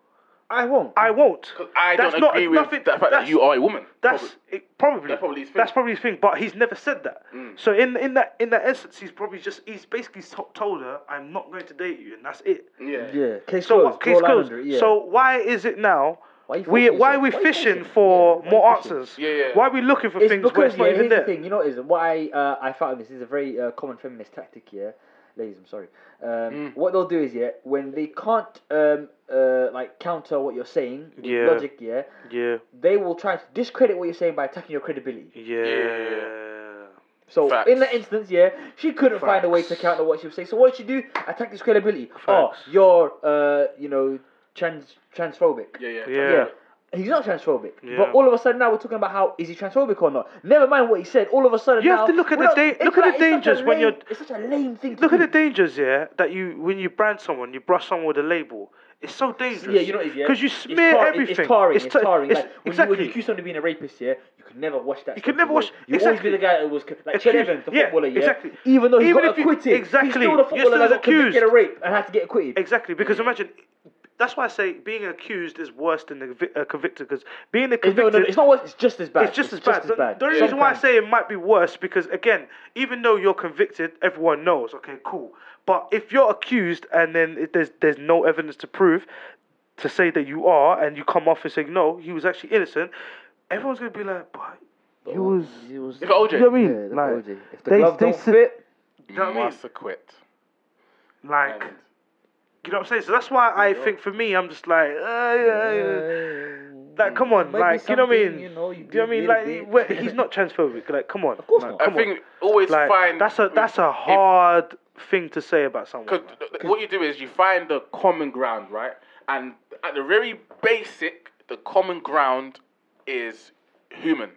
Speaker 4: I won't.
Speaker 2: I won't.
Speaker 3: I
Speaker 2: That's
Speaker 3: don't
Speaker 2: not-
Speaker 3: agree with
Speaker 2: nothing-
Speaker 3: the fact that
Speaker 2: that's-
Speaker 3: you are a woman.
Speaker 2: That's
Speaker 3: Probably.
Speaker 2: it, probably
Speaker 3: That's probably Mm. his thing.
Speaker 2: That's probably his thing, but he's never said that. So in in that in that essence, he's probably just he's basically to- told her, "I'm not going to date you,ss and that's it.
Speaker 3: yeah.
Speaker 4: Yeah. Case
Speaker 2: So
Speaker 4: closed.
Speaker 2: what? Case
Speaker 4: draw line
Speaker 2: closed.
Speaker 4: under it, yeah.
Speaker 2: So why is it now?
Speaker 4: Why you
Speaker 2: we
Speaker 4: focusing?
Speaker 2: why are we
Speaker 4: Why you
Speaker 2: fishing
Speaker 4: focusing?
Speaker 2: for
Speaker 4: Yeah, why you
Speaker 2: more
Speaker 4: fishing?
Speaker 2: answers?
Speaker 3: Yeah, yeah.
Speaker 2: Why are we looking for things where it's not
Speaker 4: yeah,
Speaker 2: even
Speaker 4: here's
Speaker 2: there?
Speaker 4: The thing, you know, what it is what I uh, I found this is a very uh, common feminist tactic here, ladies. I'm sorry.
Speaker 2: Mm.
Speaker 4: Um, What they'll do is yeah, when they can't um, uh, like counter what you're saying with
Speaker 2: Yeah.
Speaker 4: logic, yeah,
Speaker 2: Yeah,
Speaker 4: they will try to discredit what you're saying by attacking your credibility.
Speaker 2: yeah.
Speaker 4: So
Speaker 3: Facts.
Speaker 4: in that instance, yeah, she couldn't find a way to
Speaker 2: Facts.
Speaker 4: counter what she was saying. So what did she do? Attack this credibility. Oh,
Speaker 2: Facts.
Speaker 4: you're uh, you know trans transphobic.
Speaker 3: Yeah, yeah.
Speaker 2: Yeah.
Speaker 4: Yeah. He's not transphobic,
Speaker 2: Yeah.
Speaker 4: but all of a sudden now we're talking about how is he transphobic or not? Never mind what he said. All of a sudden
Speaker 2: You
Speaker 4: now
Speaker 2: have to look at
Speaker 4: we're
Speaker 2: the
Speaker 4: not-
Speaker 2: da-
Speaker 4: it's
Speaker 2: look at
Speaker 4: like-
Speaker 2: the
Speaker 4: it's such a
Speaker 2: dangers when
Speaker 4: lame-
Speaker 2: you're-
Speaker 4: It's such a lame thing. to
Speaker 2: Look at
Speaker 4: do.
Speaker 2: the dangers, yeah, that you when you brand someone, you brush someone with a label. It's so dangerous.
Speaker 4: Yeah, you know what it is, yeah?
Speaker 2: Because you
Speaker 4: It's
Speaker 2: smear
Speaker 4: tar-
Speaker 2: everything.
Speaker 4: It's tarring. It's,
Speaker 2: ta-
Speaker 4: tarring.
Speaker 2: it's-
Speaker 4: like, when,
Speaker 2: exactly.
Speaker 4: you, when you accuse someone of being a rapist, yeah, you could never wash that.
Speaker 2: You could
Speaker 4: stuff
Speaker 2: never
Speaker 4: away.
Speaker 2: wash-
Speaker 4: You always be
Speaker 2: exactly.
Speaker 4: the guy that was c- like
Speaker 2: Excuse
Speaker 4: Chet
Speaker 2: me,
Speaker 4: Evans, the
Speaker 2: yeah,
Speaker 4: footballer, yeah.
Speaker 2: exactly.
Speaker 4: Even though he
Speaker 2: Even
Speaker 4: got
Speaker 2: if you-
Speaker 4: acquitted,
Speaker 2: exactly,
Speaker 4: he's still
Speaker 2: you're
Speaker 4: the footballer
Speaker 2: still
Speaker 4: that got convicted
Speaker 2: accused.
Speaker 4: of rape and had to get acquitted.
Speaker 2: Exactly, because imagine that's why I say being accused is worse than the vi- uh, convicted. Because being a
Speaker 4: It's,
Speaker 2: convicted,
Speaker 4: no, no, it's not worse. It's just as bad.
Speaker 2: It's just as bad. The- The only reason why I
Speaker 4: Sometimes-
Speaker 2: say it might be worse because again, even though you're convicted, everyone knows. Okay, cool. But if you're accused and then it, there's there's no evidence to prove to say that you are, and you come off and say no, he was actually innocent, everyone's gonna be like, but you was.
Speaker 4: It was-
Speaker 3: If OJ,
Speaker 2: You know what I mean?
Speaker 4: Yeah, the
Speaker 2: like,
Speaker 4: OJ. If the
Speaker 2: they-
Speaker 4: glove
Speaker 2: they
Speaker 4: don't
Speaker 2: said-
Speaker 4: fit,
Speaker 2: you know what I mean?
Speaker 3: must have quit.
Speaker 2: Like, you know what I'm saying? So that's why I think for me, I'm just like, uh, yeah, yeah.
Speaker 4: uh,
Speaker 2: Like, come on,
Speaker 4: Might be
Speaker 2: like, you know what I
Speaker 4: something,
Speaker 2: mean?
Speaker 4: you know, you
Speaker 2: do you know
Speaker 4: do
Speaker 2: what I
Speaker 4: a
Speaker 2: mean?
Speaker 4: little
Speaker 2: Like,
Speaker 4: bit.
Speaker 2: wait, he's not transphobic. Like, come on. Of
Speaker 4: course
Speaker 2: like,
Speaker 4: not.
Speaker 3: I
Speaker 2: Come on.
Speaker 3: think always
Speaker 2: like
Speaker 3: find Mm.
Speaker 2: that's a that's a hard thing to say about someone.
Speaker 3: Because
Speaker 2: man.
Speaker 3: what you do is you find the common ground, right? And at the very basic, the common ground is human.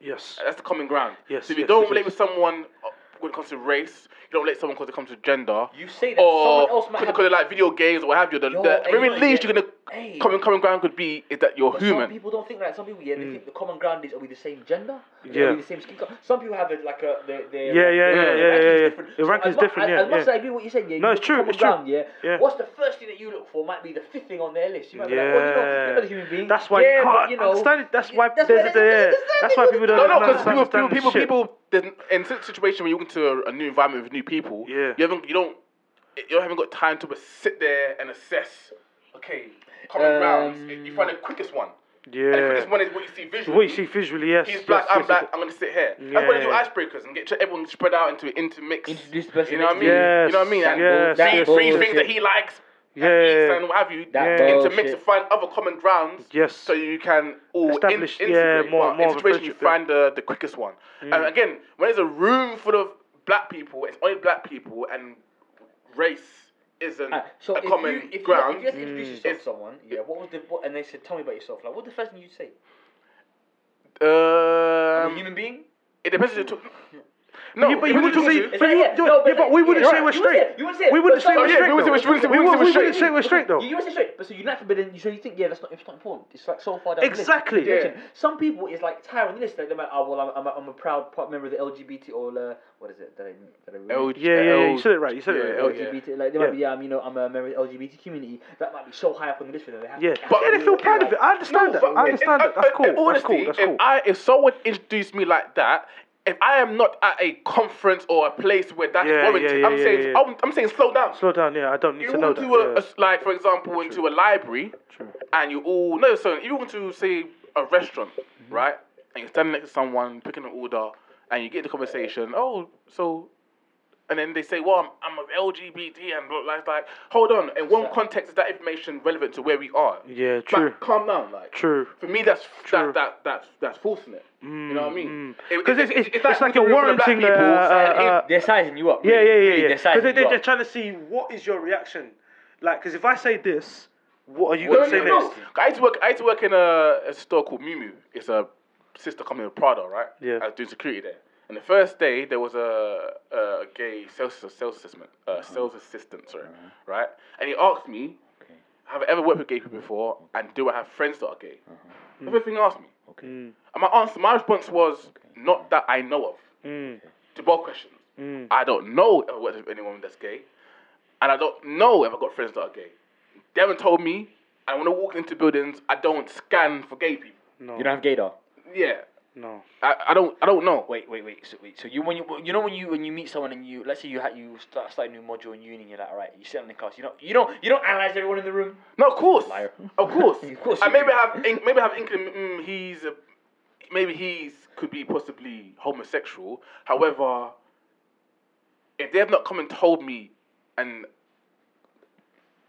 Speaker 2: Yes.
Speaker 3: That's the common ground.
Speaker 2: Yes,
Speaker 3: So if you
Speaker 2: yes,
Speaker 3: don't
Speaker 2: yes,
Speaker 3: relate
Speaker 2: yes.
Speaker 3: with someone uh, when it comes to race, you don't relate with someone because it comes to gender.
Speaker 4: You say that
Speaker 3: or
Speaker 4: someone else might have-
Speaker 3: because of like video games or what have you. The,
Speaker 4: Yo,
Speaker 3: the
Speaker 4: hey,
Speaker 3: very
Speaker 4: you know,
Speaker 3: least
Speaker 4: yeah.
Speaker 3: you're gonna
Speaker 4: Hey.
Speaker 3: common common ground could be is that you're
Speaker 4: But
Speaker 3: human.
Speaker 4: Some people don't think that. Some people, yeah, they think the common ground is are we the same gender?
Speaker 2: Mm. Yeah.
Speaker 4: Are we the same skin color? Some people have it like a their, their
Speaker 2: Yeah, yeah, yeah,
Speaker 4: their
Speaker 2: yeah,
Speaker 4: ranking
Speaker 2: yeah,
Speaker 4: is
Speaker 2: yeah.
Speaker 4: different.
Speaker 2: Your
Speaker 4: So
Speaker 2: ranking
Speaker 4: as
Speaker 2: is
Speaker 4: mu-
Speaker 2: different,
Speaker 4: as-
Speaker 2: yeah,
Speaker 4: As much
Speaker 2: yeah.
Speaker 4: as I agree with what you're saying, yeah,
Speaker 2: No,
Speaker 4: you
Speaker 2: it's
Speaker 4: look at
Speaker 2: true,
Speaker 4: Common
Speaker 2: it's true.
Speaker 4: ground, yeah.
Speaker 2: Yeah.
Speaker 4: What's the first thing that you look for? Might be the fifth thing on their list. You might
Speaker 2: Yeah.
Speaker 4: be like, oh, you know, you're the human being.
Speaker 2: That's why
Speaker 4: yeah,
Speaker 2: you
Speaker 4: but,
Speaker 2: can't
Speaker 4: you know,
Speaker 2: understand it. That's why
Speaker 4: that's
Speaker 2: there's
Speaker 4: why
Speaker 2: a yeah.
Speaker 4: there's-
Speaker 2: That's why people don't
Speaker 3: No, no, because
Speaker 2: understand
Speaker 3: people, people,
Speaker 2: understand
Speaker 3: people,
Speaker 2: this shit.
Speaker 3: people, there's- in such situation when you go into a, a new environment with new people,
Speaker 2: Yeah.
Speaker 3: you haven't, you don't, you haven't got time to but sit there and assess. Okay, common
Speaker 4: Um,
Speaker 3: grounds. You find the quickest one. And the quickest
Speaker 2: Yeah.
Speaker 3: one is what you see visually.
Speaker 2: What you see visually, yes.
Speaker 3: He's black,
Speaker 2: yes,
Speaker 3: I'm
Speaker 2: yes,
Speaker 3: black,
Speaker 2: yes.
Speaker 3: I'm gonna sit here.
Speaker 2: Yeah.
Speaker 3: That's why they do icebreakers and get everyone spread out into intermix.
Speaker 4: Introduce the person
Speaker 3: You know what I
Speaker 4: next
Speaker 3: mean?
Speaker 4: to you.
Speaker 3: You know what I mean?
Speaker 2: Yes, yes.
Speaker 3: And three, three
Speaker 4: That bullshit.
Speaker 3: things that he likes and
Speaker 2: Yeah.
Speaker 3: eats and what have you.
Speaker 4: That
Speaker 2: Yeah.
Speaker 3: Intermix to
Speaker 4: bullshit.
Speaker 3: find other common grounds.
Speaker 2: Yes.
Speaker 3: So you can all in-
Speaker 2: Establish, yeah,
Speaker 3: integrate,
Speaker 2: more-
Speaker 3: but
Speaker 2: more
Speaker 3: in
Speaker 2: of a
Speaker 3: situation you
Speaker 2: friendship, yeah. Mm.
Speaker 3: find the, the quickest one. And again, when there's a room full of black people, it's only black people and race isn't
Speaker 4: Ah, so
Speaker 3: a
Speaker 4: if
Speaker 3: common
Speaker 4: you, if
Speaker 3: ground.
Speaker 4: You, if you had to
Speaker 2: Mm.
Speaker 4: introduce yourself
Speaker 3: It's-
Speaker 4: to someone, yeah, what was the what, and they said, tell me about yourself. Like, what's the first thing you'd say?
Speaker 3: Um,
Speaker 4: a human being?
Speaker 3: It depends who you're talking. No,
Speaker 2: Yeah, but
Speaker 3: it
Speaker 2: you
Speaker 3: depends
Speaker 2: wouldn't
Speaker 3: who
Speaker 2: say,
Speaker 3: you're
Speaker 4: It's
Speaker 2: but,
Speaker 3: talking
Speaker 2: you,
Speaker 4: like, yeah,
Speaker 2: you-
Speaker 4: no, but
Speaker 2: yeah, but
Speaker 4: like,
Speaker 2: we
Speaker 4: yeah,
Speaker 2: wouldn't say
Speaker 4: you're right.
Speaker 2: we're
Speaker 4: You wouldn't say-
Speaker 2: straight.
Speaker 4: you wouldn't say it,
Speaker 2: We wouldn't
Speaker 4: but
Speaker 2: say
Speaker 4: some-
Speaker 2: we're
Speaker 3: yeah,
Speaker 2: straight.
Speaker 3: we wouldn't say- we wouldn't say- wouldn't
Speaker 2: though. We wouldn't- we
Speaker 3: say we're
Speaker 2: wouldn't say we're straight though.
Speaker 4: You, you say straight, but so you're not forbidden. So you think, yeah, that's not it's not important. It's like so far down
Speaker 2: Exactly.
Speaker 4: The list. Situation. Some people is like tiring the list. Like they're like, oh well, I'm, I'm, a, I'm a proud part member of the LGBT or uh, what is it? That I, that I
Speaker 3: L-
Speaker 4: really
Speaker 2: Yeah, yeah, yeah. You said it right. You said it
Speaker 3: Yeah,
Speaker 2: right.
Speaker 3: L-
Speaker 4: LGBT. Like they might
Speaker 2: oh, Yeah.
Speaker 4: be, yeah, I'm, you know, I'm a member of the LGBT community. That might be so high up on the list for them. They have
Speaker 2: Yeah,
Speaker 4: to,
Speaker 2: but yeah, they feel proud of it. I
Speaker 3: No,
Speaker 2: understand that.
Speaker 3: but
Speaker 2: I understand
Speaker 3: in-
Speaker 2: that. That's
Speaker 3: in-
Speaker 2: cool.
Speaker 3: in
Speaker 2: That's cool.
Speaker 3: honesty,
Speaker 2: That's
Speaker 3: If
Speaker 2: cool.
Speaker 3: I if someone introduced me like that, if I am not at a conference or a place where that's
Speaker 2: Yeah,
Speaker 3: warranted,
Speaker 2: yeah,
Speaker 3: I'm
Speaker 2: yeah,
Speaker 3: saying
Speaker 2: yeah, yeah.
Speaker 3: I'm, I'm saying slow down.
Speaker 2: Slow down. Yeah, I don't need
Speaker 3: you
Speaker 2: to
Speaker 3: all
Speaker 2: know
Speaker 3: do a,
Speaker 2: that.
Speaker 3: a- like for example into
Speaker 2: Mm-hmm.
Speaker 3: a library and you all no so you want to say a restaurant right and and you're standing next to someone, picking an order, and you get the conversation, oh, so, and then they say, well, I'm, I'm LGBT, and blah, like, like, hold on. In one context, is that information relevant to where we are?
Speaker 2: Yeah,
Speaker 3: But
Speaker 2: true.
Speaker 3: calm down, like.
Speaker 2: True.
Speaker 3: For me, that's
Speaker 2: True.
Speaker 3: that, that that's that's forcing it. you know what I mean? It-
Speaker 2: Because
Speaker 3: it-
Speaker 2: it's, it's,
Speaker 3: if
Speaker 2: it's,
Speaker 3: that was
Speaker 2: like you're
Speaker 3: the rule for the black
Speaker 2: warranting. Uh,
Speaker 3: people,
Speaker 2: uh, uh,
Speaker 4: They're sizing you up.
Speaker 2: yeah, yeah,
Speaker 4: really.
Speaker 2: yeah,
Speaker 4: Really,
Speaker 2: yeah.
Speaker 4: They're
Speaker 2: Because
Speaker 4: sizing
Speaker 2: they,
Speaker 4: you
Speaker 2: they,
Speaker 4: up.
Speaker 2: they're trying to see what is your reaction. Like, because if I say this, what are you
Speaker 3: No,
Speaker 2: going to
Speaker 3: no,
Speaker 2: say
Speaker 3: no.
Speaker 2: next?
Speaker 3: I used to work. I used to work in a, a store called Miu Miu. It's a sister company of Prada, right?
Speaker 2: Yeah.
Speaker 3: I was doing security there. And the first day there was a, a gay sales sales assistant, uh,
Speaker 2: Uh-huh.
Speaker 3: sales assistant, sorry, right? And he asked me, "Have I ever worked with gay people before? And do I have friends that are gay?"
Speaker 2: Uh-huh.
Speaker 3: Everything he asked me. Okay. And my answer, my response was, "Not that I know of." To both questions,
Speaker 4: Mm.
Speaker 3: I don't know if I worked with anyone that's gay, and I don't know if I got friends that are gay. Devon told me, and when I walk into buildings, I don't scan for gay people.
Speaker 4: You don't have gaydar.
Speaker 3: Yeah,
Speaker 2: No.
Speaker 3: I, I don't I don't know.
Speaker 4: Wait, wait, wait. So, wait. So you when you you know when you when you meet someone and you let's say you ha- you start start a new module in uni and you're like, all right, you sit on the class. You don't you don't you don't analyze everyone in the room.
Speaker 3: No, of course,
Speaker 4: Liar.
Speaker 3: of course,
Speaker 4: Of course
Speaker 3: And
Speaker 4: you
Speaker 3: maybe have in, maybe have inkling. Mm, he's a, maybe he's could be possibly homosexual. However, if they have not come and told me, and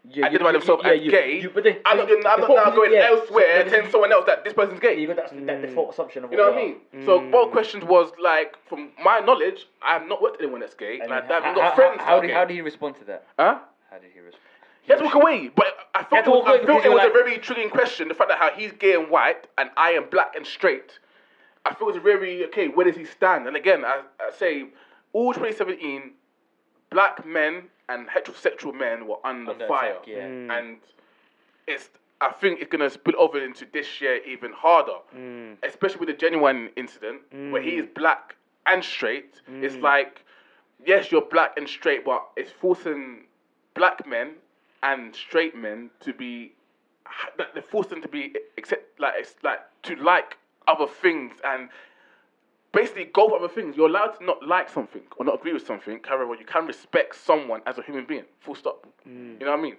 Speaker 4: Yeah,
Speaker 3: I did about themselves as gay,
Speaker 4: but then-
Speaker 3: I'm not, gonna- I'm not
Speaker 4: the thought
Speaker 3: now
Speaker 4: is-
Speaker 3: going
Speaker 4: yeah,
Speaker 3: elsewhere
Speaker 4: but
Speaker 3: and telling someone else that this person's gay.
Speaker 4: You got that, that default assumption of
Speaker 3: You know what
Speaker 4: we
Speaker 3: I
Speaker 4: are.
Speaker 3: mean? So both questions was like, from my knowledge, I have not worked with anyone that's gay, and, I
Speaker 4: then
Speaker 3: haven't
Speaker 4: how-
Speaker 3: got
Speaker 4: how-
Speaker 3: friends.
Speaker 4: How, how,
Speaker 3: that
Speaker 4: did,
Speaker 3: are
Speaker 4: how
Speaker 3: gay.
Speaker 4: did he respond to that?
Speaker 3: Huh?
Speaker 4: How did he respond?
Speaker 3: He had to walk away, but I
Speaker 4: had
Speaker 3: felt,
Speaker 4: to
Speaker 3: it
Speaker 4: walk
Speaker 3: was,
Speaker 4: away
Speaker 3: I felt
Speaker 4: because
Speaker 3: it was
Speaker 4: you're
Speaker 3: a
Speaker 4: like-
Speaker 3: very intriguing question. The fact that how he's gay and white, and I am black and straight. I feel it's very okay. Where does he stand? And again, I, I say, all 2017, black men and heterosexual men were under,
Speaker 4: Under
Speaker 3: fire,
Speaker 4: attack, yeah.
Speaker 3: and it's. I think it's gonna spill over into this year even harder, especially with the genuine incident where he is black and straight. It's like, yes, you're black and straight, but it's forcing black men and straight men to be that they're forced them to be accept like it's like to like other things and basically go for other things. You're allowed to not like something or not agree with something. However, you can respect someone as a human being. Full stop. You know what I mean?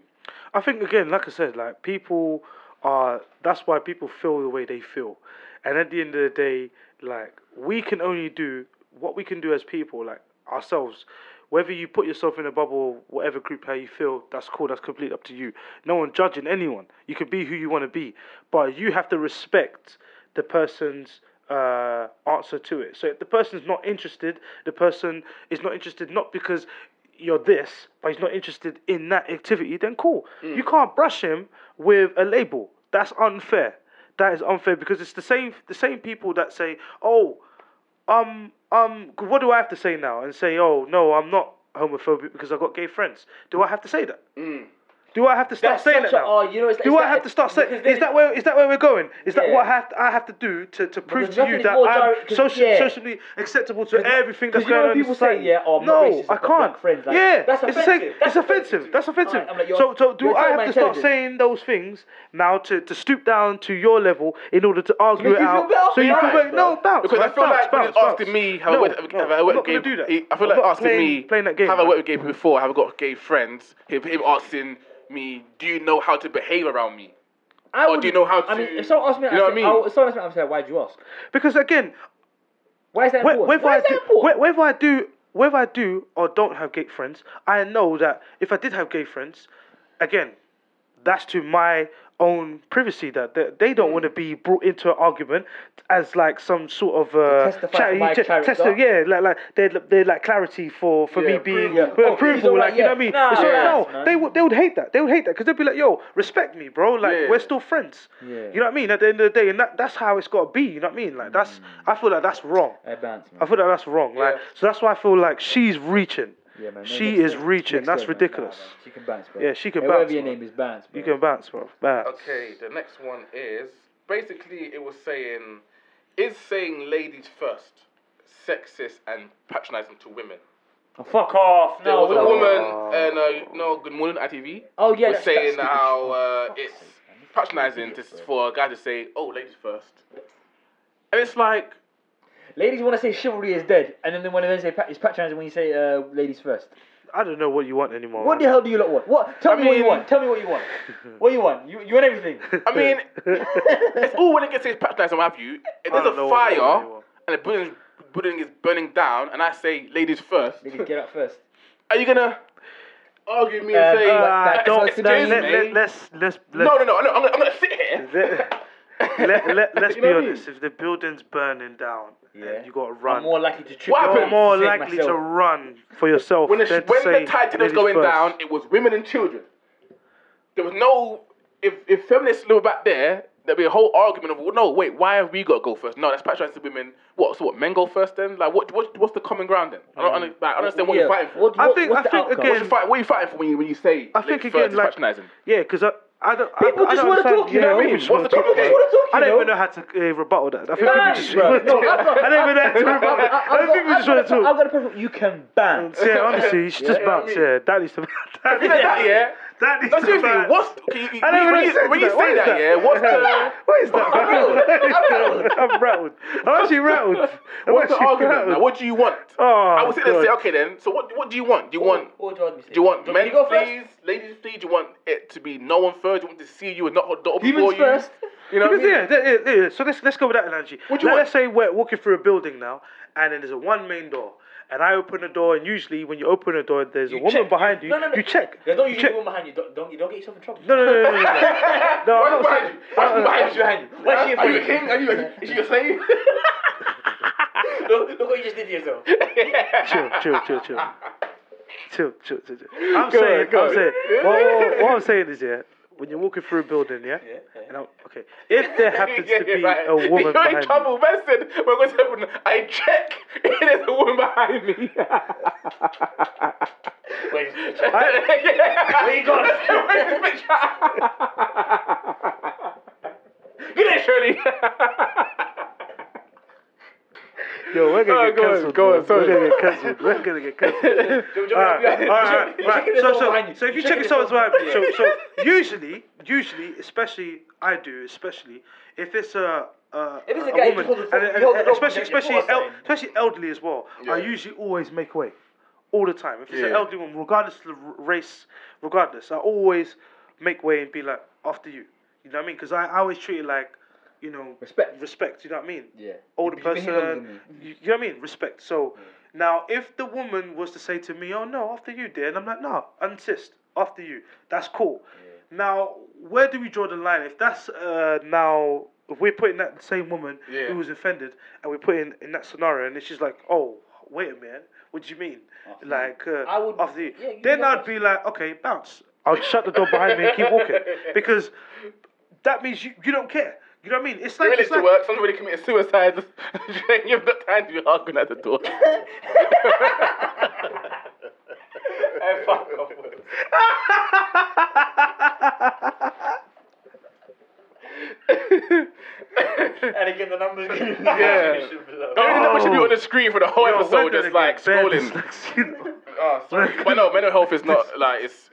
Speaker 2: I think again, like I said, like people are. That's why people feel the way they feel, and at the end of the day, like we can only do what we can do as people, like ourselves. Whether you put yourself in a bubble, whatever group, how you feel, that's cool. That's completely up to you. No one judging anyone. You can be who you want to be, but you have to respect the person's uh, answer to it. So if the person's not interested, the person is not interested not because you're this, but he's not interested in that activity, then cool.
Speaker 4: Hmm.
Speaker 2: You can't brush him with a label. That's unfair. That is unfair because it's the same the same people that say, "Oh, um, um, what do I have to say now?" and say, "Oh, no, I'm not homophobic because I've got gay friends." Do I have to say that? Do I have to start
Speaker 4: Hmm. That's
Speaker 2: saying
Speaker 4: such
Speaker 2: that
Speaker 4: a-
Speaker 2: now?
Speaker 4: oh, you know, it's-
Speaker 2: do
Speaker 4: it's
Speaker 2: I
Speaker 4: that-
Speaker 2: have to start saying?
Speaker 4: because then
Speaker 2: Is that where is that where we're going? Is that
Speaker 4: Yeah.
Speaker 2: what I have to, I have to do to, to prove
Speaker 4: Because
Speaker 2: to
Speaker 4: nothing
Speaker 2: you
Speaker 4: is
Speaker 2: that
Speaker 4: more
Speaker 2: I'm
Speaker 4: direct- 'cause-
Speaker 2: soci-
Speaker 4: yeah.
Speaker 2: socially acceptable to everything that's
Speaker 4: Because you know
Speaker 2: going on?
Speaker 4: when
Speaker 2: in
Speaker 4: people say,
Speaker 2: society?
Speaker 4: yeah, oh, I'm not
Speaker 2: no,
Speaker 4: racist,
Speaker 2: I
Speaker 4: I've got black
Speaker 2: can't.
Speaker 4: friends, like,
Speaker 2: yeah,
Speaker 4: that's
Speaker 2: it's
Speaker 4: offensive,
Speaker 2: offensive.
Speaker 4: that's
Speaker 2: It's offensive.
Speaker 4: offensive.
Speaker 2: That's offensive.
Speaker 4: I'm like, you're-
Speaker 2: so, so do
Speaker 4: you're
Speaker 2: I
Speaker 4: telling
Speaker 2: have
Speaker 4: my
Speaker 2: to start
Speaker 4: intelligence.
Speaker 2: saying those things now to, to stoop down to your level in order to argue
Speaker 4: make
Speaker 2: it
Speaker 4: you feel
Speaker 2: out?
Speaker 4: better,
Speaker 2: so you
Speaker 4: you're
Speaker 2: feel
Speaker 4: right,
Speaker 2: better? No, bounce.
Speaker 3: Because
Speaker 2: man,
Speaker 3: I feel
Speaker 2: bounce,
Speaker 3: like when
Speaker 2: bounce,
Speaker 3: he's asking
Speaker 2: bounce.
Speaker 3: me, have I
Speaker 2: no,
Speaker 3: worked,
Speaker 2: no,
Speaker 3: have I
Speaker 2: I'm
Speaker 3: worked
Speaker 2: not
Speaker 3: gay?
Speaker 2: gonna do that.
Speaker 3: he- I feel like
Speaker 2: I'm not
Speaker 3: asking
Speaker 2: playing,
Speaker 3: me,
Speaker 2: playing that game.
Speaker 3: have I
Speaker 2: man.
Speaker 3: worked with gay people before? Have I got gay friends? Him, him asking me, do you know how to behave around me?
Speaker 4: I
Speaker 3: Or do you know how
Speaker 4: I mean,
Speaker 3: to-
Speaker 4: if someone asked me,
Speaker 3: you know
Speaker 4: I
Speaker 3: what I
Speaker 4: said,
Speaker 3: mean?
Speaker 4: I would- if someone asked me, I would say, why'd you ask?
Speaker 2: Because again,
Speaker 4: Why is that
Speaker 2: Whe-
Speaker 4: important?
Speaker 2: whether
Speaker 4: Why
Speaker 2: I
Speaker 4: is that
Speaker 2: do,
Speaker 4: important?
Speaker 2: whe- whether I do, whether I do or don't have gay friends, I know that if I did have gay friends, again, that's to my own privacy that that they
Speaker 4: Mm.
Speaker 2: don't want to be brought into an argument as like some sort of uh,
Speaker 4: testify for
Speaker 2: chatty-
Speaker 4: my
Speaker 2: te-
Speaker 4: character.
Speaker 2: testi- yeah, like like they're they're like clarity for for me being
Speaker 3: approval.
Speaker 2: for
Speaker 4: Oh, he's
Speaker 2: approval,
Speaker 4: alright,
Speaker 2: like you know what I
Speaker 4: yeah.
Speaker 2: mean.
Speaker 4: Nah,
Speaker 2: It's all-
Speaker 4: yeah.
Speaker 2: no,
Speaker 4: man.
Speaker 2: they would they would hate that. They would hate that because they'd be like, yo, respect me, bro. Like
Speaker 3: Yeah.
Speaker 2: we're still friends.
Speaker 4: Yeah.
Speaker 2: You know what I mean? At the end of the day, and that, that's how it's got to be. You know what I mean? Like
Speaker 4: Mm.
Speaker 2: that's I feel like that's wrong.
Speaker 4: Advance, man.
Speaker 2: I feel like that's wrong. Like, so that's why I feel like she's reaching.
Speaker 4: Yeah, man. No,
Speaker 2: she
Speaker 4: next
Speaker 2: is
Speaker 4: year-
Speaker 2: reaching.
Speaker 4: next
Speaker 2: That's
Speaker 4: year, man.
Speaker 2: ridiculous.
Speaker 4: Nah, man. She can bounce, bro.
Speaker 2: Yeah, she can
Speaker 4: Hey, Whatever
Speaker 2: bounce,
Speaker 4: your
Speaker 2: man.
Speaker 4: name is, bounce, bro.
Speaker 2: You can bounce, bro. Bounce.
Speaker 3: Okay, the next one is basically it was saying, is saying ladies first sexist and patronizing to women?
Speaker 4: Oh, fuck off.
Speaker 3: There
Speaker 4: No,
Speaker 3: was a
Speaker 4: no.
Speaker 3: woman, and uh, no, Good Morning ITV.
Speaker 4: Oh, yeah,
Speaker 3: was
Speaker 4: that's-
Speaker 3: saying
Speaker 4: that's
Speaker 3: how uh,
Speaker 4: stupid. Fuck's
Speaker 3: it's
Speaker 4: sake, man. This is
Speaker 3: patronizing to,
Speaker 4: ridiculous, bro.
Speaker 3: for a guy to say, "Oh, ladies first. and it's like,
Speaker 4: Ladies want to say chivalry is dead, and then when they say pat- it's patronizing when you say uh, ladies first.
Speaker 2: I don't know what you want anymore.
Speaker 4: What the
Speaker 2: man.
Speaker 4: hell do you lot want? What? Tell
Speaker 3: I
Speaker 4: me what you
Speaker 3: mean-
Speaker 4: want. Tell me what you want. what you want? You, you want everything.
Speaker 3: I mean, it's all when it gets to patronised and what have you. If there's
Speaker 2: don't know
Speaker 3: a
Speaker 2: what they
Speaker 3: fire
Speaker 2: want.
Speaker 3: and the building, building is burning down, and I say ladies first,
Speaker 4: Niggas get up first.
Speaker 3: are you gonna argue with me
Speaker 4: Um,
Speaker 3: and say,
Speaker 4: uh,
Speaker 2: Ah,
Speaker 4: That's
Speaker 2: don't,
Speaker 4: excuse
Speaker 2: let,
Speaker 3: me.
Speaker 2: let, us let's let's
Speaker 3: no, no, no, no, I'm gonna, I'm gonna sit here.
Speaker 2: let, let, let, us
Speaker 3: You
Speaker 2: be
Speaker 3: know what I mean?
Speaker 2: honest. If the building's burning down, and you got to
Speaker 4: I'm
Speaker 2: run.
Speaker 4: more likely to trip.
Speaker 3: What
Speaker 4: you up
Speaker 3: happened?
Speaker 4: than
Speaker 2: more
Speaker 4: save
Speaker 2: likely to
Speaker 4: myself.
Speaker 2: run for yourself
Speaker 3: When the,
Speaker 2: than to
Speaker 3: when
Speaker 2: say
Speaker 3: the Titan was going
Speaker 2: ladies first.
Speaker 3: down, it was women and children. There was no. If, if feminists live back there, there'd be a whole argument of, well, no, wait, why have we got to go first? No, that's patronising to women. What? So what? Men go first then? Like, what? what what's the common ground then? I
Speaker 2: Um,
Speaker 3: don't, under- like, I don't understand what
Speaker 4: Yeah.
Speaker 3: you're fighting for.
Speaker 4: What,
Speaker 2: I
Speaker 4: what-
Speaker 2: think-
Speaker 4: what's
Speaker 2: I
Speaker 4: the
Speaker 2: think,
Speaker 4: outcome?
Speaker 2: again,
Speaker 3: What's you fight, what are you fighting for when you, when you say
Speaker 2: I think
Speaker 3: like,
Speaker 2: again,
Speaker 3: first
Speaker 2: like
Speaker 3: patronising?
Speaker 2: yeah, because I, I don't.
Speaker 4: People
Speaker 2: I, I
Speaker 4: just
Speaker 2: don't
Speaker 4: wanna
Speaker 2: understand-
Speaker 4: talk, you
Speaker 2: yeah,
Speaker 4: know?
Speaker 2: people just wanna
Speaker 3: What's the
Speaker 2: talk,
Speaker 3: topic?
Speaker 2: man.
Speaker 4: People wanna talk,
Speaker 2: I don't
Speaker 4: you
Speaker 2: even
Speaker 4: know?
Speaker 2: know how to uh, rebuttal that. I think
Speaker 4: Nah,
Speaker 2: people just
Speaker 4: bruh,
Speaker 2: wanna
Speaker 4: no,
Speaker 2: talk. I don't even know how to rebuttal.
Speaker 4: I- I-
Speaker 2: I
Speaker 4: I've
Speaker 2: don't think we
Speaker 4: got-
Speaker 2: just want
Speaker 4: I've
Speaker 2: to
Speaker 4: got-
Speaker 2: talk.
Speaker 4: I've got a preference. You can ban.
Speaker 2: Yeah, honestly, you should just
Speaker 3: Yeah, I
Speaker 2: bounce.
Speaker 3: mean-
Speaker 2: Yeah, that needs to. That
Speaker 3: You know that, yeah?
Speaker 2: That needs
Speaker 3: No,
Speaker 2: to.
Speaker 3: seriously,
Speaker 2: bounce.
Speaker 3: what's. Can you,
Speaker 2: I don't
Speaker 3: when
Speaker 2: even
Speaker 3: you,
Speaker 2: understand
Speaker 3: when you
Speaker 2: that. What
Speaker 3: say
Speaker 2: is
Speaker 3: that,
Speaker 2: that?
Speaker 3: yeah, what's the.
Speaker 2: What is that? I'm rattled. I'm rattled. I'm actually rattled. I'm
Speaker 3: What's the
Speaker 2: actually
Speaker 3: argument? Now,
Speaker 2: rattled.
Speaker 3: what do you want?
Speaker 2: Oh,
Speaker 3: I would sit there and say,
Speaker 2: God.
Speaker 3: okay then. So what? What do you want? Do you want?
Speaker 4: What do I say?
Speaker 3: Do you want men
Speaker 4: you go first?
Speaker 3: please, ladies please? Do you want it to be no one first? Do you want to see you and not hold the door
Speaker 4: Humans
Speaker 3: before you?
Speaker 4: first.
Speaker 3: You know what I
Speaker 2: Because
Speaker 3: mean?
Speaker 2: yeah, that- yeah, yeah, so let's let's go with that analogy.
Speaker 3: What do you
Speaker 2: Now,
Speaker 3: want?
Speaker 2: Let's say we're walking through a building now, and then there's a one main door, and I open the door, and usually when you open the door, there's a woman
Speaker 4: check.
Speaker 2: behind you.
Speaker 4: No, no, no.
Speaker 2: You check.
Speaker 4: There's no
Speaker 2: you
Speaker 4: usually
Speaker 2: check.
Speaker 4: woman behind you. Don't, don't, you don't get yourself in trouble.
Speaker 2: No, no, no, no, no, no. no I'm
Speaker 3: Why
Speaker 2: not
Speaker 3: behind
Speaker 2: saying.
Speaker 3: you? Why behind you?
Speaker 4: behind you? Why is she in
Speaker 3: Are you a king? Are you?
Speaker 4: front of
Speaker 3: a- Is she a slave?
Speaker 4: look, look what you just did to yourself.
Speaker 2: Chill, chill, chill, chill. Chill, chill, chill, chill. I'm
Speaker 3: Go on,
Speaker 2: saying,
Speaker 3: go
Speaker 2: I'm
Speaker 3: on.
Speaker 2: saying, what, what- what I'm saying is, yeah, when you're walking through a building, yeah, and I'm, okay, if there happens to be
Speaker 3: right.
Speaker 2: a woman
Speaker 3: You're in
Speaker 2: behind you,
Speaker 3: trouble, man. Said, "Well, what's happening? I check. There's a woman behind me.
Speaker 4: Wait,
Speaker 3: Where
Speaker 4: you going?
Speaker 3: Where's this bitch? Good day, Shirley.
Speaker 2: yo, we're gonna
Speaker 3: Oh,
Speaker 2: get
Speaker 3: go on,
Speaker 2: cancelled.
Speaker 3: go on,
Speaker 2: man. We're gonna
Speaker 3: sorry.
Speaker 2: get cancelled. We're gonna get cancelled. Alright, alright, Uh, alright, right. So, so, so if you check it someone's behind you, so, so usually, usually, especially I do, especially if it's a. Uh,
Speaker 4: If it's a
Speaker 2: a,
Speaker 4: guy, you
Speaker 2: woman,
Speaker 4: hold the
Speaker 2: and,
Speaker 4: door-
Speaker 2: and-
Speaker 4: you hold the door
Speaker 2: especially
Speaker 4: protected,
Speaker 2: especially,
Speaker 4: what I'm
Speaker 2: el-
Speaker 4: saying.
Speaker 2: especially elderly as well. I
Speaker 3: Yeah.
Speaker 2: usually always make way, all the time. If it's an
Speaker 3: Yeah.
Speaker 2: elderly woman, regardless of the r- race, regardless, I always make way and be like after you. You know what I mean? Because I, I always treat it like, you know,
Speaker 4: Respect.
Speaker 2: Respect. You know what I mean?
Speaker 4: Yeah.
Speaker 2: older
Speaker 4: You've been
Speaker 2: person.
Speaker 4: here longer than me.
Speaker 2: You, you know what I mean? Respect. So now, if the woman was to say to me, "Oh no, after you, dear," and I'm like, "No, I insist after you." That's cool. Now, where do we draw the line? If that's uh, now, if we're putting that same woman
Speaker 3: Yeah.
Speaker 2: who was offended, and we're putting in that scenario, and then she's like, "Oh, wait a minute, what do you mean?" like, uh,
Speaker 4: Uh-huh. I would-
Speaker 2: after you,
Speaker 4: yeah, you
Speaker 2: then
Speaker 4: know
Speaker 2: I'd
Speaker 4: what-
Speaker 2: be like, "Okay, bounce." I'd shut the door behind me and keep walking because that means you, you don't care. You know what I mean? It's like
Speaker 3: Really
Speaker 2: it's
Speaker 3: to
Speaker 2: like,
Speaker 3: work. Someone's already committed suicide. You've not time to be arguing at the door.
Speaker 4: And again, the numbers.
Speaker 3: Yeah. The only number should be on the screen for the whole
Speaker 2: Yo, we're
Speaker 3: episode,
Speaker 2: gonna
Speaker 3: just like
Speaker 2: get banned
Speaker 3: scrolling.
Speaker 2: this next- you know.
Speaker 3: Oh, sorry. but no, mental health is not like it's.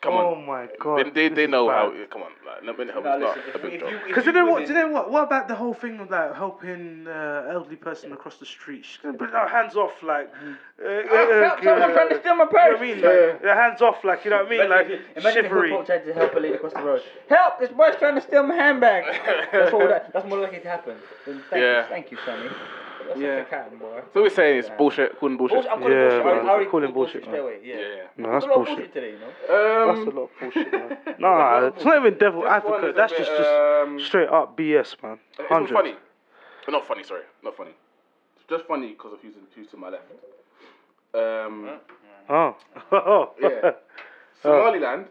Speaker 3: Come
Speaker 2: Oh
Speaker 3: on.
Speaker 2: my
Speaker 3: They,
Speaker 2: god.
Speaker 3: they, they know how. Come on, like no, mental health is
Speaker 4: listen,
Speaker 3: not a big
Speaker 4: if
Speaker 3: job.
Speaker 4: you- if
Speaker 2: Because
Speaker 4: you
Speaker 2: you know what?
Speaker 4: wouldn't-
Speaker 2: You know what? What about the whole thing of like helping uh, elderly person across the street? She's gonna put our hands off, like. Uh, uh,
Speaker 4: Perhaps someone trying to steal my
Speaker 2: you know what
Speaker 4: purse.
Speaker 2: I mean?
Speaker 3: Yeah.
Speaker 2: Like, their hands off, like you know what I mean? Like
Speaker 4: Imagine if- imagine if a
Speaker 2: chivalry.
Speaker 4: hip-hop tried to help a lady across the road. Help! This boy's trying to steal my handbag. That's what would, that's more likely to happen. Then Thank
Speaker 3: Yeah.
Speaker 4: you, thank you, Sammy. That's
Speaker 3: Yeah.
Speaker 4: such a cat and boy.
Speaker 3: So we're saying it's bullshit, couldn't bullshit.
Speaker 4: Bullshit, I'm calling
Speaker 2: Yeah,
Speaker 4: bullshit. I already-
Speaker 2: man.
Speaker 4: I already
Speaker 2: Calling
Speaker 4: called
Speaker 2: bullshit,
Speaker 4: bullshit straight away. Yeah.
Speaker 3: Yeah.
Speaker 2: No, that's
Speaker 4: There's a lot of
Speaker 2: bullshit.
Speaker 4: today, you know.
Speaker 2: That's a
Speaker 3: Um,
Speaker 2: lot of bullshit, man. Nah, it's not even devil
Speaker 3: This one is
Speaker 2: advocate.
Speaker 3: a
Speaker 2: That's
Speaker 3: bit,
Speaker 2: just
Speaker 3: um,
Speaker 2: just straight up BS, man.
Speaker 3: It's not
Speaker 2: Hundred.
Speaker 3: funny. But not funny, sorry. Not funny. It's just funny because of who's, who's to my left. Um,
Speaker 2: Oh.
Speaker 3: yeah. Somaliland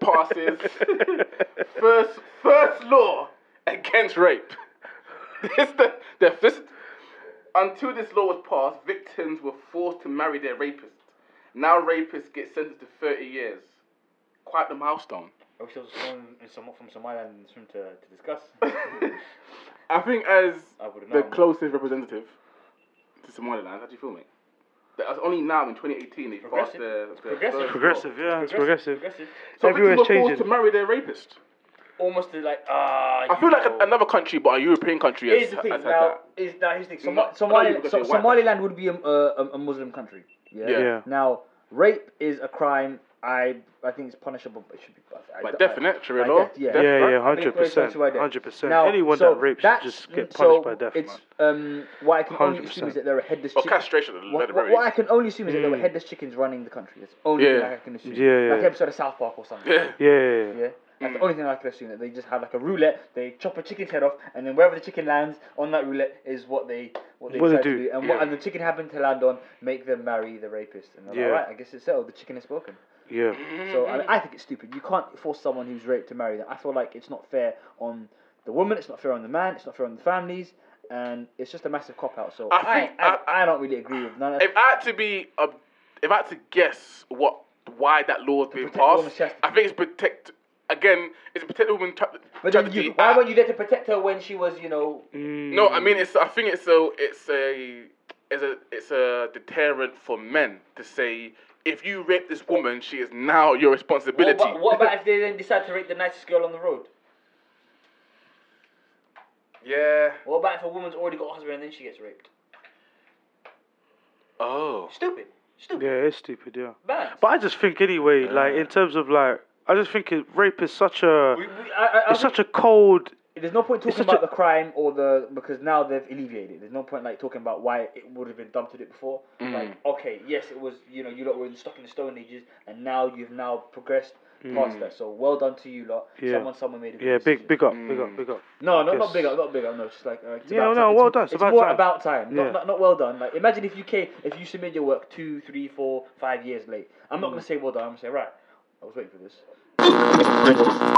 Speaker 3: passes first first law against rape. This the, the first, until this law was passed, victims were forced to marry their rapist. Now rapists get sentenced to 30 years. Quite the milestone.
Speaker 4: I wish there was someone in some, from Somalia in this room to, to discuss.
Speaker 3: I think as
Speaker 4: I would've
Speaker 3: the
Speaker 4: known.
Speaker 3: closest representative to Somaliland, how do you feel, mate? That was only now in 2018 they passed
Speaker 4: Progressive.
Speaker 3: the, the
Speaker 4: progressive.
Speaker 3: first law.
Speaker 2: Progressive, yeah, it's progressive.
Speaker 4: Progressive.
Speaker 3: So
Speaker 2: Everywhere's
Speaker 3: victims were forced
Speaker 2: changing.
Speaker 3: to marry their rapist.
Speaker 7: almost like ah.
Speaker 3: I
Speaker 7: you
Speaker 3: feel like
Speaker 7: know.
Speaker 3: a, another country, but a European country has,
Speaker 4: Here's the thing.
Speaker 3: has had
Speaker 4: Now,
Speaker 3: that.
Speaker 4: is now here's the thing.
Speaker 3: No,
Speaker 4: Somal-
Speaker 3: I know you
Speaker 4: Somali,
Speaker 3: because
Speaker 4: so,
Speaker 3: you're white.
Speaker 4: Somaliland would be a, a, a Muslim country. Yeah?
Speaker 3: Yeah.
Speaker 2: Yeah.
Speaker 4: Now, rape is a crime. I I think it's punishable. But it should be. I,
Speaker 3: By
Speaker 4: I-
Speaker 3: definite, Sharia
Speaker 4: by
Speaker 3: law.
Speaker 4: def- yeah.
Speaker 2: Yeah, yeah,
Speaker 4: I mean,
Speaker 2: hundred percent,
Speaker 4: it's by death.
Speaker 2: hundred percent.
Speaker 4: Now,
Speaker 2: Anyone
Speaker 4: so
Speaker 2: that rapes should
Speaker 4: that's-
Speaker 2: just get
Speaker 4: so
Speaker 2: punished by death.
Speaker 4: It's
Speaker 2: man.
Speaker 4: um, what I can only assume
Speaker 2: 100%.
Speaker 4: is that they were headless.
Speaker 3: Or
Speaker 4: chick-
Speaker 3: castration.
Speaker 4: What, what, what I can only assume is that there were
Speaker 2: Mm.
Speaker 4: headless chickens running the country. That's the only
Speaker 3: Yeah.
Speaker 4: thing I can assume.
Speaker 2: Yeah, yeah.
Speaker 4: Like episode of South Park or something.
Speaker 3: Yeah.
Speaker 2: Yeah, yeah, yeah.
Speaker 4: Yeah. That's the only thing I can assume that they just have like a roulette. They chop a chicken's head off, and then wherever the chicken lands on that roulette is what they what they
Speaker 2: What they
Speaker 4: decide
Speaker 2: do.
Speaker 4: to do. And what and the chicken happened to land on make them marry the rapist. And they're
Speaker 2: Yeah.
Speaker 4: like, right, I guess it's settled. The chicken has spoken.
Speaker 2: yeah.
Speaker 4: So I, mean, I think it's stupid. You can't force someone who's raped to marry them. I feel like it's not fair on the woman. It's not fair on the man. It's not fair on the families. And it's just a massive cop out. So
Speaker 3: I
Speaker 4: I,
Speaker 3: think-
Speaker 4: I,
Speaker 3: I-
Speaker 4: I, don't really agree with none of
Speaker 3: If I had to be, a, if I had to guess what why that law has been
Speaker 4: protect the woman's
Speaker 3: passed,
Speaker 4: chastity.
Speaker 3: I think it's protect. Again, it's protect the woman. Tra-
Speaker 4: But then
Speaker 3: chastity
Speaker 4: you, why
Speaker 3: at-
Speaker 4: weren't you there to protect her when she was, you know,
Speaker 3: No, I
Speaker 4: Hmm.
Speaker 3: mean it's. I think it's a. It's a. It's a. It's a deterrent for men to say if you rape this woman, she is now your responsibility.
Speaker 4: What about, what about if they then decide to rape the nicest girl on the road?
Speaker 3: Yeah.
Speaker 4: What about if a woman's already got a husband and then she gets raped?
Speaker 3: Oh.
Speaker 4: Stupid. Stupid.
Speaker 2: Yeah, it's stupid, yeah.
Speaker 4: Bad.
Speaker 2: But I just think anyway, like in terms of like, I just think it- rape is such a,
Speaker 4: We- we- I- I- I
Speaker 2: it's
Speaker 4: think
Speaker 2: such a cold.
Speaker 4: there's no point talking
Speaker 2: such
Speaker 4: about
Speaker 2: a-
Speaker 4: the crime or the because now they've alleviated. it. There's no point like talking about why it would have been dumped to it before. Like, okay, yes, it was. You know, you lot were in- stuck in the Stone Ages, and now you've now progressed past that. So well done to you lot.
Speaker 2: Mm. Yeah.
Speaker 4: Someone, someone made a good
Speaker 2: Yeah,
Speaker 4: decision.
Speaker 2: big, big up, big up, big up.
Speaker 4: Mm. No, no,
Speaker 2: Yes.
Speaker 4: not big up, not big up. No, just like uh, it's
Speaker 2: Yeah,
Speaker 4: about
Speaker 2: no,
Speaker 4: time.
Speaker 2: well
Speaker 4: it's,
Speaker 2: done, it's
Speaker 4: it's
Speaker 2: about
Speaker 4: more
Speaker 2: time.
Speaker 4: about time. Not,
Speaker 2: Yeah.
Speaker 4: not, not well done. Like imagine if you came, if you submit your work two, three, four,
Speaker 2: Mm.
Speaker 4: five years late. I'm not gonna say well done. I'm gonna say right. I was waiting for this.